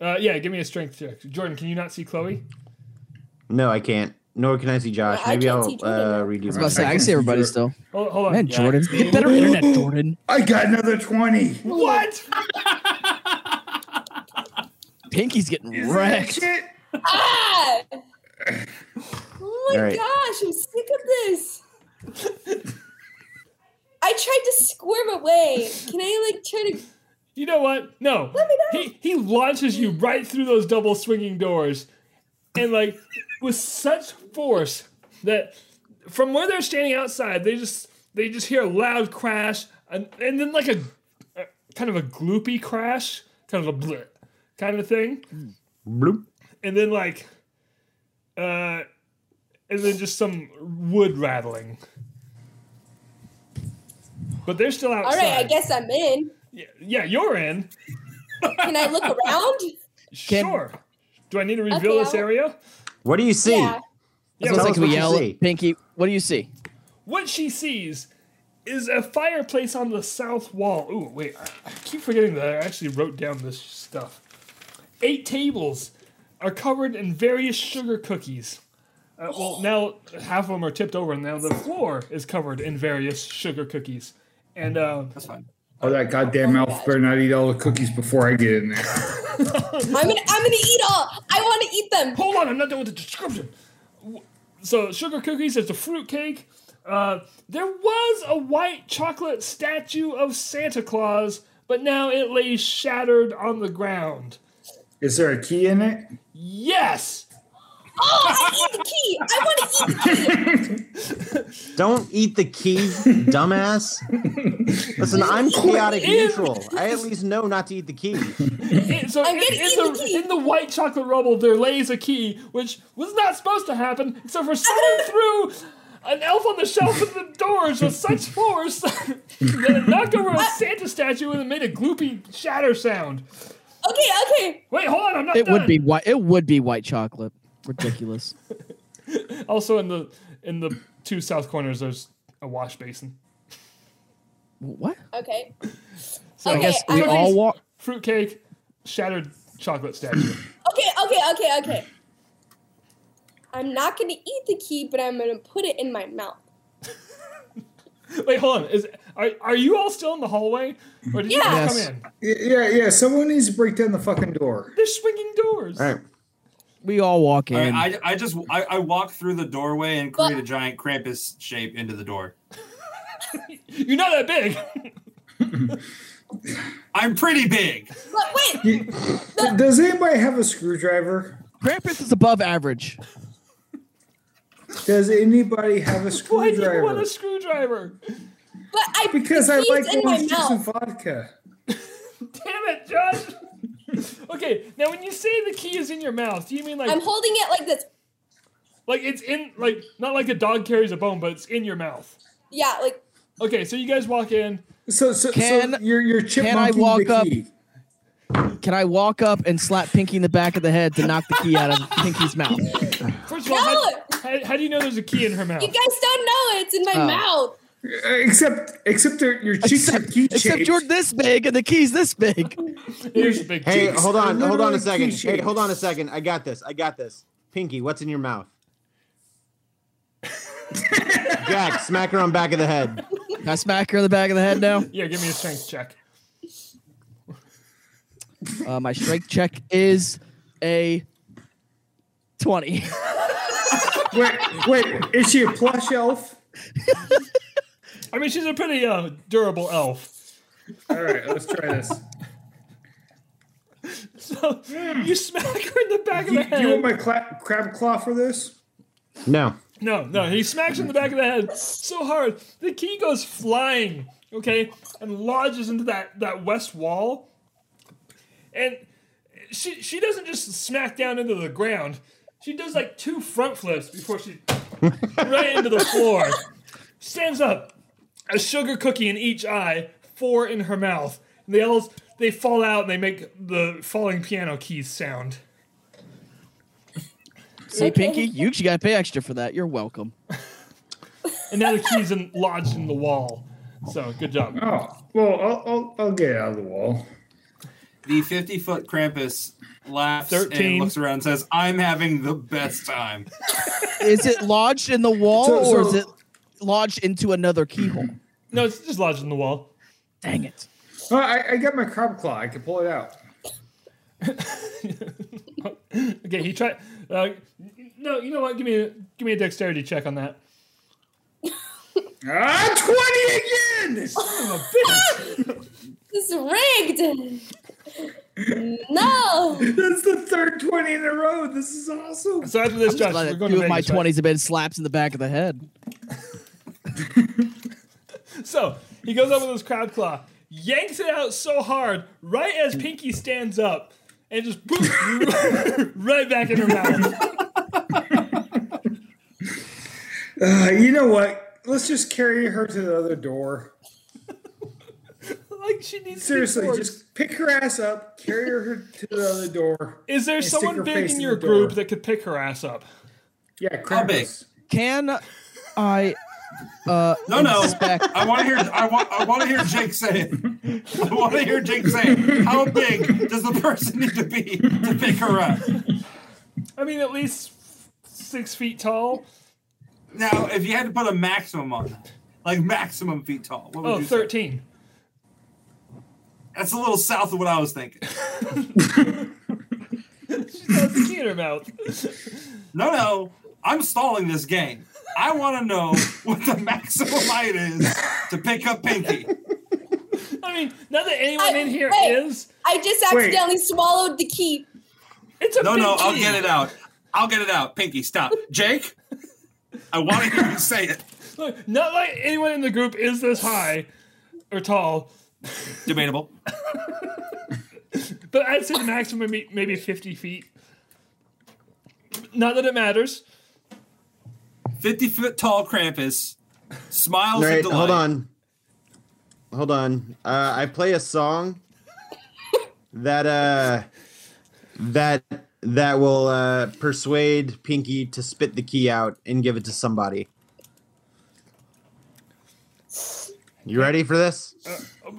Speaker 2: Uh, yeah. Give me a strength check. Jordan, can you not see Chloe?
Speaker 1: No, I can't. Nor can I see Josh.
Speaker 5: Well, I
Speaker 1: Maybe
Speaker 5: can't
Speaker 1: I'll
Speaker 5: see Jordan
Speaker 1: uh,
Speaker 5: now.
Speaker 1: redo.
Speaker 3: I was
Speaker 1: my-
Speaker 3: about to say, I can see everybody still.
Speaker 2: Hold, hold on.
Speaker 3: Man,
Speaker 4: Yeah.
Speaker 3: Jordan, get better internet, Jordan.
Speaker 6: I got another twenty.
Speaker 2: What?
Speaker 3: Pinky's getting
Speaker 6: Isn't that
Speaker 3: wrecked.
Speaker 6: shit?
Speaker 5: Ah! Oh my
Speaker 1: All right.
Speaker 5: gosh, I'm sick of this. I tried to squirm away. Can I like try to
Speaker 2: You know what? No.
Speaker 5: me know.
Speaker 2: He he launches you right through those double swinging doors, and like with such force that from where they're standing outside, they just they just hear a loud crash and and then like a, a kind of a gloopy crash, kind of a bleh kind of thing,
Speaker 1: Bloop.
Speaker 2: and then like uh and then just some wood rattling. But they're still outside.
Speaker 5: All right, I guess I'm in.
Speaker 2: Yeah, yeah you're in.
Speaker 5: Can I look around?
Speaker 3: Can-
Speaker 2: sure. Do I need to reveal
Speaker 5: Okay,
Speaker 2: this
Speaker 5: I'll-
Speaker 2: area?
Speaker 1: What do you see?
Speaker 5: Yeah.
Speaker 2: Yeah,
Speaker 3: Sounds
Speaker 1: tell
Speaker 3: like
Speaker 1: us
Speaker 3: we
Speaker 1: what you
Speaker 3: yell,
Speaker 1: see.
Speaker 3: Pinky, what do you see?
Speaker 2: what she sees is a fireplace on the south wall. Ooh, wait, I, I keep forgetting that I actually wrote down this stuff. Eight tables are covered in various sugar cookies. Uh, well, now half of them are tipped over, and now the floor is covered in various sugar cookies. And uh,
Speaker 4: That's fine.
Speaker 6: Oh, that goddamn elf better not eat all the cookies before I get in there.
Speaker 5: I'm gonna, I'm gonna eat all. I want to eat them.
Speaker 2: hold on, I'm not done with the description. W- So sugar cookies, there's a fruit cake. Uh, there was a white chocolate statue of Santa Claus, but now it lays shattered on the ground.
Speaker 6: Is there a key in it?
Speaker 2: Yes,
Speaker 5: Oh, I eat the key. I want to eat the key.
Speaker 1: Don't eat the key, dumbass. Listen, I'm chaotic neutral. I at least know not to eat the key.
Speaker 2: It- so
Speaker 5: I'm
Speaker 2: in,
Speaker 5: gonna
Speaker 2: in
Speaker 5: eat
Speaker 2: the,
Speaker 5: the key.
Speaker 2: in the white chocolate rubble, there lays a key, which was not supposed to happen, except for someone threw an elf on the shelf at the doors with such force that it knocked over a Santa statue and it made a gloopy shatter sound.
Speaker 5: Okay, okay.
Speaker 2: Wait, hold on, I'm not
Speaker 3: It
Speaker 2: done.
Speaker 3: would be white. It would be white chocolate. Ridiculous.
Speaker 2: Also, in the in the two south corners, there's a wash basin.
Speaker 3: what?
Speaker 5: Okay.
Speaker 2: So
Speaker 5: Okay,
Speaker 3: Yes, we
Speaker 5: I-
Speaker 3: all walk.
Speaker 2: fruitcake, shattered chocolate statue.
Speaker 5: Okay, okay, okay, okay. I'm not gonna eat the key, but I'm gonna put it in my mouth.
Speaker 2: Wait, hold on. Is are, are you all still in the hallway, or did you
Speaker 5: Yeah.
Speaker 2: just
Speaker 3: Yes.
Speaker 2: come in?
Speaker 6: Y- Yeah, yeah. Someone needs to break down the fucking door.
Speaker 2: They're swinging doors.
Speaker 1: All right.
Speaker 3: We all walk in.
Speaker 4: All right, I, I just I, I walk through the doorway and create a
Speaker 5: But-
Speaker 4: giant Krampus shape into the door.
Speaker 2: You're not that big.
Speaker 4: I'm pretty big.
Speaker 5: But wait,
Speaker 6: Y- Does anybody have a screwdriver?
Speaker 3: Krampus is above average.
Speaker 6: Does anybody have a
Speaker 2: Why do you want
Speaker 6: screwdriver?
Speaker 2: a screwdriver?
Speaker 5: but I put
Speaker 6: Because
Speaker 5: the
Speaker 6: I
Speaker 5: keys
Speaker 6: like
Speaker 5: in my
Speaker 6: orange juice and
Speaker 5: mouth.
Speaker 6: vodka.
Speaker 2: Damn it, Josh. okay, now when you say the key is in your mouth, do you mean like
Speaker 5: I'm holding it like this.
Speaker 2: like it's in like not like a dog carries a bone, but it's in your mouth?
Speaker 5: Yeah, like
Speaker 2: Okay, so you guys walk in.
Speaker 6: So, so, so
Speaker 3: Can-
Speaker 6: you're you're
Speaker 3: can I
Speaker 6: chipmunking
Speaker 3: walk
Speaker 6: the
Speaker 3: up-
Speaker 6: key.
Speaker 3: Can I walk up and slap Pinky in the back of the head to knock the key out of Pinky's mouth?
Speaker 2: First of all, how,
Speaker 5: No!
Speaker 2: how, how do you know there's a key in her mouth?
Speaker 5: you guys don't know it's in my
Speaker 3: Oh.
Speaker 5: mouth.
Speaker 6: Uh, Except, except their- your cheeks are
Speaker 3: Except,
Speaker 6: key
Speaker 3: except
Speaker 6: shaped.
Speaker 3: you're this big and the key's this big.
Speaker 2: Here's a big
Speaker 1: Hey,
Speaker 2: key.
Speaker 1: hold on,
Speaker 6: They're
Speaker 1: hold on
Speaker 6: literally
Speaker 1: a second.
Speaker 6: key
Speaker 1: Hey, hold on a
Speaker 6: shapes.
Speaker 1: second. I got this. I got this. Pinky, what's in your mouth? Jack, smack her on back of the head.
Speaker 3: Can I smack her in the back of the head now?
Speaker 2: Yeah, give me a strength check.
Speaker 3: Uh, my strength check is a 20.
Speaker 6: Wait, wait. Is she a plush elf?
Speaker 2: I mean, she's a pretty uh, durable elf.
Speaker 6: All right, let's try this.
Speaker 2: So you smack her in the back of
Speaker 6: Do
Speaker 2: the
Speaker 6: Hmm. you, do you
Speaker 2: head.
Speaker 6: want my cla- crab claw for this?
Speaker 1: No.
Speaker 2: No, no, he smacks her in the back of the head so hard the key goes flying. Okay, and lodges into that that west wall. And she she doesn't just smack down into the ground. She does like two front flips before she right into the floor. Stands up, a sugar cookie in each eye, four in her mouth. And they all they fall out and they make the falling piano keys sound.
Speaker 3: See, Pinky, you got to pay extra for that. You're welcome.
Speaker 2: And now the key's in, lodged in the wall. So good job.
Speaker 6: Oh, well, I'll, I'll, I'll get it out of the wall.
Speaker 4: The 50 foot Krampus laughs
Speaker 2: 13.
Speaker 4: and looks around and says, I'm having the best time.
Speaker 3: Is it lodged in the wall
Speaker 6: So-
Speaker 3: or
Speaker 6: so-
Speaker 3: is it lodged into another keyhole?
Speaker 2: No, it's just lodged in the wall.
Speaker 3: Dang it.
Speaker 6: Oh, I, I got my crab claw. I can pull it out.
Speaker 2: Okay, he tried. Uh, no, you know what? Give me a give me a dexterity check on that.
Speaker 6: Ah, twenty again.
Speaker 5: This is rigged. no.
Speaker 6: That's the third twenty in a row. This is awesome.
Speaker 2: So after this, Josh,
Speaker 3: Glad
Speaker 2: we're
Speaker 3: that
Speaker 2: going
Speaker 3: two
Speaker 2: to
Speaker 3: of my
Speaker 2: Vegas, right?
Speaker 3: 20s have been slaps in the back of the head.
Speaker 2: So he goes up with his crab claw, yanks it out so hard, right as Pinky stands up, and just boop, right back in her mouth.
Speaker 6: Uh, you know what? Let's just carry her to the other door.
Speaker 2: like she needs. to be
Speaker 6: Seriously,
Speaker 2: forced.
Speaker 6: just pick her ass up, carry her to the other door.
Speaker 2: is there
Speaker 6: stick
Speaker 2: someone
Speaker 6: her
Speaker 2: big
Speaker 6: face
Speaker 2: in
Speaker 6: in
Speaker 2: your
Speaker 6: the door.
Speaker 2: group that could pick her ass up?
Speaker 6: Yeah,
Speaker 4: How big?
Speaker 6: Krampus.
Speaker 3: Can I Uh,
Speaker 4: No, no.
Speaker 3: inspect-
Speaker 4: I want to hear. I want. I want to hear Jake say it. I want to hear Jake say it. How big does the person need to be to pick her up?
Speaker 2: I mean, at least six feet tall.
Speaker 4: Now, if you had to put a maximum on that, like maximum feet tall, what would
Speaker 2: Oh,
Speaker 4: you say?
Speaker 2: 13.
Speaker 4: That's a little south of what I was thinking.
Speaker 2: That's a key in her mouth.
Speaker 4: No, no. I'm stalling this game. I want to know what the maximum height is to pick up Pinky.
Speaker 2: I mean, not that anyone
Speaker 5: I-
Speaker 2: in here
Speaker 5: wait.
Speaker 2: is.
Speaker 5: I just accidentally swallowed the key.
Speaker 2: It's a
Speaker 4: No,
Speaker 2: big
Speaker 4: no. I'll
Speaker 2: key.
Speaker 4: get it out. I'll get it out. Pinky, stop. Jake, I want to hear you say it.
Speaker 2: Look, not like anyone in the group is this high or tall,
Speaker 4: Debatable.
Speaker 2: but I'd say the maximum may- maybe 50 feet. Not that it matters.
Speaker 4: 50 foot tall Krampus smiles
Speaker 1: All
Speaker 4: at
Speaker 1: right,
Speaker 4: delight.
Speaker 1: hold on. Hold on. Uh, I play a song that uh that that will uh persuade Pinky to spit the key out and give it to somebody. You ready for this?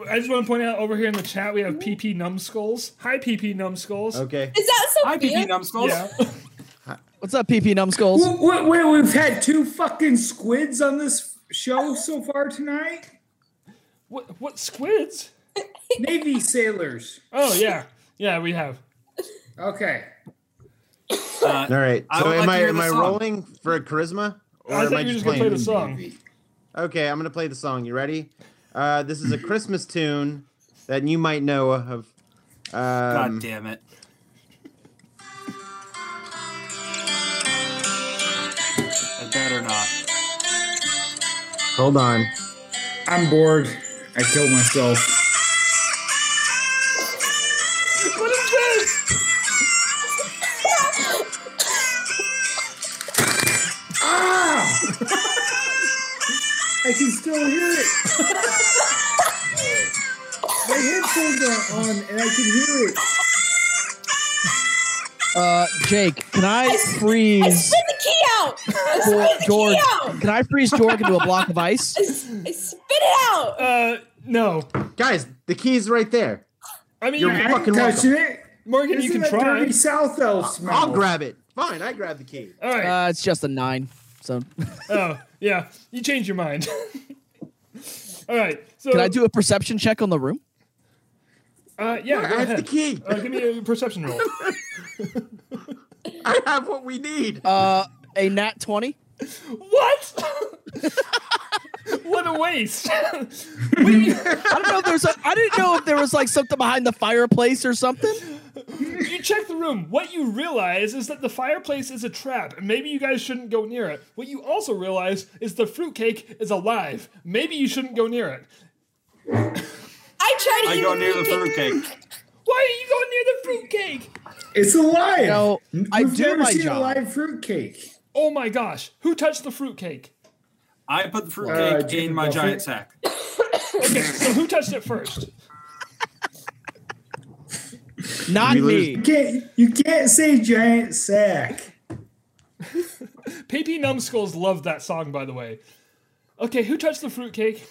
Speaker 2: I just want to point out over here in the chat we have PP Numbskulls. Hi, PP Numbskulls.
Speaker 1: Okay.
Speaker 5: Is that so
Speaker 4: Hi, PP
Speaker 5: weird?
Speaker 4: Numbskulls.
Speaker 2: Yeah.
Speaker 3: what's up, PP Numbskulls?
Speaker 6: Wait, wait, wait, we've had two fucking squids on this show so far tonight.
Speaker 2: what, what squids?
Speaker 6: Navy sailors.
Speaker 2: Oh, yeah. Yeah, we have.
Speaker 6: Okay.
Speaker 4: Uh,
Speaker 1: All right.
Speaker 4: I
Speaker 1: So
Speaker 4: would like
Speaker 1: am
Speaker 4: to
Speaker 1: I
Speaker 4: hear
Speaker 1: am
Speaker 4: the
Speaker 1: I
Speaker 4: song.
Speaker 1: rolling for charisma? Or
Speaker 2: I
Speaker 1: am
Speaker 2: thought you were just going to play
Speaker 1: playing?
Speaker 2: the song.
Speaker 1: Okay, I'm gonna play the song. You ready? Uh, this is a Christmas tune that you might know of. Um,
Speaker 4: God damn it. I better not.
Speaker 1: Hold on.
Speaker 6: I'm bored. I killed myself.
Speaker 2: What is this?
Speaker 6: Ah! I can still hear it. My headphones are on and I can hear it.
Speaker 3: Uh, Jake, can I
Speaker 5: I
Speaker 3: freeze
Speaker 5: spit the key out. I spit the
Speaker 3: George?
Speaker 5: key out.
Speaker 3: Can I freeze George into a block of ice?
Speaker 5: I s- I spit it out.
Speaker 2: Uh, no.
Speaker 1: Guys, the key's right there.
Speaker 2: I mean,
Speaker 1: You're
Speaker 2: you-
Speaker 6: I ain't
Speaker 1: fucking
Speaker 6: touching
Speaker 1: welcome.
Speaker 6: it.
Speaker 2: Morgan,
Speaker 6: This
Speaker 2: you
Speaker 6: is
Speaker 2: can
Speaker 6: a
Speaker 2: try.
Speaker 6: dirty South Elf smell.
Speaker 1: I'll grab it. Fine, I grab the key.
Speaker 2: All right.
Speaker 3: Uh, it's just a nine. So,
Speaker 2: Oh, yeah. You changed your mind. All right. So
Speaker 3: can I do a perception check on the room?
Speaker 2: Uh, yeah.
Speaker 1: I
Speaker 2: Go
Speaker 1: have the
Speaker 2: ahead.
Speaker 1: key.
Speaker 2: Uh, give me a perception roll.
Speaker 1: I have what we need.
Speaker 3: Uh, a nat twenty.
Speaker 2: what? what a waste. we,
Speaker 3: I don't know if there's a. I didn't know if there was like something behind the fireplace or something.
Speaker 2: you check the room. What you realize is that the fireplace is a trap, and maybe you guys shouldn't go near it. What you also realize is the fruitcake is alive. Maybe you shouldn't go near it.
Speaker 5: I tried to
Speaker 4: I
Speaker 5: eat
Speaker 4: go
Speaker 5: the
Speaker 4: near the
Speaker 5: fruitcake.
Speaker 4: fruitcake.
Speaker 2: Why are you going near the fruitcake?
Speaker 6: It's alive.
Speaker 3: No, I
Speaker 6: We've
Speaker 3: do
Speaker 6: never
Speaker 3: my
Speaker 6: seen
Speaker 3: job.
Speaker 6: a live fruitcake.
Speaker 2: Oh my gosh! Who touched the fruitcake?
Speaker 4: I put the
Speaker 6: Uh,
Speaker 4: fruitcake
Speaker 6: Jimmy
Speaker 4: in my
Speaker 6: Buffett.
Speaker 4: giant sack.
Speaker 2: Okay, so who touched it first?
Speaker 3: Not
Speaker 1: We
Speaker 3: me.
Speaker 1: lose-
Speaker 6: You can't, you can't say giant sack.
Speaker 2: PP Numbskulls loved that song, by the way. Okay, who touched the fruitcake?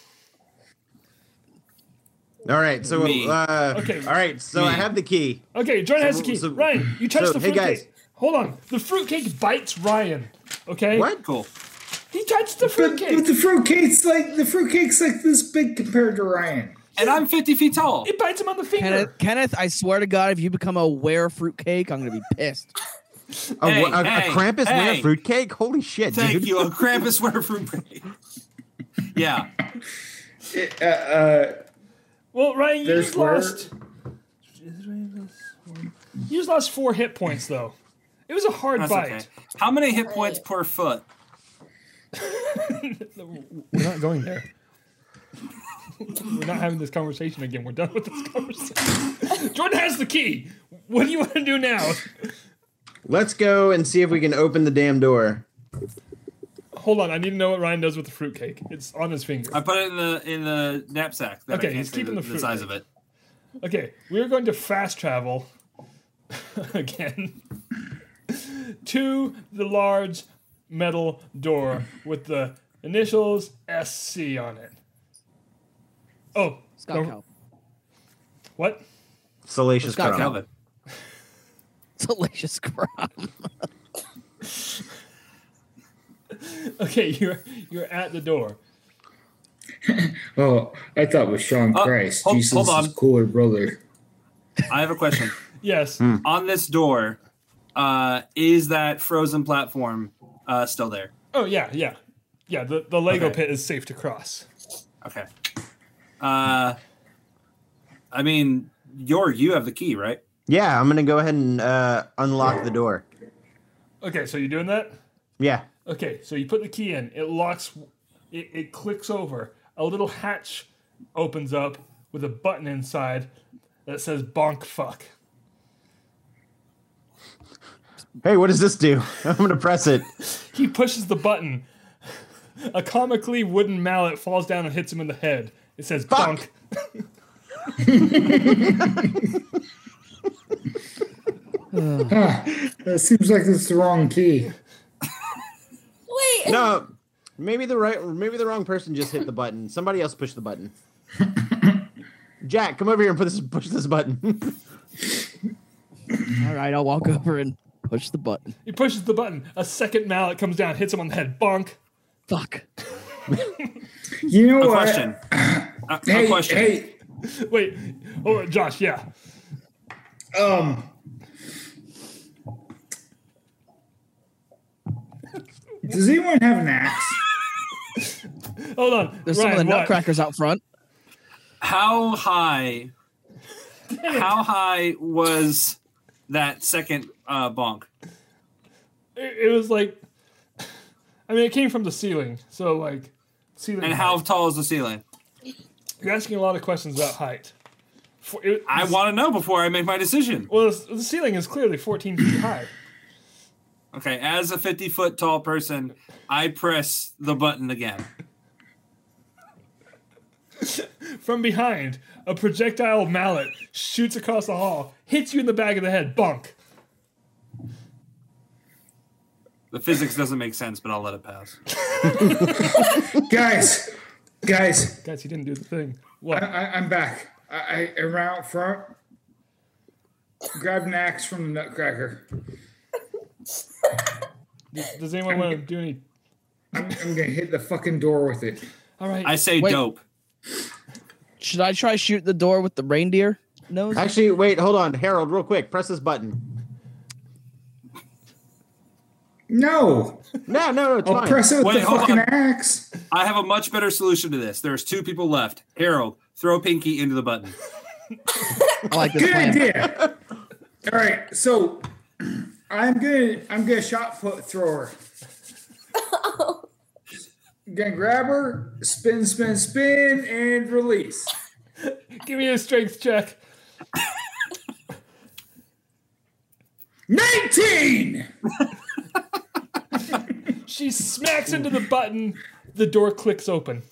Speaker 1: All right, so
Speaker 4: Me.
Speaker 1: uh,
Speaker 2: Okay.
Speaker 1: all right, so I
Speaker 4: Me.
Speaker 1: have the key.
Speaker 2: Okay, John has the key.
Speaker 1: so-
Speaker 2: Ryan, you touched
Speaker 1: so,
Speaker 2: the
Speaker 1: hey,
Speaker 2: fruitcake.
Speaker 1: guys.
Speaker 2: Hold on. The fruitcake bites Ryan. Okay?
Speaker 1: What?
Speaker 4: Cool.
Speaker 2: He touched the
Speaker 6: But,
Speaker 2: fruitcake.
Speaker 6: but the fruitcake's like the fruitcake's like this big compared to Ryan.
Speaker 4: And I'm 50 feet tall.
Speaker 2: It bites him on the
Speaker 3: Kenneth,
Speaker 2: finger.
Speaker 3: Kenneth, I swear to God, if you become a wear fruitcake, I'm gonna be pissed.
Speaker 1: A,
Speaker 4: Hey,
Speaker 1: a, a
Speaker 4: hey,
Speaker 1: Krampus wear
Speaker 4: hey.
Speaker 1: fruitcake? Holy shit,
Speaker 4: Thank
Speaker 1: dude!
Speaker 4: you. A Krampus wear fruitcake. Yeah.
Speaker 6: Uh, uh,
Speaker 2: Well, Ryan, you
Speaker 6: There's
Speaker 2: just
Speaker 6: where-
Speaker 2: lost. You just lost four hit points, though. It was a hard
Speaker 4: That's okay.
Speaker 2: bite.
Speaker 4: How many hit points per foot?
Speaker 2: We're not going there. We're not having this conversation again. We're done with this conversation. Jordan has the key. What do you want to do now?
Speaker 1: Let's go and see if we can open the damn door.
Speaker 2: Hold on, I need to know what Ryan does with the fruitcake. It's on his finger.
Speaker 4: I put it in the in the knapsack. That
Speaker 2: Okay,
Speaker 4: I can't
Speaker 2: he's
Speaker 4: see
Speaker 2: keeping
Speaker 4: the,
Speaker 2: the
Speaker 4: the size of it.
Speaker 2: Okay, we're going to fast travel again to the large metal door with the initials SC on it. Oh,
Speaker 3: Scott
Speaker 2: no-
Speaker 3: Calvin.
Speaker 2: What?
Speaker 1: Salacious
Speaker 3: Scott
Speaker 1: crumb.
Speaker 4: Calvin.
Speaker 3: Salacious crumb.
Speaker 2: Okay, you're you're at the door.
Speaker 6: Oh, I thought it was Sean
Speaker 4: Oh,
Speaker 6: Christ,
Speaker 4: hold-
Speaker 6: Jesus'
Speaker 4: hold on.
Speaker 6: cooler brother.
Speaker 4: I have a question.
Speaker 2: Yes.
Speaker 4: on this door, uh, is that frozen platform uh, still there?
Speaker 2: Oh yeah, yeah, yeah. The the Lego
Speaker 4: Okay.
Speaker 2: pit is safe to cross.
Speaker 4: Okay. Uh, I mean, your you have the key, right?
Speaker 1: Yeah, I'm gonna go ahead and uh, unlock the door.
Speaker 2: Okay, so you're doing that.
Speaker 1: Yeah.
Speaker 2: Okay, so you put the key in. It locks. It, it clicks over. A little hatch opens up with a button inside that says "bonk fuck."
Speaker 1: Hey, what does this do? I'm gonna press it.
Speaker 2: He pushes the button. A comically wooden mallet falls down and hits him in the head. It says
Speaker 1: Fuck.
Speaker 2: "bonk."
Speaker 6: That seems like it's the wrong key.
Speaker 5: Wait,
Speaker 1: No, maybe the right, maybe the wrong person just hit the button. Somebody else pushed the button. Jack, come over here and put this, push this button.
Speaker 3: All right, I'll walk over and push the button.
Speaker 2: He pushes the button. A second mallet comes down, hits him on the head. Bonk.
Speaker 3: Fuck.
Speaker 6: You know
Speaker 4: A
Speaker 6: what?
Speaker 4: question. A, a
Speaker 6: Hey,
Speaker 4: question.
Speaker 6: hey,
Speaker 2: Wait. Oh, Josh. Yeah.
Speaker 6: um, does anyone have an axe?
Speaker 2: Hold on.
Speaker 3: There's
Speaker 2: Ryan,
Speaker 3: some of the
Speaker 2: what?
Speaker 3: nutcrackers out front.
Speaker 4: How high? How high was that second uh, bonk?
Speaker 2: It, it was like. I mean, it came from the ceiling, so like ceiling.
Speaker 4: And
Speaker 2: height.
Speaker 4: how tall is the ceiling?
Speaker 2: You're asking a lot of questions about height. For, it,
Speaker 4: I want to know before I make my decision.
Speaker 2: Well, the, the ceiling is clearly 14 feet high.
Speaker 4: Okay, as a 50 foot tall person, I press the button again.
Speaker 2: From behind, a projectile mallet shoots across the hall, hits you in the back of the head. Bunk.
Speaker 4: The physics doesn't make sense, but I'll let it pass.
Speaker 6: Guys, guys,
Speaker 2: Guys, you didn't do the thing. What?
Speaker 6: I, I'm back. I, I ran out front, grabbed an axe from the nutcracker.
Speaker 2: Does, does anyone want to do any?
Speaker 6: I'm, I'm gonna hit the fucking door with it.
Speaker 2: All right.
Speaker 4: I say
Speaker 3: Wait.
Speaker 4: dope.
Speaker 3: Should I try shooting the door with the reindeer nose?
Speaker 1: Actually, wait, hold on, Harold, real quick, press this button.
Speaker 6: No,
Speaker 1: No, no, no, it's
Speaker 6: I'll
Speaker 1: fine.
Speaker 6: Oh, press it with
Speaker 4: Wait,
Speaker 6: the
Speaker 4: hold
Speaker 6: fucking
Speaker 4: on.
Speaker 6: axe.
Speaker 4: I have a much better solution to this. There's two people left. Harold, throw Pinky into the button.
Speaker 3: I like this
Speaker 6: Good
Speaker 3: plan.
Speaker 6: idea. All right, so I'm gonna I'm gonna shot put thrower. Gonna grab her, spin, spin, spin, and release.
Speaker 2: Give me a strength check.
Speaker 6: Nineteen.
Speaker 2: She smacks into the button. The door clicks open.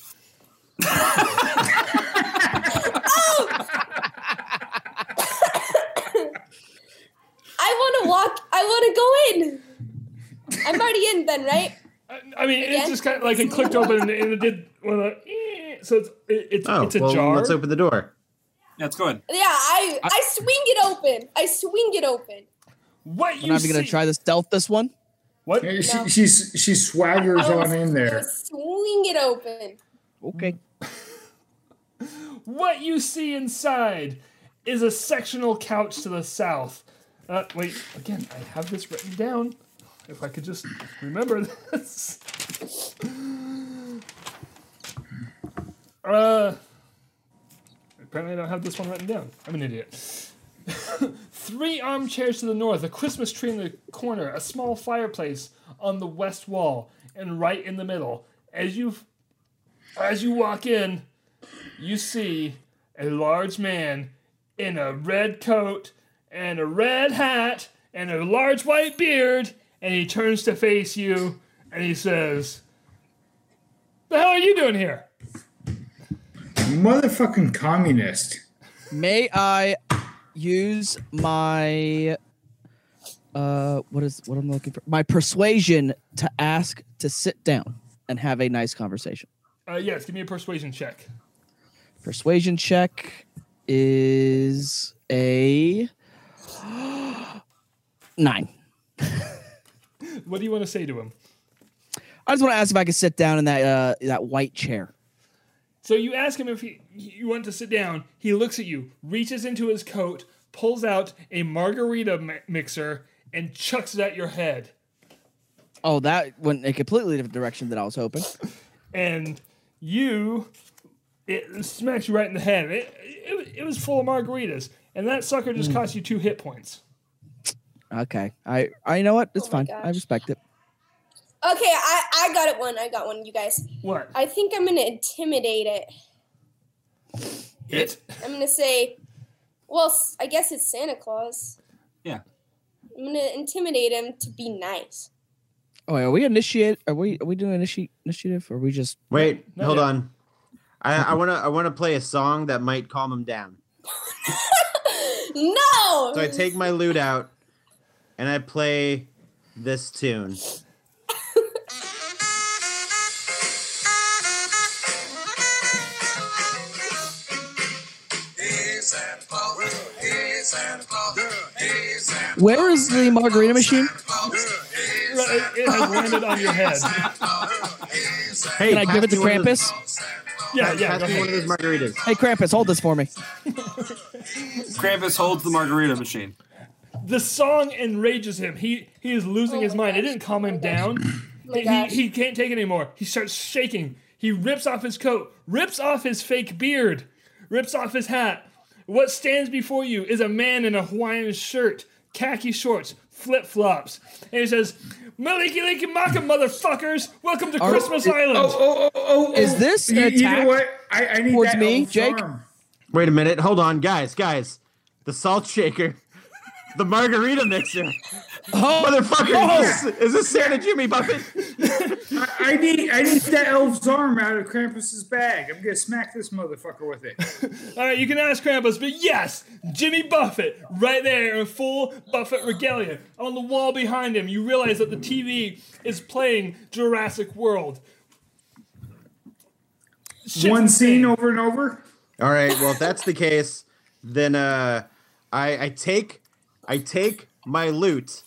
Speaker 5: I want to walk. I want to go in. I'm already in, then, right?
Speaker 2: I, I mean, it
Speaker 5: Again?
Speaker 2: just kind of like it clicked open and, and it did. Well, uh, eh, so it's it, it's,
Speaker 1: Oh,
Speaker 2: it's a
Speaker 1: well,
Speaker 2: jar.
Speaker 1: let's open the door.
Speaker 4: That's good.
Speaker 5: Yeah, I I swing it open. I swing it open.
Speaker 2: What
Speaker 3: I'm
Speaker 2: you
Speaker 3: not even
Speaker 2: see?
Speaker 3: gonna try the stealth this one.
Speaker 2: what
Speaker 6: She,
Speaker 5: No.
Speaker 6: she, she swaggers
Speaker 5: I
Speaker 6: on in
Speaker 5: I
Speaker 6: there.
Speaker 5: swing it open.
Speaker 3: Okay.
Speaker 2: What you see inside is a sectional couch to the south. Uh, wait, again, I have this written down. If I could just remember this. Uh, apparently, I don't have this one written down. I'm an idiot. Three armchairs to the north, a Christmas tree in the corner, a small fireplace on the west wall, and right in the middle. As you as you walk in, you see a large man in a red coat and a red hat and a large white beard, and he turns to face you and he says, The hell are you doing here?
Speaker 6: Motherfucking communist.
Speaker 3: May I use my uh what is what I'm looking for? My persuasion to ask to sit down. and have a nice conversation.
Speaker 2: Uh, yes, give me a persuasion check.
Speaker 3: Persuasion check is a nine.
Speaker 2: What do you want to say to him?
Speaker 3: I just want to ask if I could sit down in that uh, that white chair.
Speaker 2: So you ask him if he you want to sit down. He looks at you, reaches into his coat, pulls out a margarita mi- mixer, and chucks it at your head.
Speaker 3: Oh, that went in a completely different direction than I was hoping.
Speaker 2: and you it smacks you right in the head. It, it, it was full of margaritas, and that sucker just cost you two hit points.
Speaker 3: Okay, I I you know what? It's
Speaker 5: Oh my
Speaker 3: fine.
Speaker 5: gosh.
Speaker 3: I respect it.
Speaker 5: Okay, I, I got it one. I got one, you guys.
Speaker 2: What?
Speaker 5: I think I'm gonna intimidate it.
Speaker 4: It.
Speaker 5: I'm gonna say, well, s- I guess it's Santa Claus.
Speaker 4: Yeah.
Speaker 5: I'm gonna intimidate him to be nice.
Speaker 3: Oh, wait, are we initiate? Are we are we doing initi- initiative? Or are we just
Speaker 1: Wait,
Speaker 2: No,
Speaker 1: hold
Speaker 2: yeah.
Speaker 1: on. I, I wanna I wanna play a song that might calm him down.
Speaker 5: No.
Speaker 1: So I take my lute out and I play this tune.
Speaker 3: Where is the margarita machine?
Speaker 2: It, it has landed on your head.
Speaker 1: Hey,
Speaker 3: Can I give it
Speaker 1: pass
Speaker 3: to
Speaker 1: me one of those-
Speaker 3: Krampus?
Speaker 2: Yeah, yeah.
Speaker 1: Pass
Speaker 2: Go
Speaker 1: me one
Speaker 2: ahead.
Speaker 1: of those margaritas.
Speaker 3: Hey, Krampus, hold this for me.
Speaker 4: Krampus holds the margarita machine.
Speaker 2: The song enrages him. He he is losing
Speaker 5: Oh
Speaker 2: his
Speaker 5: my
Speaker 2: mind. It
Speaker 5: gosh.
Speaker 2: didn't calm
Speaker 5: Oh
Speaker 2: him
Speaker 5: my
Speaker 2: down.
Speaker 5: my
Speaker 2: he,
Speaker 5: gosh.
Speaker 2: he can't take it anymore. He starts shaking. He rips off his coat, rips off his fake beard, rips off his hat. What stands before you is a man in a Hawaiian shirt, khaki shorts, flip flops. And he says, Maliki Liki Maka, motherfuckers! Welcome to Christmas Island!
Speaker 6: Oh, oh, oh, oh!
Speaker 3: Is
Speaker 6: oh.
Speaker 3: this an
Speaker 6: you, you know
Speaker 3: attack
Speaker 6: what? I, I need
Speaker 3: towards
Speaker 6: that
Speaker 3: me,
Speaker 6: elf
Speaker 3: Jake?
Speaker 6: farm.
Speaker 1: Wait a minute, hold on, guys, guys. The salt shaker, the margarita mixer. Motherfucker, is, this, is this Santa Jimmy Buffett?
Speaker 6: I, I need I need that elf's arm out of Krampus's bag. I'm gonna smack this motherfucker with it.
Speaker 2: All right, you can ask Krampus, but yes, Jimmy Buffett, right there in full Buffett regalia. On the wall behind him, you realize that the TV is playing Jurassic World. Shit's
Speaker 6: One
Speaker 2: insane.
Speaker 6: scene over and over.
Speaker 1: All right. Well, if that's the case, then uh, I, I take I take my loot,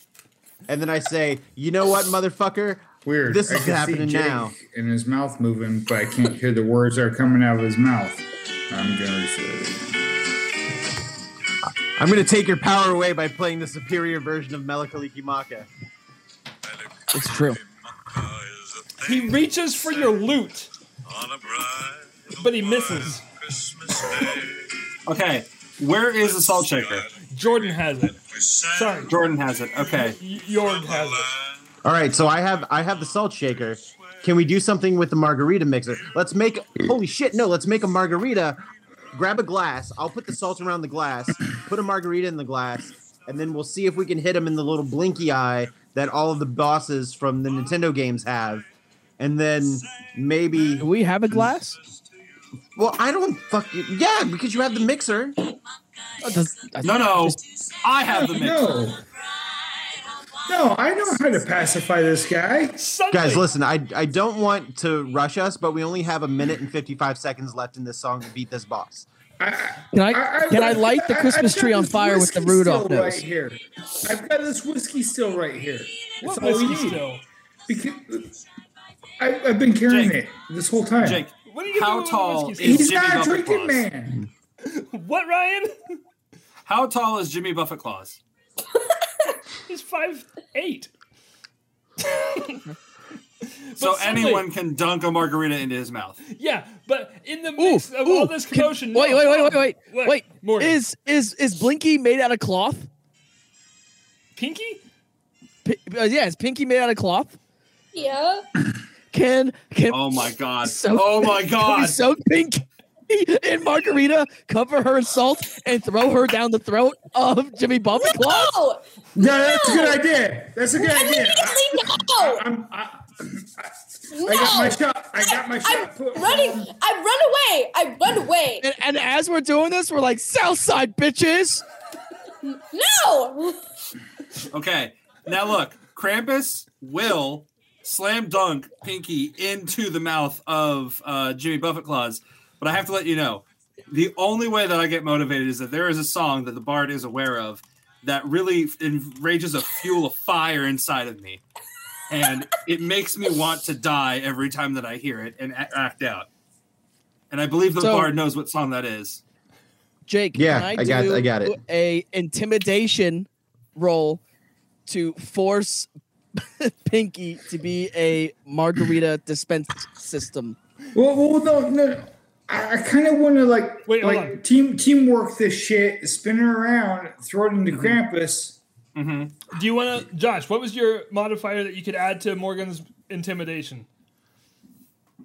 Speaker 1: and then I say, you know what, motherfucker?
Speaker 6: Weird.
Speaker 1: This
Speaker 6: I
Speaker 1: is
Speaker 6: can see
Speaker 1: happening
Speaker 6: Jake
Speaker 1: now.
Speaker 6: And his mouth moving, but I can't hear the words that are coming out of his mouth. I'm gonna say,
Speaker 1: I'm gonna take your power away by playing the superior version of Melakaliki Maka.
Speaker 3: It's true.
Speaker 2: He reaches for your loot, but he misses.
Speaker 4: Okay. Where is the salt shaker?
Speaker 2: Jordan has it. Sorry,
Speaker 4: Jordan has it. Okay.
Speaker 2: Y- Jordan has it.
Speaker 1: All right. So I have I have the salt shaker. Can we do something with the margarita mixer? Let's make holy shit. No, let's make a margarita. Grab a glass. I'll put the salt around the glass. Put a margarita in the glass, and then we'll see if we can hit him in the little blinky eye that all of the bosses from the Nintendo games have. And then maybe
Speaker 3: Do we have a glass?
Speaker 1: well, I don't fuck you. Yeah, because you have the mixer.
Speaker 3: Oh, does- I-
Speaker 4: No, no. I have the mix.
Speaker 6: no, no, I know how to pacify this guy.
Speaker 2: Suddenly,
Speaker 1: Guys, listen, I I don't want to rush us, but we only have a minute and 55 seconds left in this song to beat this boss.
Speaker 3: Can I can I light the
Speaker 6: I-
Speaker 3: Christmas
Speaker 6: I've got
Speaker 3: tree on
Speaker 6: this
Speaker 3: fire with the
Speaker 6: whiskey
Speaker 3: Rudolph
Speaker 6: still Right
Speaker 3: nose?
Speaker 6: here, I've got this whiskey still right here. That's
Speaker 2: what
Speaker 6: all we
Speaker 2: whiskey
Speaker 6: need.
Speaker 2: still?
Speaker 6: Because- I, I've been carrying
Speaker 4: Jake.
Speaker 6: it this whole time.
Speaker 4: Jake,
Speaker 2: What are you
Speaker 4: how
Speaker 2: doing with
Speaker 4: tall
Speaker 2: whiskey
Speaker 4: is
Speaker 6: He's
Speaker 4: Jimmy
Speaker 6: not a
Speaker 4: Buffett
Speaker 6: drinking
Speaker 4: Claus?
Speaker 6: man.
Speaker 2: What, Ryan?
Speaker 4: How tall is Jimmy Buffett Claus?
Speaker 2: He's five eight.
Speaker 4: So anyone can dunk a margarita into his mouth.
Speaker 2: Yeah, but in the
Speaker 3: Ooh,
Speaker 2: midst of
Speaker 3: ooh,
Speaker 2: all this
Speaker 3: can-
Speaker 2: commotion,
Speaker 3: wait,
Speaker 2: no,
Speaker 3: wait, wait, wait, wait,
Speaker 2: What?
Speaker 3: wait.
Speaker 2: Morgan.
Speaker 3: Is is is Blinky made out of cloth?
Speaker 2: Pinky?
Speaker 3: P- uh, yeah, is Pinky made out of cloth?
Speaker 5: Yeah.
Speaker 3: Can can
Speaker 4: Oh my god.
Speaker 3: So-
Speaker 4: oh my
Speaker 3: can we
Speaker 4: god.
Speaker 3: soak Pinky in margarita, cover her in salt, and throw her down the throat of Jimmy Buffett Claus?
Speaker 5: No.
Speaker 6: No, that's a good idea. That's a good idea.
Speaker 5: Immediately no.
Speaker 6: I'm, I,
Speaker 5: No.
Speaker 6: I got my shot. I got my
Speaker 5: I'm
Speaker 6: shot. put-
Speaker 5: running. I run away. I run away.
Speaker 3: And, and as we're doing this, we're like Southside bitches.
Speaker 5: No.
Speaker 4: Okay. Now look, Krampus will slam dunk Pinky into the mouth of uh, Jimmy Buffett Claus. But I have to let you know, the only way that I get motivated is that there is a song that the bard is aware of that really enrages a fuel of fire inside of me, and it makes me want to die every time that I hear it and a- act out. And I believe the
Speaker 3: So-
Speaker 4: bard knows what song that is.
Speaker 3: Jake,
Speaker 1: Yeah,
Speaker 3: can I,
Speaker 1: I got-
Speaker 3: do
Speaker 1: I got it.
Speaker 3: A intimidation roll to force Pinky to be a margarita dispense system.
Speaker 6: Well, well no, no. I, I kind of want to like
Speaker 2: Wait, hold on.
Speaker 6: like team teamwork this shit, spin it around, throw it
Speaker 2: Mm-hmm.
Speaker 6: into Krampus.
Speaker 2: Do you want to, Josh? What was your modifier that you could add to Morgan's intimidation?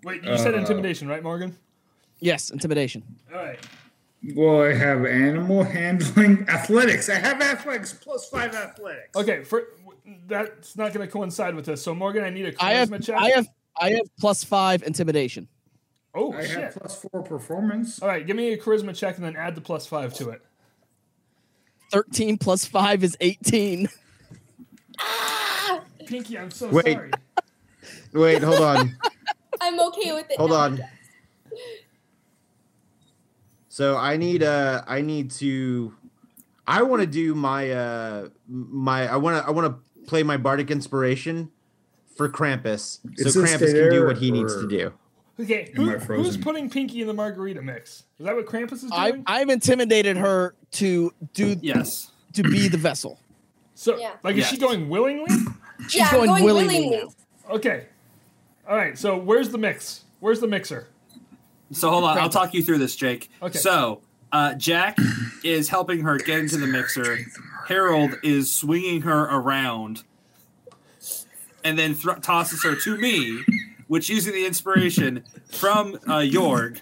Speaker 2: Wait, you said
Speaker 6: Uh,
Speaker 2: intimidation, right, Morgan?
Speaker 3: Yes, intimidation.
Speaker 2: All right.
Speaker 6: Well, I have animal handling, athletics. I have athletics plus five athletics.
Speaker 2: Okay, for that's not going to coincide with this. So Morgan, I need a charisma
Speaker 3: I have,
Speaker 2: check.
Speaker 3: I have, I have plus five intimidation.
Speaker 2: oh
Speaker 6: I
Speaker 2: shit!
Speaker 6: have plus four performance.
Speaker 2: All right, give me a charisma check and then add the plus five to it.
Speaker 3: Thirteen plus five is eighteen.
Speaker 2: Pinky, I'm so
Speaker 1: Wait.
Speaker 2: sorry.
Speaker 1: Wait, hold on.
Speaker 5: I'm okay with it.
Speaker 1: Hold
Speaker 5: now.
Speaker 1: on. So I need uh I need to I want to do my uh my I want to I want to play my bardic inspiration for Krampus so
Speaker 6: It's just
Speaker 1: Krampus can do
Speaker 6: there,
Speaker 1: what he needs to
Speaker 6: or-
Speaker 1: do.
Speaker 2: Okay,
Speaker 6: Am I
Speaker 2: who, who's
Speaker 6: frozen?
Speaker 2: putting Pinky in the margarita mix? Is that what Krampus is doing?
Speaker 3: I, I've intimidated her to do
Speaker 4: Yes.
Speaker 3: to be the vessel.
Speaker 2: so,
Speaker 5: Yeah.
Speaker 2: like, is she
Speaker 4: Yes.
Speaker 2: going willingly?
Speaker 3: She's
Speaker 5: yeah,
Speaker 3: going,
Speaker 5: I'm going
Speaker 3: willingly.
Speaker 5: willingly.
Speaker 3: now.
Speaker 2: Okay. All right. So, where's the mix? Where's the mixer?
Speaker 4: So hold on, I'll talk you through this, Jake.
Speaker 2: Okay.
Speaker 4: So uh, Jack is helping her get into the mixer. Harold is swinging her around, and then thro tosses her to me, which using the inspiration from uh, Jorg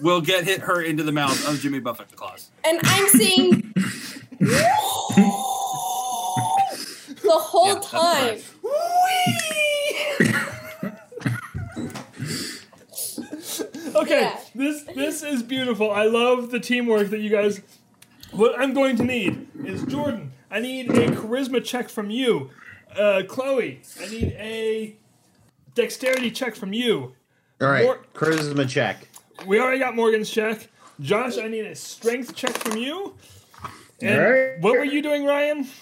Speaker 4: will get hit her into the mouth of Jimmy Buffett Claus.
Speaker 5: And I'm saying the whole
Speaker 4: Yeah, that's
Speaker 5: time.
Speaker 4: right.
Speaker 2: Okay.
Speaker 5: Yeah.
Speaker 2: This this is beautiful. I love the teamwork that you guys. What I'm going to need is Jordan. I need a charisma check from you. Uh, Chloe, I need a dexterity check from you.
Speaker 1: All right.
Speaker 2: Mor-
Speaker 1: charisma check.
Speaker 2: We already got Morgan's check. Josh, I need a strength check from you. And
Speaker 6: Alright.
Speaker 2: what were you doing, Ryan?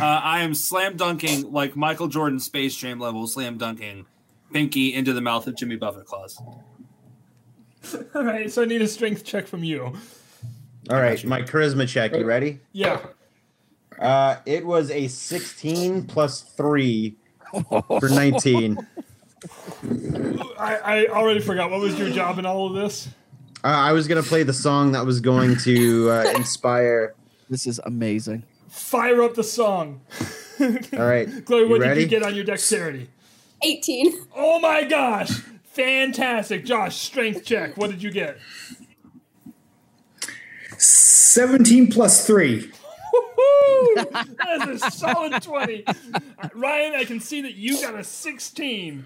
Speaker 4: Uh, I am slam dunking like Michael Jordan Space Jam level slam dunking Pinky into the mouth of Jimmy Buffett Claus.
Speaker 2: All right, so I need a strength check from you.
Speaker 1: All right, my charisma check. You ready?
Speaker 2: Yeah.
Speaker 1: Uh it was a 16 plus 3 for 19. Uh,
Speaker 2: I, I already forgot what was your job in all of this.
Speaker 1: I was going to play the song that was going to uh, inspire
Speaker 3: This is amazing.
Speaker 2: Fire up the song.
Speaker 1: All right.
Speaker 2: Chloe,
Speaker 1: you
Speaker 2: what
Speaker 1: ready?
Speaker 2: did you get on your dexterity?
Speaker 5: 18.
Speaker 2: Oh my gosh! Fantastic, Josh. Strength check. What did you get?
Speaker 6: Seventeen plus three.
Speaker 2: Woo! That is a solid twenty. Uh, Ryan, I can see that you got a sixteen.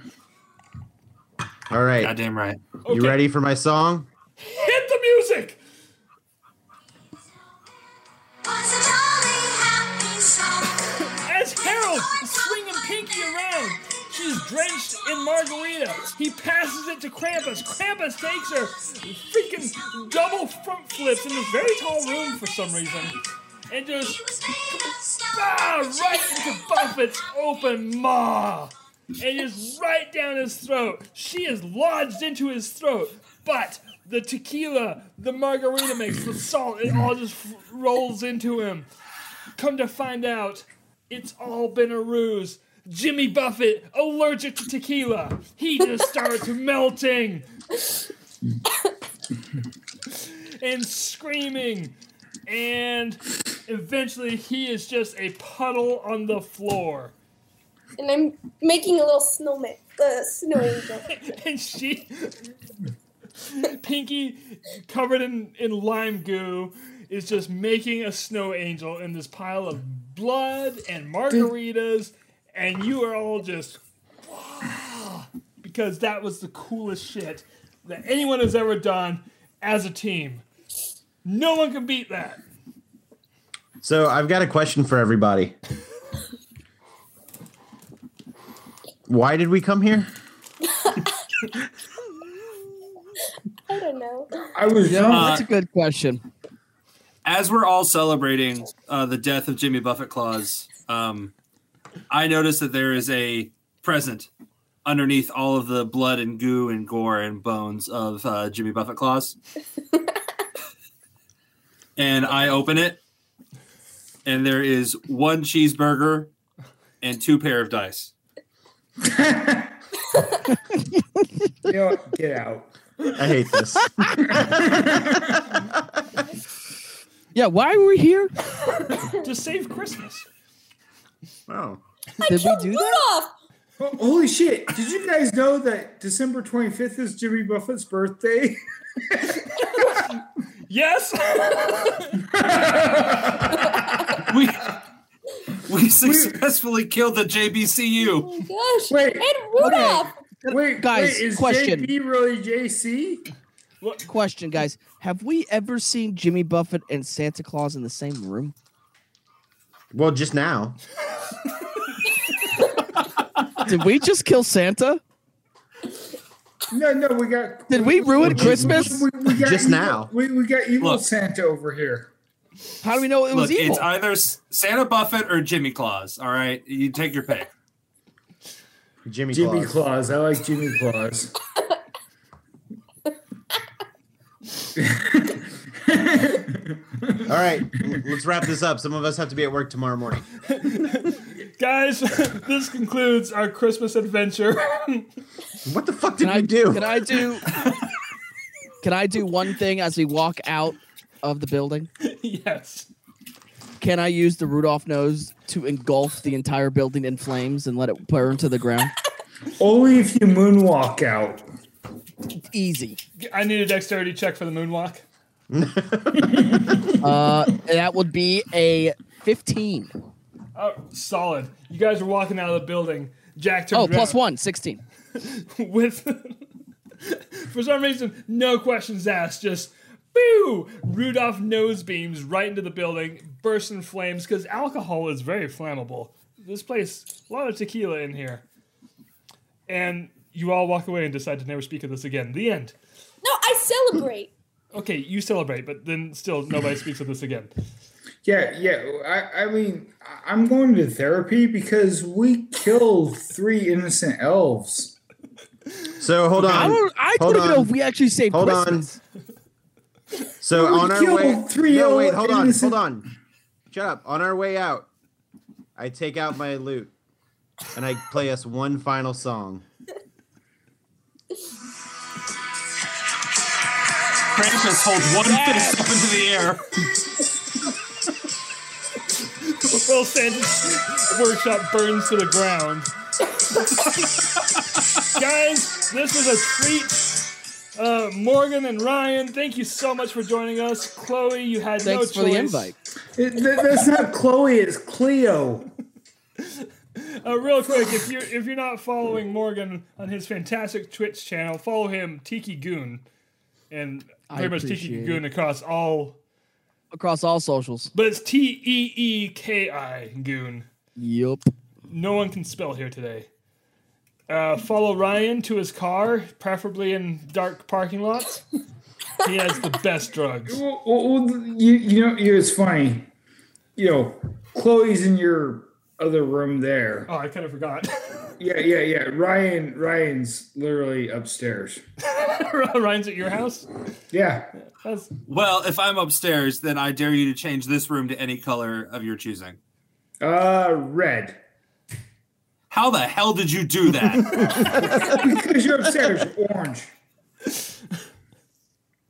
Speaker 1: All right.
Speaker 4: Goddamn right.
Speaker 2: Okay.
Speaker 1: You ready for my song?
Speaker 2: Hit the music.
Speaker 7: Was a jolly happy song.
Speaker 2: As Harold is swinging Pinky around, she's drenched in margarita. He passes it to Krampus. Krampus takes her freaking double front flips in this very tall room for some reason. And just
Speaker 7: He was made of
Speaker 2: ah,
Speaker 7: stone.
Speaker 2: right into Buffett's open maw. And just right down his throat. She is lodged into his throat. But the tequila, the margarita mix, the salt, it all just f- rolls into him. Come to find out, it's all been a ruse. Jimmy Buffett, allergic to tequila. He just starts melting and screaming and eventually he is just a puddle on the floor.
Speaker 5: And I'm making a little snowman. The snow angel.
Speaker 2: And she Pinky covered in, in lime goo is just making a snow angel in this pile of blood and margaritas and you are all just "Wow," because that was the coolest shit that anyone has ever done as a team. No one can beat that.
Speaker 1: So I've got a question for everybody. Why did we come here?
Speaker 5: I don't know.
Speaker 6: I
Speaker 2: Uh,
Speaker 6: was
Speaker 3: Yeah,
Speaker 6: young.
Speaker 3: that's a good question.
Speaker 4: as we're all celebrating uh, the death of Jimmy Buffett Claus, um, I noticed that there is a present underneath all of the blood and goo and gore and bones of uh, Jimmy Buffett Claus. and I open it, and there is one cheeseburger and two pair of dice.
Speaker 6: You know, what? get out.
Speaker 1: I hate this.
Speaker 3: Yeah, why were we here?
Speaker 2: to save Christmas.
Speaker 1: oh.
Speaker 3: Did we
Speaker 5: Killed
Speaker 3: do that?
Speaker 5: Rudolph!
Speaker 6: Oh, holy shit! Did you guys know that December 25th is Jimmy Buffett's birthday?
Speaker 2: Yes.
Speaker 4: We, we successfully killed the JBCU.
Speaker 5: Oh my gosh.
Speaker 6: Wait,
Speaker 5: and Rudolph!
Speaker 6: Wait,
Speaker 3: Guys,
Speaker 6: wait, is
Speaker 3: question.
Speaker 6: JB really JC?
Speaker 3: Question, guys. Have we ever seen Jimmy Buffett and Santa Claus in the same room?
Speaker 1: Well, just now.
Speaker 3: Did we just kill Santa?
Speaker 6: No, no, we got.
Speaker 3: Did we ruin Christmas?
Speaker 6: We, we got
Speaker 1: Just
Speaker 6: evil-
Speaker 1: now.
Speaker 6: We, we got evil
Speaker 4: Look.
Speaker 6: Santa over here.
Speaker 3: How do we know it was
Speaker 4: Look,
Speaker 3: evil?
Speaker 4: it's either S- Santa Buffett or Jimmy Claus. All right, you take your pick.
Speaker 1: Jimmy,
Speaker 6: Jimmy
Speaker 1: Claus.
Speaker 6: Claus. I like Jimmy Claus.
Speaker 1: All right, l- let's wrap this up. Some of us have to be at work tomorrow morning.
Speaker 2: Guys, this concludes our Christmas adventure.
Speaker 1: What the fuck did
Speaker 3: can I
Speaker 1: we do?
Speaker 3: Can I do? can I do one thing as we walk out of the building?
Speaker 2: yes.
Speaker 3: Can I use the Rudolph nose to engulf the entire building in flames and let it burn to the ground?
Speaker 6: Only if you moonwalk out.
Speaker 3: Easy.
Speaker 2: I need a dexterity check for the moonwalk.
Speaker 3: Uh, that would be a fifteen.
Speaker 2: Oh, solid. You guys are walking out of the building. Jack turns
Speaker 3: Oh, plus
Speaker 2: around
Speaker 3: one, 16.
Speaker 2: with for some reason no questions asked. Just boo. Rudolph nose beams right into the building, bursts in flames because alcohol is very flammable. This place, a lot of tequila in here, and you all walk away and decide to never speak of this again. The end.
Speaker 5: No, I celebrate.
Speaker 2: Okay, you celebrate, but then still nobody speaks of this again.
Speaker 6: Yeah, yeah. I, I mean, I- I'm going to therapy because we killed three innocent elves.
Speaker 1: So hold on.
Speaker 3: I don't. I
Speaker 1: Um, hold
Speaker 3: don't even know
Speaker 1: on.
Speaker 3: if we actually saved
Speaker 1: Hold on.
Speaker 3: Christmas.
Speaker 1: So on our
Speaker 6: killed
Speaker 1: way,
Speaker 6: three
Speaker 1: no, wait,
Speaker 6: old
Speaker 1: hold on,
Speaker 6: innocent-
Speaker 1: hold on, shut up. On our way out, I take out my lute and I play us one final song.
Speaker 4: Krampus holds one fist up into the air.
Speaker 2: Will Santa's workshop burns to the ground. Guys, this was a treat. Uh, Morgan and Ryan, thank you so much for joining us. Chloe, you had no
Speaker 3: Thanks
Speaker 2: choice.
Speaker 3: for the invite.
Speaker 6: It- that- that's not Chloe, it's Cleo.
Speaker 2: Uh, real quick, if you're if you're not following Morgan on his fantastic Twitch channel, follow him Tiki Goon, and
Speaker 3: I
Speaker 2: pretty much Tiki
Speaker 3: appreciate
Speaker 2: Goon across all.
Speaker 3: Across all socials.
Speaker 2: But it's T E E K I Goon.
Speaker 3: Yup.
Speaker 2: No one can spell here today. Uh, follow Ryan to his car, preferably in dark parking lots. he has the best drugs.
Speaker 6: Well, well, well, you, you know, you know, it's funny. You know, Chloe's in your other room there.
Speaker 2: Oh, I kind of forgot.
Speaker 6: Yeah, yeah, yeah. Ryan, Ryan's literally upstairs.
Speaker 2: Ryan's at your house.
Speaker 6: Yeah,
Speaker 2: That's
Speaker 4: Well, if I'm upstairs, then I dare you to change this room to any color of your choosing.
Speaker 6: uh, red.
Speaker 4: How the hell did you do that?
Speaker 6: Because you're upstairs, orange.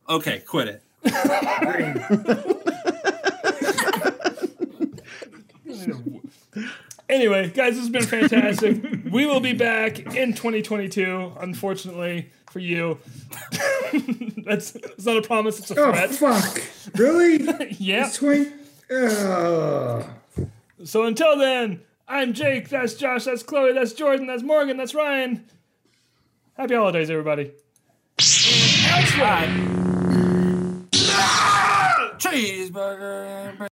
Speaker 4: okay, quit it.
Speaker 6: Green.
Speaker 2: anyway, guys. This has been fantastic. we will be back in 2022. Unfortunately for you, that's it's not a promise. It's a
Speaker 6: Oh
Speaker 2: threat.
Speaker 6: fuck! Really?
Speaker 2: Yep.
Speaker 6: Swing. Ugh.
Speaker 2: So until then, I'm Jake. That's Josh. That's Chloe. That's Jordan. That's Morgan. That's Ryan. Happy holidays, everybody.
Speaker 4: Cheeseburger.